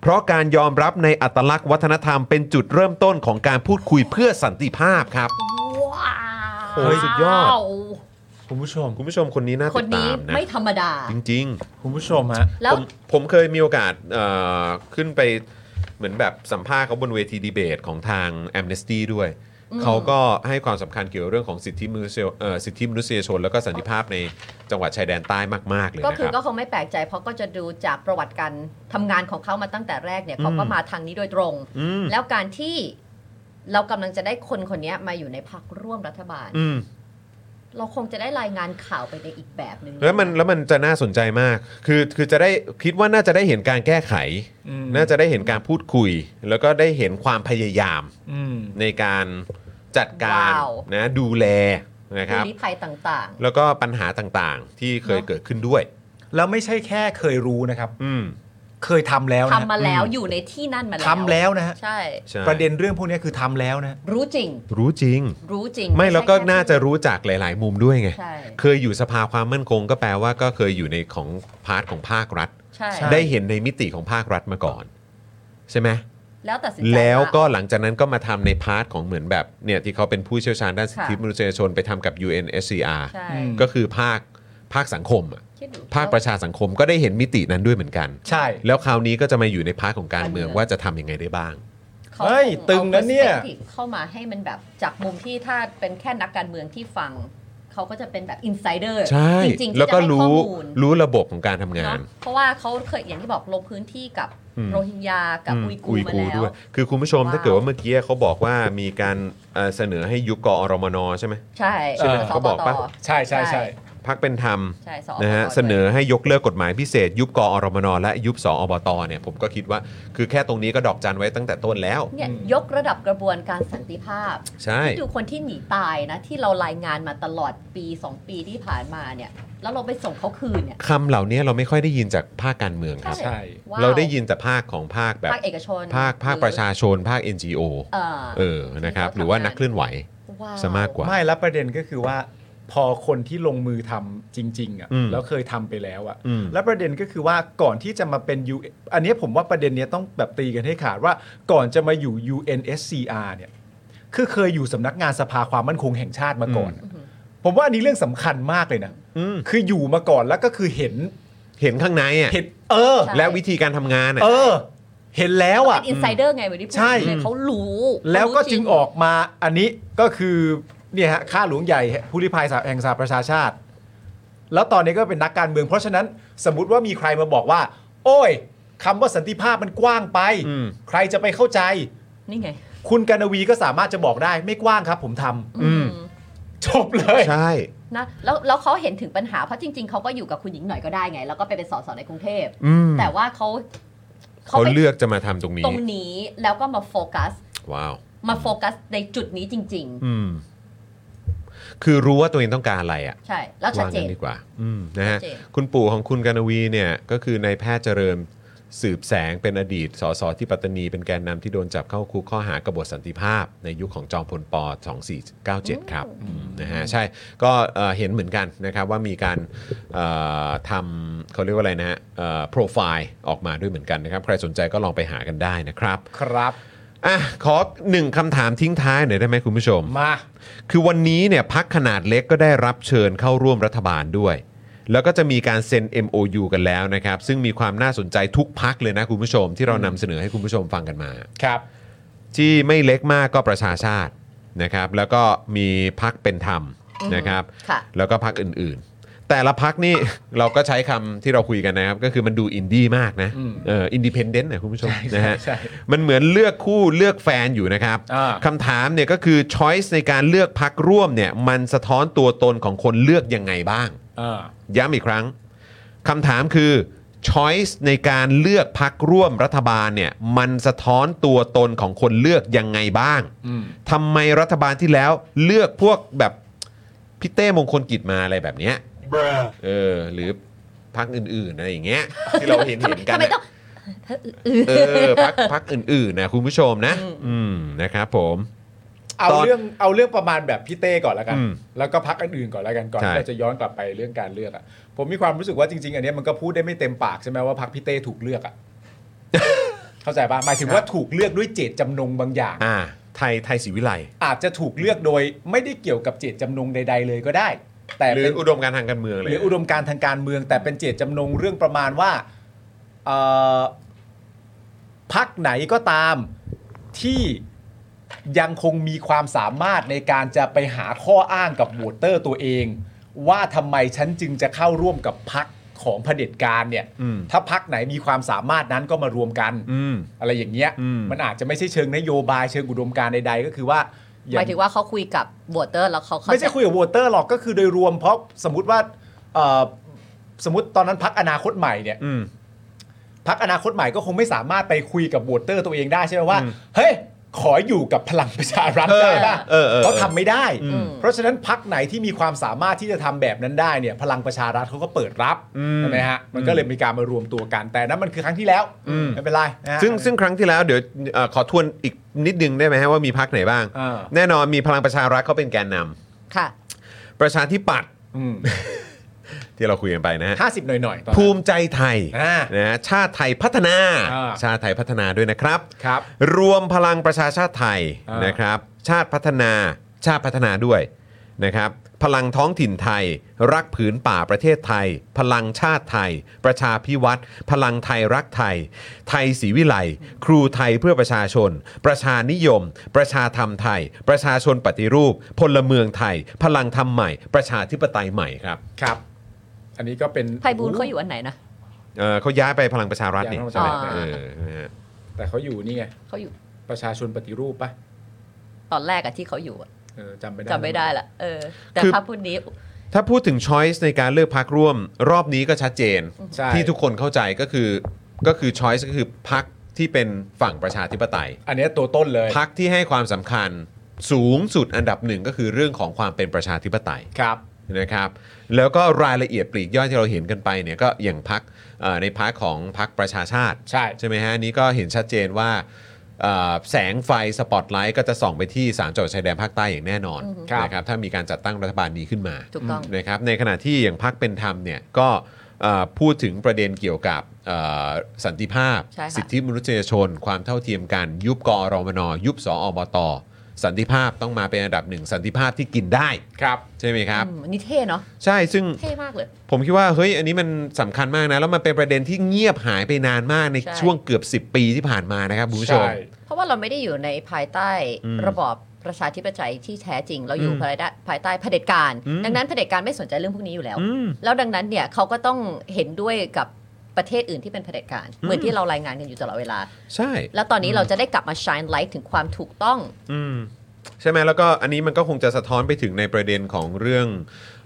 เพราะการยอมรับในอัตลักษณ์วัฒนธรรมเป็นจุดเริ่มต้นของการพูดคุยเพื่อสันติภาพครับ ว้า เฮ้ยสุดยอด ว้าว คุณผู้ชม คุณผู้ชมคนนี้น่า ค ติ น ด นี้ ตามนะ ไม่ธรรมดา จริง คุณผู้ชมฮะ ๆ แล้ว ผมผมเคยมีโอกาสเอ่อขึ้นไปเหมือนแบบสัมภาษณ์เขาบนเวทีดีเบตของทาง a อ n e s t y ด้วย อืม เขาก็ให้ความสำคัญเกี่ยวกับเรื่องของสิทธิมนุษยเอ่อสิทธิมนุษยชน แล้วก็สันติภาพในจังหวัดชายแดนใต้มาก ๆ เลย ก็ นะ คือ ค ก็ รับ คงไม่แปลกใจ เพราะก็จะดูจากประวัติการทำงานของเขามาตั้งแต่แรกเนี่ยเขาก็ อืม มาทางนี้โดยตรง อืม แล้วการที่เรากำลังจะได้คนคนนี้มาอยู่ในพักร่วมรัฐบาล อืม เราคงจะได้รายงานข่าวไปในอีกแบบหนึ่ง แล้วมันแล้วมันจะน่าสนใจมาก คือคือจะได้คิดว่าน่าจะได้เห็นการแก้ไข อืม น่าจะได้เห็นการพูดคุย แล้วก็ได้เห็นความพยายาม อืม ในการจัดการนะดูแลนะครับ ภูมิภัยต่าง แล้วก็ปัญหาต่างๆ ที่เคยเกิดขึ้นด้วย แล้วไม่ใช่แค่เคยรู้นะครับ อืม เคยทำแล้ว ๆ นะ ทำมาแล้วอยู่ในที่นั่นมาแล้ว ทำแล้วนะฮะ ใช่ ใช่ ประเด็นเรื่องพวกนี้คือทำแล้วนะ รู้จริง รู้จริง รู้จริง ไม่แล้วก็ ใช่ค่ น่าจะรู้จากหลาย ๆ มุมด้วยไง ใช่ เคยอยู่สภาความมั่นคงก็แปลว่าก็เคยอยู่ในของพาร์ทของภาครัฐ ใช่ ใช่ ได้เห็นในมิติของภาครัฐมาก่อน ใช่ไหม แล้วตัดสินใจ แล้ว า ก็หลังจากนั้นก็มาทำในพาร์ทของเหมือนแบบเนี่ยที่เขาเป็นผู้เชี่ยวชาญด้านสิทธิ ค่ะ มนุษยชนไปทำกับ UNSCR ใช่ อืม ก็คือภาคภาคสังคมอะ คิดดู ภาคประชาสังคมก็ได้เห็นมิตินั้นด้วยเหมือนกัน ใช่ แล้วคราวนี้ก็จะมาอยู่ในพาร์ทของการเมือง การเมือง ว่าจะทำยังไงได้บ้าง ขา เฮ้ย อา ตึงนะเนี่ย perspective เข้ามาให้มันแบบจากมุมที่ถ้าเป็นแค่นักการเมืองที่ฟัง เขาก็จะเป็นแบบอินไซเดอร์ ใช่ จริงๆที่ แล้วก็ จะให้ข้อ รู้ มูล รู้ระบบของการทำงาน เนอะเพราะว่าเขาเคยอย่างที่บอกลงพื้นที่กับ อืม โรฮิงญากับอุยกูมาแล้ว ด้วย คือคุณผู้ชม ว้าว ถ้าเกิดว่าเมื่อกี้เขาบอกว่ามีการเอ่อเสนอให้ยุบกอรมนใช่ไหม ใช่ ใช่ไหม สป เขาบอกปะ ต ใช่ใช่ใช่ พักเป็นธรรม ใช่สปต นะฮะเสนอให้ยกเลิกกฎหมายพิเศษ ยุบกอรมนและยุบสอบตเนี่ยผมก็คิดว่าคือแค่ตรงนี้ก็ดอกจันไว้ตั้งแต่ต้นแล้ว เนี่ยยกระดับกระบวนการสันติภาพ ใช่ ที่ดูคนที่หนีตายนะที่เรารายงานมาตลอดปี 2 ปีที่ผ่านมาเนี่ย แล้วเราไปส่งเขาคืนเนี่ย คำเหล่านี้เราไม่ค่อยได้ยินจากภาคการเมืองครับ ใช่ ว้ว เราได้ยินแต่ภาคของภาคแบบ ภาคเอกชน ภาคภาค หอ ประชาชน ภาค NGO เอ่อ เออนะครับ หรือว่านักเคลื่อนไหว ว้าว ซะมากกว่า ไม่แล้วประเด็นก็คือว่า พอคนที่ลงมือทำจริง ๆ อ่ะ อืม แล้วเคยทำไปแล้วอ่ะ อืม แล้วประเด็นก็คือว่าก่อนที่จะมาเป็น U อันเนี้ยผมว่าประเด็นเนี้ยต้องแบบตีกันให้ขาดว่าก่อนจะมาอยู่ UNSCR เนี่ยคือเคยอยู่สำนักงานสภาความมั่นคงแห่งชาติมาก่อน ผมว่าอันนี้เรื่องสำคัญมากเลยนะ อืม คืออยู่มาก่อนแล้วก็คือเห็น เห็นข้างในอ่ะ เห็นเออ ใช่ และวิธีการทำงานอ่ะ เออ เห็นแล้วอ่ะ เป็นอินไซเดอร์ไงวันที่พูด ใช่ เนี่ยเขารู้ แล้วก็ เขารู้ จึงออกมาอันนี้ก็คือเนี่ยฮะข้าหลวงใหญ่ผู้ริภัยสาแห่งสาประชาชาติ แล้วตอนนี้ก็เป็นนักการเมือง เพราะฉะนั้นสมมติว่ามีใครมาบอกว่า โอ้ยคำว่าสันติภาพมันกว้างไป อืม ใครจะไปเข้าใจ นี่ไง คุณกานวีก็สามารถจะบอกได้ไม่กว้างครับ ผมทำ อืม จบเลย ใช่ นะแล้วแล้วเขาเห็นถึงปัญหา เพราะจริง ๆเขาก็อยู่กับคุณหญิงหน่อยก็ได้ไง แล้วก็ไปเป็นสสในกรุงเทพ อืม แต่ว่าเขา เขา ไป เลือกจะมาทำตรงนี้ ตรงนี้แล้วก็มาโฟกัส ว้าว มาโฟกัสในจุดนี้จริง อืม คือรู้ว่าตัวเองต้องการอะไรอ่ะ ๆ ใช่ แล้วชัด วาง เจ กัน น ดีกว่า อืมนะฮะ ชัดเจน คุณปู่ของคุณกานวีเนี่ย ก็คือนายแพทย์เจริญ สืบแสงเป็นอดีตสสที่ปัตตานีเป็นแกนนำที่โดนจับเข้าคุกข้อหากบฏสันติภาพ ในยุคของจอมพลป 2497 ครับนะฮะใช่ก็เอ่อเห็นเหมือนกันนะครับว่ามีการเอ่อทำเขาเรียกว่าอะไรนะฮะโปรไฟล์ออกมาด้วยเหมือนกันนะครับ ใครสนใจก็ลองไปหากันได้นะครับ ครับ อ่ะขอหนึ่งคำถามทิ้งท้ายหน่อยได้ไหมคุณผู้ชม มา คือวันนี้เนี่ยพักขนาดเล็กก็ได้รับเชิญเข้าร่วมรัฐบาลด้วย แล้วก็จะมีการเซ็น MOU กันแล้วนะครับ ซึ่งมีความน่าสนใจทุกพักเลยนะคุณผู้ชม ที่เรานำเสนอให้คุณผู้ชมฟังกันมา ครับ ที่ไม่เล็กมากก็ประชาชาตินะครับ แล้วก็มีพักเป็นธรรมนะครับ ค่ะ แล้วก็พักอื่นๆ แต่ละพักนี่ เราก็ใช้คำที่เราคุยกันนะครับ ก็คือมันดูอินดี้มากนะ อืม เอออินดิเพนเดนต์นะคุณผู้ชมนะฮะ ใช่ มันเหมือนเลือกคู่เลือกแฟนอยู่นะครับ อ่า คำถามเนี่ยก็คือช้อยส์ในการเลือกพักร่วมเนี่ยมันสะท้อนตัวตนของคนเลือกยังไงบ้าง เออ ย้ำอีกครั้งคำถามคือช้อยส์ในการเลือกพักร่วมรัฐบาลเนี่ยมันสะท้อนตัวตนของคนเลือกยังไงบ้าง อืม ทำไมรัฐบาลที่แล้วเลือกพวกแบบพี่เต้มงคลกิจมาอะไรแบบเนี้ยเออหรือพักอื่นๆอะไรอย่างเงี้ยที่เราเห็นเห็นกัน ทำไม น่ะ ต้อง เออพักพักอื่นๆนะคุณผู้ชมนะ อืมนะครับผม เอา ตอน เรื่องเอาเรื่องประมาณแบบพี่เต้ก่อนแล้วกัน อืม แล้วก็พักอื่นๆก่อนแล้วกันก่อน ใช่ ที่เราจะย้อนกลับไปเรื่องการเลือกอ่ะผมมีความรู้สึกว่าจริงๆ อันเนี้ยมันก็พูดได้ไม่เต็มปากใช่ไหมว่าพักพี่เต้ถูกเลือก อ่ะ เข้าใจป่ะหมายถึงว่าถูกเลือกด้วยเจตจำนงบางอย่าง อ่า ไทยไทยศรีวิไล อาจจะถูกเลือกโดยไม่ได้เกี่ยวกับเจตจำนงใด ๆ เลยก็ได้ แต่ หรื เป็ อน อุดมการณ์ทางการเมืองเลย หรืออุดมการณ์ทางการเมืองแต่เป็นเจตจำนงเรื่องประมาณว่าเอ่อพักไหนก็ตามที่ยังคงมีความสามารถในการจะไปหาข้ออ้างกับโหวตเตอร์ตัวเอง ว่าทำไมฉันจึงจะเข้าร่วมกับพักของเผด็จการเนี่ย อืม ถ้าพักไหนมีความสามารถนั้นก็มารวมกัน อืม อะไรอย่างเงี้ย อืม นอาจจะไม่ใช่เชิงนโยบายเชิงอุดมการณ์ใดๆ ก็คือว่าอ ห ย่าง มายถึงว่าเขาคุยกับวอเตอร์แล้วเขาเข้า ไม่ใช่คุยกับโวอเตอร์หรอกก็คือโดยรวมเพราะสมมติว่าเอ่อสมมติตอนนั้นพักอนาคตใหม่เนี่ย อืม พักอนาคตใหม่ก็คงไม่สามารถไปคุยกับโวอเตอร์ตัวเองได้ใช่ไหมว่า เฮ้ย ขออยู่กับพลังประชารัฐ เออ ได้ป่ะ เออเออ ทำไม่ได้ อืม เพราะฉะนั้นพักไหนที่มีความสามารถที่จะทำแบบนั้นได้เนี่ย พลังประชารัฐเขาก็เปิดรับใช่ไหมฮะมันก็เลยมีการมารวมตัวกัน แต่นั้นมันคือครั้งที่แล้วไม่เป็นไรนะฮะ ซึ่งซึ่งครั้งที่แล้วเดี๋ยวเอ่อขอทวนอีกนิดนึงได้ไหมฮะว่ามีพักไหนบ้าง อ่า แน่นอนมีพลังประชารัฐเขาเป็นแกนนำ ค่ะ ประชาธิปัตย์ อืม ที่เราคุยกันไปนะฮะ ห้าสิบหน่อยๆตอนนั้น ภูมิใจไทย อ่า นะฮะชาติไทยพัฒนา อ่า ชาติไทยพัฒนาด้วยนะครับ ครับ รวมพลังประชาชาติไทย อ่าน นะครับ ชาติพัฒนาชาติพัฒนาด้วยนะครับ พลังท้องถิ่นไทย รักผืนป่าประเทศไทย พลังชาติไทย ประชาพิวัตรพลังไทยรักไทย ไทยศรีวิไลครูไทยเพื่อประชาชน ประชานิยม ประชาธรรมไทย ประชาชนปฏิรูป พลเมืองไทย พลังธรรมใหม่ ประชาธิปไตยใหม่ครับ ครับ อันนี้ก็เป็น ไพบูลย์เขาอยู่อันไหนนะ เอ่อเขาย้ายไปพลังประชารัฐนี่ ย้ายไปพลังประชารัฐใช่ไหมเออนะฮะ แต่เขาอยู่นี่ไง เขาอยู่ ประชาชนปฏิรูปปะ ตอนแรกอะที่เขาอยู่อะ เออจำไม่ได้ จำไม่ได้ละเออ แต่ภาพพูดนี้ ถ้าพูดถึงช้อยส์ในการเลือกพักร่วม รอบนี้ก็ชัดเจน ใช่ ที่ทุกคนเข้าใจก็คือก็คือช้อยส์ก็คือพักที่เป็นฝั่งประชาธิปไตย อันเนี้ยตัวต้นเลย พักที่ให้ความสำคัญสูงสุดอันดับหนึ่งก็คือเรื่องของความเป็นประชาธิปไตย ครับ นะครับ แล้วก็รายละเอียดปลีกย่อยที่เราเห็นกันไปเนี่ยก็อย่างพักในพักของพักประชาชาติ ใช่ ใช่ไหมฮะอันนี้ก็เห็นชัดเจนว่าเอ่อแสงไฟสปอตไลท์ก็จะส่องไปที่สามจังหวัดชายแดนภาคใต้อย่างแน่นอน อือฮึ ครับ นะครับถ้ามีการจัดตั้งรัฐบาลนี้ขึ้นมา ถูกต้อง นะครับในขณะที่อย่างพักเป็นธรรมเนี่ยก็เอ่อพูดถึงประเด็นเกี่ยวกับเอ่อสันติภาพ ใช่ค่ะ สิทธิมนุษยชน ความเท่าเทียมกัน ยุบกอรมน ยุบสออบต สันติภาพต้องมาเป็นอันดับหนึ่ง สันติภาพที่กินได้ ครับ ใช่ไหมครับ อืมอันนี้เท่เนาะ ใช่ซึ่ง เท่มากเลย ผมคิดว่าเฮ้ยอันนี้มันสำคัญมากนะ แล้วมันเป็นประเด็นที่เงียบหายไปนานมากใน ใช่ ช่วงเกือบ 10 ปีที่ผ่านมานะครับคุณผู้ชม ใช่ เพราะว่าเราไม่ได้อยู่ในภายใต้ อืม ระบอบประชาธิปไตยที่แท้จริง เราอยู่ อืม ภายใต้ภายใต้เผด็จการ อืม ดังนั้นเผด็จการไม่สนใจเรื่องพวกนี้อยู่แล้ว อืม แล้วดังนั้นเนี่ยเขาก็ต้องเห็นด้วยกับประเทศอื่นที่เป็นเผด็จการ เหมือนที่เรารายงานกันอยู่ตลอดเวลา ใช่ แล้วตอนนี้เราจะได้กลับมา shine light ถึงความถูกต้อง อืม ใช่ไหมแล้วก็อันนี้มันก็คงจะสะท้อนไปถึงในประเด็นของเรื่อง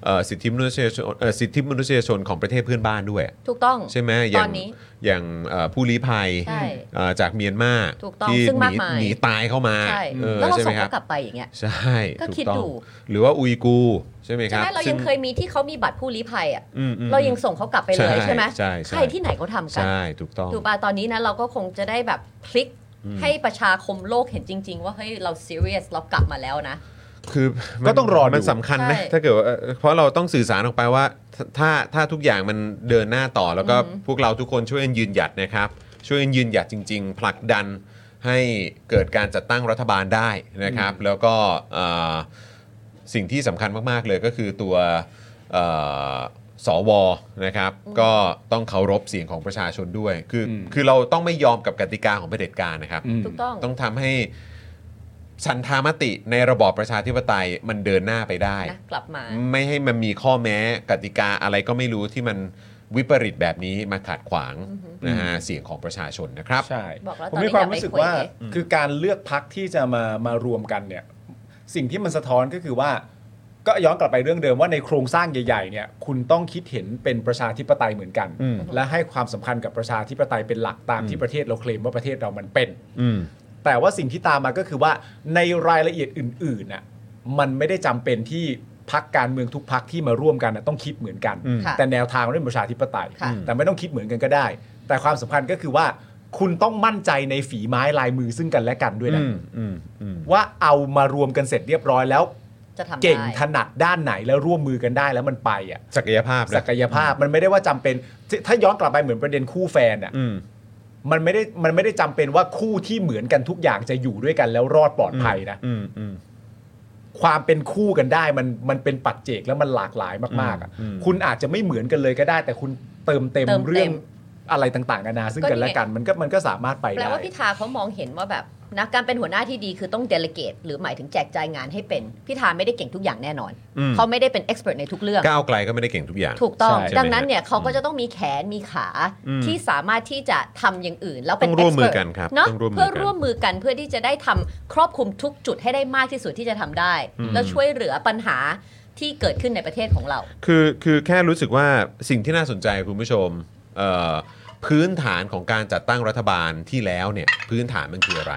เอ่อสิทธิมนุษยชนเอ่อสิทธิมนุษยชนของประเทศเพื่อนบ้านด้วย ถูกต้อง ใช่ไหมอ ต ย่า อง นนี้ อย่างเอ่อผู้ลี้ภัย ใช่ เอ่อจากเมียนมา ถูกต้อง ที่ ซึ่ง ห มาก นี มาย หนีตายเข้ามา ใช่ เออ แล้วเรา ใช่ไห ส่ ม ง ครั เขา บ กลับไปอย่างเงี้ย ใช่ ก็ ถู คิด ต้อง ดู หรือว่าอุยกูร์ใช่ไหมค ใช่ รับ ไหมเรา ซึ่ ยังเคยมีที่เขามีบัตรผู้ลี้ภัยอ่ะ อืมอืม เรายังส่งเขากลับไปเลย ใช่ ใช่ไหม ใช่ใช่ รที่ไหนเขาทำกัน ใช่ถูกต้อง ถูกป่ะตอนนี้นะเราก็คงจะได้แบบพลิก อืม ให้ประชาคมโลกเห็นจริง ๆ ว่าเฮ้ยเราซีเรียสเรากลับมาแล้วนะ คือมัน ก็ต้องรอดู มันสำคัญนะ ใช่ ถ้าเกิดว่าเอ่อเพราะเราต้องสื่อสารออกไปว่าถ้าถ้าถ้าทุกอย่างมันเดินหน้าต่อแล้วก็ อืม พวกเราทุกคนช่วยกันยืนหยัดนะครับ ช่วยกันยืนหยัดจริง ๆ ผลักดันให้เกิดการจัดตั้งรัฐบาลได้นะครับ แล้วก็เอ่อสิ่งที่สำคัญมาก ๆ เลยก็คือตัวเอ่อสวนะครับ ก็ต้องเคารพเสียงของประชาชนด้วย คืออ ม คือเราต้องไม่ยอมกับกติกาของเผด็จการนะครับ อืม ถูกต้อง ต้องทำให้ฉันทามติในระบอบประชาธิปไตยมันเดินหน้าไปได้ นะ กลับมา ไม่ให้มันมีข้อแม้กติกาอะไรก็ไม่รู้ที่มันวิปริตแบบนี้มาขัดขวางนะฮะเสียงของประชาชนนะครับ ใช่ บอกแล้ว ผม ตอน มี นี้ ความ อย่าไป รู้สึก คุย ว่า เอ๊ะ คือการเลือกพักที่จะมามารวมกันเนี่ยสิ่งที่มันสะท้อนก็คือว่า ก็ย้อนกลับไปเรื่องเดิมว่าในโครงสร้างใหญ่ๆเนี่ยคุณต้องคิดเห็นเป็นประชาธิปไตยเหมือนกัน อืม และให้ความสำคัญกับประชาธิปไตยเป็นหลักตามที่ประเทศเราเคลมว่าประเทศเรามันเป็น อืม แต่ว่าสิ่งที่ตามมาก็คือว่าในรายละเอียดอื่นๆน่ะมันไม่ได้จำเป็นที่พักการเมืองทุกพักที่มาร่วมกันน่ะต้องคิดเหมือนกัน อืม ค่ะ แต่แนวทางเรื่องประชาธิปไตย ค่ะ แต่ไม่ต้องคิดเหมือนกันก็ได้ แต่ความสำคัญก็คือว่า คุณต้องมั่นใจในฝีไม้ลายมือซึ่งกันและกันด้วย อื นะ มอืมอืม ว่าเอามารวมกันเสร็จเรียบร้อยแล้ว จะทำได้ เก่งถนัดด้านไหนแล้วร่วมมือกันได้แล้วมันไปอ่ะ ศักยภาพนะ ศักยภาพมันไม่ได้ว่าจำเป็น ถ้าย้อนกลับไปเหมือนประเด็นคู่แฟนอ่ะ อืม มันไม่ได้มันไม่ได้จำเป็นว่าคู่ที่เหมือนกันทุกอย่างจะอยู่ด้วยกันแล้วรอดปลอดภัยนะ อืมอืม ความเป็นคู่กันได้มันมันเป็นปัจเจกแล้วมันหลากหลายมากๆอะ อืม คุณอาจจะไม่เหมือนกันเลยก็ได้ แต่คุณเติมเต็ม เติมเต็ม เรื่องอะไรต่างๆกันานาซึ่ง ก็กันี่นและกันมันก็มันก็สามารถไป แปล ได้ ว่าพิธาเขามองเห็นว่าแบบนะการเป็นหัวหน้าที่ดีคือต้องเดลเกตหรือหมายถึงแจกจ่ายงานให้เป็นพิธาไม่ได้เก่งทุกอย่างแน่นอน อืม เขาไม่ได้เป็นเอ็กซ์เพรสในทุกเรื่อง ก้าวไกลก็ไม่ได้เก่งทุกอย่าง ถูกต้อง ใช่ ดังนั้นเนี่ยเขาก็จะต้องมีแขนมีขา อืม ที่สามารถที่จะทำอย่างอื่น แล้วเป็น ต้องร่วมมือกัน เซ์เพ ครับ เนาะ ต้องร่วมมือกัน เพื่อร่วมมือกันเพื่อที่จะได้ทำครอบคลุมทุกจุดให้ได้มากที่สุดที่จะทำได้ อืม แล้วช่วยเหลือปัญหาที่เกิดขึ้นในประเทศของเรา คือคือแค่รู้สึกว่าสิ่งที่น่าสนใจคุณผู้ชมเอ่อพื้นฐานของการจัดตั้งรัฐบาลที่แล้วเนี่ยพื้นฐานมันคืออะไร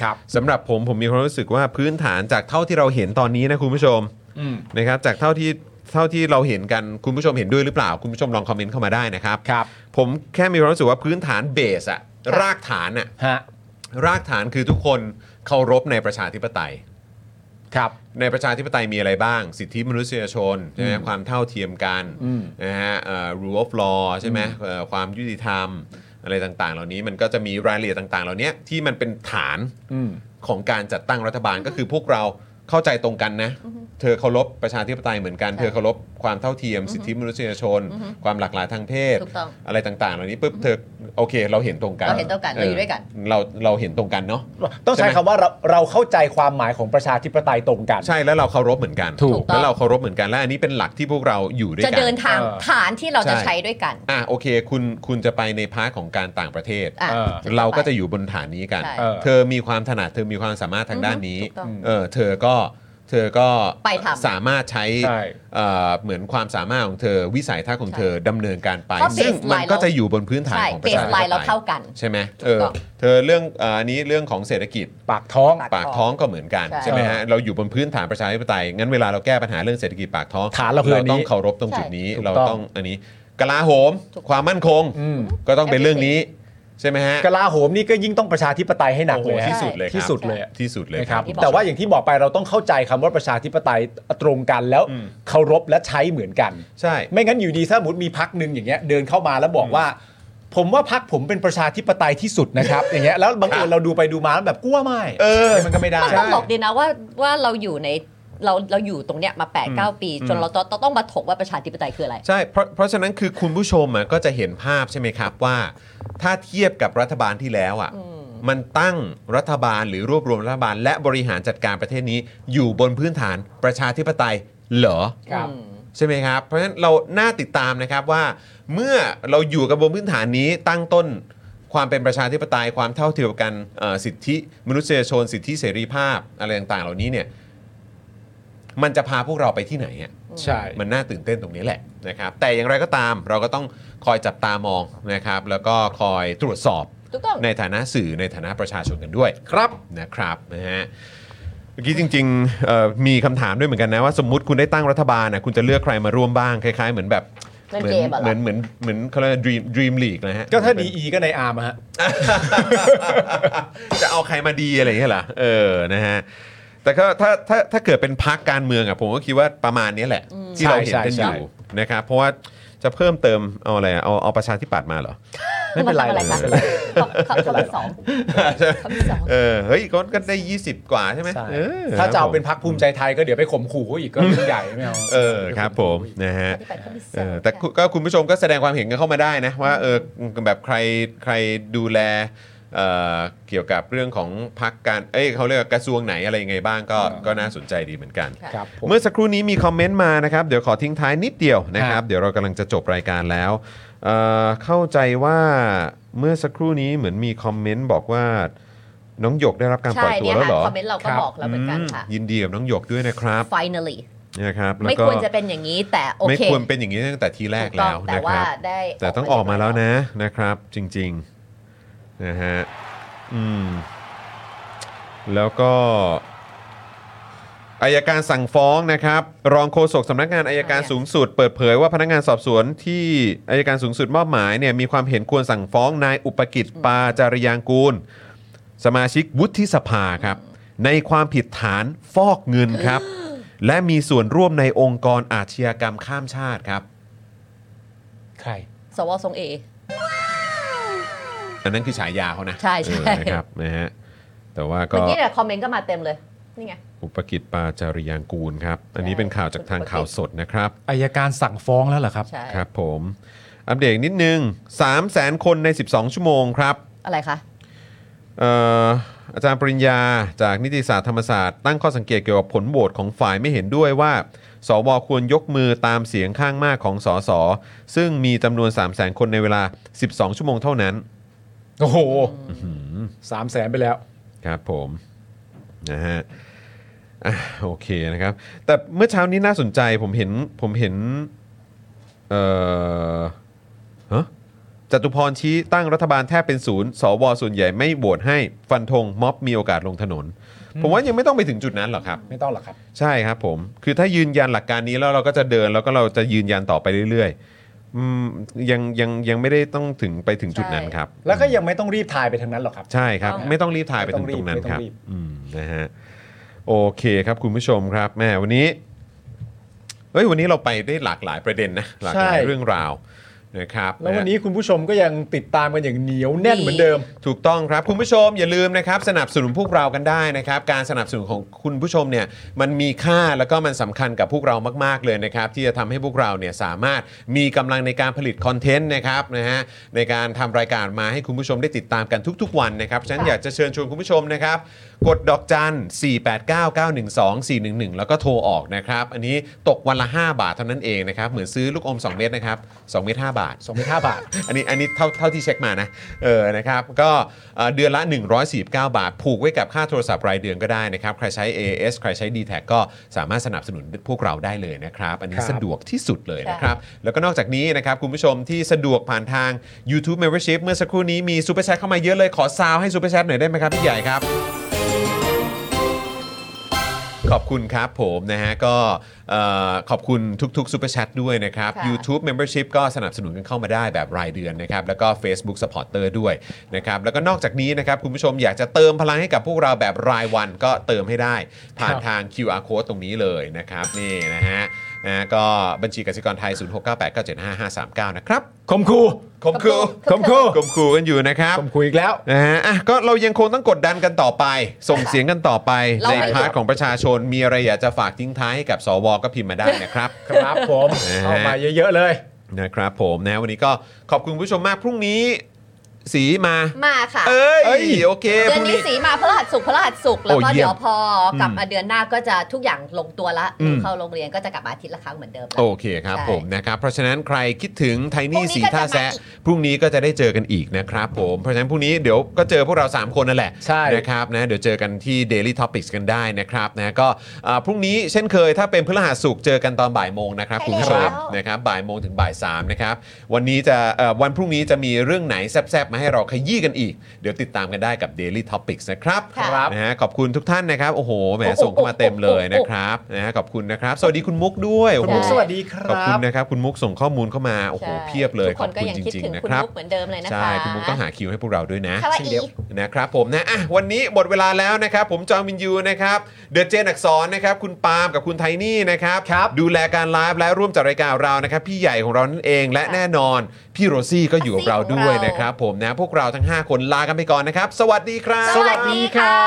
ครับ สำหรับผมผมมีความรู้สึกว่าพื้นฐานจากเท่าที่เราเห็นตอนนี้นะคุณผู้ชม อืม นะครับจากเท่าที่เท่าที่เราเห็นกันคุณผู้ชมเห็นด้วยหรือเปล่า คุณผู้ชมลองคอมเมนต์เข้ามาได้นะครับ ครับ ผมแค่มีความรู้สึกว่าพื้นฐานเบสอะรากฐานอะ ฮะ รากฐานคือทุกคนเคารพในประชาธิปไตย ครับ ในประชาธิปไตยมีอะไรบ้าง สิทธิมนุษยชนใช่ไหม อืม ความเท่าเทียมกัน อืม นะฮะเอ่อ rule of law ใช่ไหมเอ่อความยุติธรรมอะไรต่างๆ เหล่านี้มันก็จะมีรายละเอียดต่าง ๆ เหล่านี้ที่มันเป็นฐาน อืม ของการจัดตั้งรัฐบาลก็คือพวกเราเข้าใจตรงกันนะ เธอเคารพประชาธิปไตยเหมือนกัน เธอเคารพความเท่าเทียม สิทธิมนุษยชน อือฮึ ความหลากหลายทางเพศ ถูกต้อง อะไรต่างๆ เหล่านี้ปุ๊บเธอโอเค เราเห็นตรงกัน เราเห็นตรงกันเราอยู่ด้วยกัน เราเราเห็นตรงกันเนาะ ต้องใช้ ใช่ไหม คำว่าเราเราเข้าใจความหมายของประชาธิปไตยตรงกัน ใช่แล้วเราเคารพเหมือนกัน ถูก แล้วเราเคารพเหมือนกันและอันนี้เป็นหลักที่พวกเราอยู่ด้วย จะ กั เดินทาง เออ ฐานที่เราจะ ช่ ใช้ด้วยกัน อ่ะโอเค คุณคุณจะไปในพาร์ทของการต่างประเทศ อ่ะ เออ จะ เราก็จะ ไป อยู่บนฐานนี้กัน ใช่ เออ เธอมีความถนัดเธอมีความสามารถทางด้านนี้ ถูกต้อง เออเธอก็เธอก็ ไปทำ สามารถใช้ ใช่ เอ่อเหมือนความสามารถของเธอวิสัยทัศน์ของเธอดำเนินการไป เพราะ ซึ่ง baseline มันก็จะอยู่บนพื้นฐาน ใช่ ของป เบ ระชา ส ธิป ไล ไต น์เราเท่าย กัน ใช่ไหม ถู เอก อ ต้อง เธอเรื่องเอ่ออันนี้เรื่องของเศรษฐกิจ ปากท้อง ปาก ปากท้องก็เหมือนกัน ใช่ ใช่ไหมฮะเราอยู่บนพื้นฐานประชาธิปไตยงั้นเวลาเราแก้ปัญหาเรื่องเศรษฐกิจปากท้อง ฐานเราคืออันนี้ ต้องเคารพตรงจุดนี้ ใช่ เรา ถูกต้อง ต้องอันนี้กลาโหม ความมั่นคง อืม ก็ต้องเป็นเรื่องนี้ใช่ไหมฮะ กลาโหมนี่ก็ยิ่งต้องประชาธิปไตยให้หนักเลย โอ้โห ฮะ ที่สุดเลยครับ ที่สุดเลยอะ ที่สุดเลย นะ ค ครั รั บบ ที่บอก แต่ว่าอย่างที่บอกไปเราต้องเข้าใจคำว่าประชาธิปไตยตรงกันแล้ว อืม เคารพและใช้เหมือนกัน ใช่ ไม่งั้นอยู่ดีถ้าสมมติมีพักหนึ่งอย่างเงี้ยเดินเข้ามาแล้วบอกว่า ผมว่าพักผมเป็นประชาธิปไตยที่สุดนะครับ อย่างเงี้ยแล้วบังเอิญเราดูไปดูมาแล้วแบบกลัวไม่ เออ มันก็ไม่ได้ มันตลกดีนะว่าว่าเราอยู่ในเราเราอยู่ตรงเนี้ยมา8ปดเก้าปี จนเราต้องต้องมาถกว่าประชาธิปไตยคืออะไร ใช่เพราะเพราะฉะนั้นคือคุณผู้ชมอ่ะก็จะเห็นภาพใช่ไหมครับว่า ถ้าเทียบกับรัฐบาลที่แล้วอ่ะ อืม มันตั้งรัฐบาลหรือรวบรวมรัฐบาล และบริหารจัดการประเทศนี้ อยู่บนพื้นฐานประชาธิปไตยเหรอ ครับ อืม ใช่ไหมครับ เพราะฉะนั้นเราน่าติดตามนะครับว่า เมื่อเราอยู่กับบนพื้นฐานนี้ตั้งต้น ความเป็นประชาธิปไตยความเท่าเทียมกันเอ่อสิทธิมนุษยชน สิทธิเสรีภาพอะไรต่างๆ เหล่านี้เนี่ยมันจะพาพวกเราไปที่ไหนอะ ใช่ มันน่าตื่นเต้นตรงนี้แหละนะครับ แต่อย่างไรก็ตามเราก็ต้องคอยจับตามองนะครับ แล้วก็คอยตรวจสอบ ถูกต้อง ในฐานะสื่อในฐานะประชาชนกันด้วย ครับ นะครับนะฮะเมื่อกี้จริงๆเอ่อมีคำถามด้วยเหมือนกันนะว่าสมมุติคุณได้ตั้งรัฐบาลนะคุณจะเลือกใครมาร่วมบ้างคล้ายๆ เหมือนแบบ เล่น มือน เกมอะเห เห ร มื อ อนเหมือนเหมือนเขาเรียกดีมดีมลีกนะฮะ ก็ถ้า เหมื ดี อนเป็น อีก็ในอาร์มอะฮะ จะเอาใครมาดีอะไรอย่างเงี้ยเหรอเออนะฮะแต่ก็ถ้าถ้าถ้าเกิดเป็นพักการเมืองอะผมก็คิดว่าประมาณนี้แหละ ที่เราเห็นกันอ ใช่ใช่ ยู่นะครับเพราะว่าจะเพิ่มเติมเอาอะไรอะเอาเอาประชาธิปัตย์มาเหรอ ไม่เป็นไร มาทำอะไร หรอก คะ ไม่เป็นไร เขาเขาเขามีสองเขามีสอง เออเฮ้ยก็ก็ได้ 20 กว่าใช่ไหม ใช่ เออ ถ้าจะเอาเป็น ครับผม พักภูมิใจไทยก็เดี๋ยวไปข่มขู่เขาอีกก็เรื่องใหญ่ไม่เอา เออครับผมนะฮะ ที่ไปก็มีส เอ อง อแต่คุก็คุณผู้ชมก็แสดงความเห็นกันเข้ามาได้นะ ว่าเออแบบใครใครดูแลเอ่อเกี่ยวกับเรื่องของพักการเอ้ยเขาเรียกว่ากระทรวงไหนอะไรยังไงบ้างก็ก็น่าสนใจดีเหมือนกัน ครับผม เมื่อสักครู่นี้มีคอมเมนต์มานะครับ เดี๋ยวขอทิ้งท้ายนิดเดียวนะครับ ฮะ เดี๋ยวเรากำลังจะจบรายการแล้วเอ่อเข้าใจว่าเมื่อสักครู่นี้เหมือนมีคอมเมนต์บอกว่าน้องหยกได้รับการป ใช่ ล่อยตัว เนี่ย แล้ว ค่ะ เหรอ คอมเมนต์เราก็บอกแล้วเหมือนกันค่ะ อืมยินดีกับน้องหยกด้วยนะครับ finally นะครับแล้ว ไม่ ก็ ควรจะเป็นอย่างนี้แต่โอ ไม่ เค ควรเป็นอย่างนี้ตั้งแต่ทีแรก ถูต้ แล้ อง ว แต่ นะค ว่า รับ ได้ แต่ต้องออกมาแล้วนะนะครับจริงๆนะฮะอืมแล้วก็อายการสั่งฟ้องนะครับ รองโฆษกสำนักงานอายการสูงสุด เปิดเผยว่าพนักงานสอบสวนที่อายการสูงสุดมอบหมายเนี่ยมีความเห็นควรสั่งฟ้องนายอุปกิจปาจารยางกูล สมาชิกวุฒิสภาครับ ในความผิดฐานฟอกเงินครับ และมีส่วนร่วมในองค์กรอาชญากรรมข้ามชาติครับ ใคร สวทรงเอ อันนั้นคือฉายาเขานะ ใช่ใช่ เออนะครับนะฮะแต่ว่าก็ เมื่อกี้เนี่ยคอมเมนต์ก็มาเต็มเลยนี่ไง อุปกิจปาจาริยางกูลครับ อันนี้ ใช่ เป็นข่าวจากทางข่าวสดนะครับ อายการสั่งฟ้องแล้วเหรอครับ ใช่ ครับผม อัปเดตนิดนึง 3 0 0แสนคนใน 12 ชั่วโมงครับ อะไรคะ เอ่ออาจารย์ปริญญาจากนิติศาสตร์ธรรมศาสตร์ตั้งข้อสังเกตเกี่ยวกับผลโหวตของฝ่ายไม่เห็นด้วยว่า สวควรยกมือตามเสียงข้างมากของสสซึ่งมีจำนวน 3 0 0แสนคนในเวลา 12 ชั่วโมงเท่านั้น โอ้โห อืม สามแสนไปแล้ว ครับผม นะฮะอ่ะโอเคนะครับ แต่เมื่อเช้านี้น่าสนใจผมเห็นผมเห็นเอ่อฮะจตุพรชี้ตั้งรัฐบาลแทบเป็นศูนย์สวส่วนใหญ่ไม่โหวตให้ฟันธงม็อบมีโอกาสลงถนน ผมว่ายังไม่ต้องไปถึงจุดนั้นหรอกครับ ไม่ต้องหรอกครับ ใช่ครับผม คือถ้ายืนยันหลักการนี้แล้วเราก็จะเดินแล้วก็เราจะยืนยันต่อไปเรื่อยๆอืมยังยังยังไม่ได้ต้องถึงไปถึงจุดนั้นครับ แล้วก็ยังไม่ต้องรีบทายไปทางนั้นหรอกครับ ใช่ครับ ต้อง ไม่ต้องรีบถ่ายไป ไม่ต้อถึง งรีบ ตรงนั้นครับ ไม่ต้องรีบ อืมนะฮะโอเคครับคุณผู้ชมครับแม่วันนี้เอ้ยวันนี้เราไปได้หลากหลายประเด็นนะหลากหลายเรื่องราวนะครับ แล้ววันะ นี้คุณผู้ชมก็ยังติดตามกันอย่างเหนียวแน่นเหมือนเดิม ถูกต้องครับ คุณผู้ชมอย่าลืมนะครับสนับสนุนพวกเรากันได้นะครับ การสนับสนุนของคุณผู้ชมเนี่ยมันมีค่าแล้วก็มันสำคัญกับพวกเรามาก ๆ เลยนะครับ ที่จะทำให้พวกเราเนี่ยสามารถมีกำลังในการผลิตคอนเทนต์นะครับนะฮะในการทำรายการมาให้คุณผู้ชมได้ติดตามกันทุก ๆ วันนะครับฉะนันอยากจะเชิญชวนคุณผู้ชมนะครับ กดดอกจัน 489912411 แล้วก็โทรออกนะครับ อันนี้ตกวันละ 5 บาทเท่านั้นเองนะครับเหมือนซื้อลูกอม 2 เม็ดนะครับ2เม็ด5บาท สองพันห้าบาท อันนี้อันนี้เท่าเท่าที่เช็คมานะ เออนะครับ ก็เอ่อเดือนละ 149 บาท ผูกไว้กับค่าโทรศัพท์รายเดือนก็ได้นะครับ ใครใช้ AS ใครใช้ d t แทก็สามารถสนับสนุนพวกเราได้เลยนะครับ อันนี้ ครับ สะดวกที่สุดเลยนะครับ แล้วก็นอกจากนี้นะครับ คุณผู้ชมที่สะดวกผ่านทาง YouTube Membership เมื่อสักครู่นี้มีซูเปอร์แชทเข้ามาเยอะเลยขอซาวให้ซูเปอร์แชทหน่อยได้ไหมครับพี่ใหญ่ครับ ขอบคุณครับผมนะฮะก็เอ่อขอบคุณทุกๆ Super Chat ด้วยนะครับ ค่ะ YouTube Membership ก็สนับสนุนกันเข้ามาได้แบบรายเดือนนะครับ แล้วก็ Facebook Supporter ด้วยนะครับ แล้วก็นอกจากนี้นะครับ คุณผู้ชมอยากจะเติมพลังให้กับพวกเราแบบรายวันก็เติมให้ได้ ผ่าน ครับ ทาง QR Code ตรงนี้เลยนะครับ นี่นะฮะนะก็บัญชีกสิกรไทย 0698975539 นะครับ คมคู คมคู คมคู คมคูกันอยู่นะครับ คมคูอีกแล้ว นะฮะอ่ะก็เรายังคงต้องกดดันกันต่อไป ส่งเสียงกันต่อไป เรา ใน ไม่ พาร์ทของประชาชนมีอะไรอยากจะฝากทิ้งท้ายให้กับสวก็พิมพ์มาได้นะครับ ครับผม นะฮะ เข้ามาเยอะๆเลย นะครับผมนะวันนี้ก็ขอบคุณผู้ชมมากพรุ่งนี้ สีมา มาค่ะ เอ้ เอ้ย ย โอเค เดืพอนรุ่ง นี้สีมาพระรหัสสุกร์พระรหัสสุกร์แล้วก็ โอ้เยี่ เดี๋ ยม ยวพอกลับ อืม มาเดือนหน้าก็จะทุกอย่างลงตัวละ อืม เข้าโรงเรียนก็จะกลับมาอาทิตย์ละครั้งเหมือนเดิมละ โอเคครับ ใช่ ผมนะครับ เพราะฉะนั้นใครคิดถึงไทนี่ พรุ่งนี้ สี ก็จะ ท่า มา แซะ อีก พรุ่งนี้ก็จะได้เจอกันอีกนะครับผมเพราะฉะนั้นพรุ่งนี้เดี๋ยวก็เจอพวกเรา 3 คนนั่นแหละ ใช่ นะครับนะเดี๋ยวเจอกันที่ Daily Topics กันได้นะครับนะก็อ่าพรุ่งนี้เช่นเคยถ้าเป็นพฤหัสสุกร์เจอกันตอนบ่ายโมงนะครับ ใช่ คุณผู้ชม แล้ว นะครับบ่ายโมงถึงบ่ายสามนะครับวันนี้จะเอ่อวันพรุ่งนี้จะมีเรื่องไหนแซบๆมาให้เราขยี้กันอีก เดี๋ยวติดตามกันได้กับ Daily Topics นะครับ ครับ นะฮะขอบคุณทุกท่านนะครับ โอ้โหแหมส่งเข้ามาเต็มเลยนะครับนะฮะขอบคุณนะครับ สวัสดีคุณมุกด้วยโอ้ คุณ โห มุกสวัสดีค ขอบ รั คุณ บ นะครับ คุณมุกส่งข้อมูลเข้ามาโอ้โห ใช่ เพียบเลย ทุก ข ค อบ นก็ คุณ ยัง จ คิด ริง ถึง ๆนะ คุณ ครับ มุกเหมือนเดิมเลยนะคะ ใช่คุณมุกต้องหาคิวให้พวกเราด้วยนะ คาวา เช่น อี เดียว นะครับผมนะอ่ะวันนี้หมดเวลาแล้วนะครับ ผมจอมวินยูนะครับเดอะเจนอักษรนะครับคุณปาล์มกับคุณไทนี่นะครับ ครับ ดูแลการไลฟ์และร่วมจัดรายการเรานะครับพี่ใหญ่ของเรานั่นเองและแน่นอนพี่โรซี่ก็อยู่กับเราด้วยนะครับผมนะพวกเราทั้งห้าคนลากันไปก่อนนะครับสวัสดีครับ สวัสดีค่ะ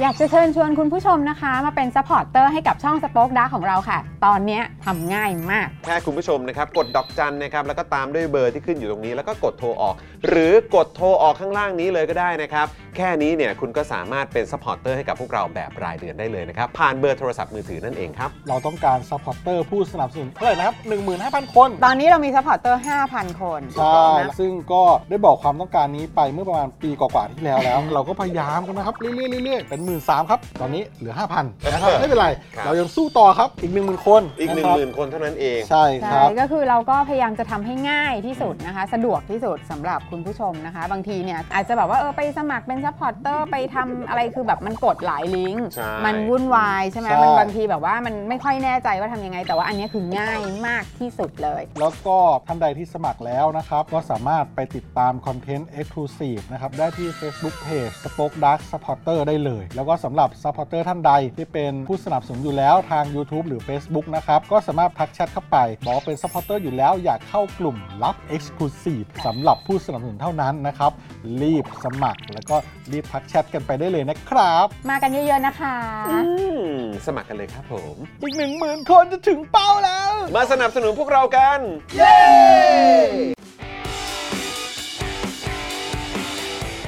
อยากจะเชิญชวนคุณผู้ชมนะคะ มาเป็นซัพพอร์ตเตอร์ให้กับช่องสป็อคดาของเราค่ะ ตอนเนี้ยทำง่ายมาก แค่คุณผู้ชมนะครับ กดดอกจันนะครับ แล้วก็ตามด้วยเบอร์ที่ขึ้นอยู่ตรงนี้แล้วก็กดโทรออก หรือกดโทรออกข้างล่างนี้เลยก็ได้นะครับ แค่นี้เนี่ยคุณก็สามารถเป็นซัพพอร์ตเตอร์ให้กับพวกเราแบบรายเดือนได้เลยนะครับ ผ่านเบอร์โทรศัพท์มือถือนั่นเองครับ เราต้องการซัพพอร์เตอร์ผู้สนับสนุนเท่าไหร่นะครับ 15,000 คน ตอนนี้เรามีซัพพอร์ตเตอร์ 5,000 คน ใช่ นะ ซึ่งก็ได้บอกความต้องการนี้ไปเมื่อประมาณปีกว่าๆที่แล้ว แล้ว เราก็พยายามกันนะครับเรื่อยๆเรื่อยๆเป็น 1 3ื่นครับ ตอนนี้เหลือ 5,000นะครับไม่เป็นไร ครับ เรายังสู้ต่อครับอีก 1 0,000 คน อีก1 ะครับ 0,000 คนเท่านั้นเอง ใช่ค ใช่ รับ ก็คือเราก็พยายามจะทำให้ง่ายที่สุดนะคะ สะดวกที่สุดสำหรับคุณผู้ชมนะคะ บางทีเนี่ยอาจจะแบบว่าเออไปสมัครเป็นซัพพอร์ตเตอร์ไปทำอะไรคือแบบมันกดหลายลิงก์ ใช่ มันวุ่นวายใช่ไหม ใช่ มันบางทีแบบว่ามันไม่ค่อยแน่ใจว่าทำยังไง แต่ว่าอันเนี้ยคือง่ายมากที่สุดเลย แล้วก็ท่านใดที่สมัครแล้วนะครับ ก็สามารถไปติดตามคอนเทนต์ Exclusive นะครับ ได้ที่ Facebook Page Spoke Dark Supporter ได้เลย แล้วก็สำหรับ Supporter ท่านใดที่เป็นผู้สนับสนุนอยู่แล้วทาง YouTube หรือ Facebook นะครับ ก็สามารถทักแชทเข้าไป บอกเป็น Supporter อยู่แล้วอยากเข้ากลุ่มลับ Exclusive สำหรับผู้สนับสนุนเท่านั้นนะครับ รีบสมัครแล้วก็รีบทักแชทกันไปได้เลยนะครับ มากันเยอะๆนะคะ สมัครกันเลยครับผม อีก 1 0,000 คนจะถึงเป้าแล้ว มาสนับสนุนพวกเรากัน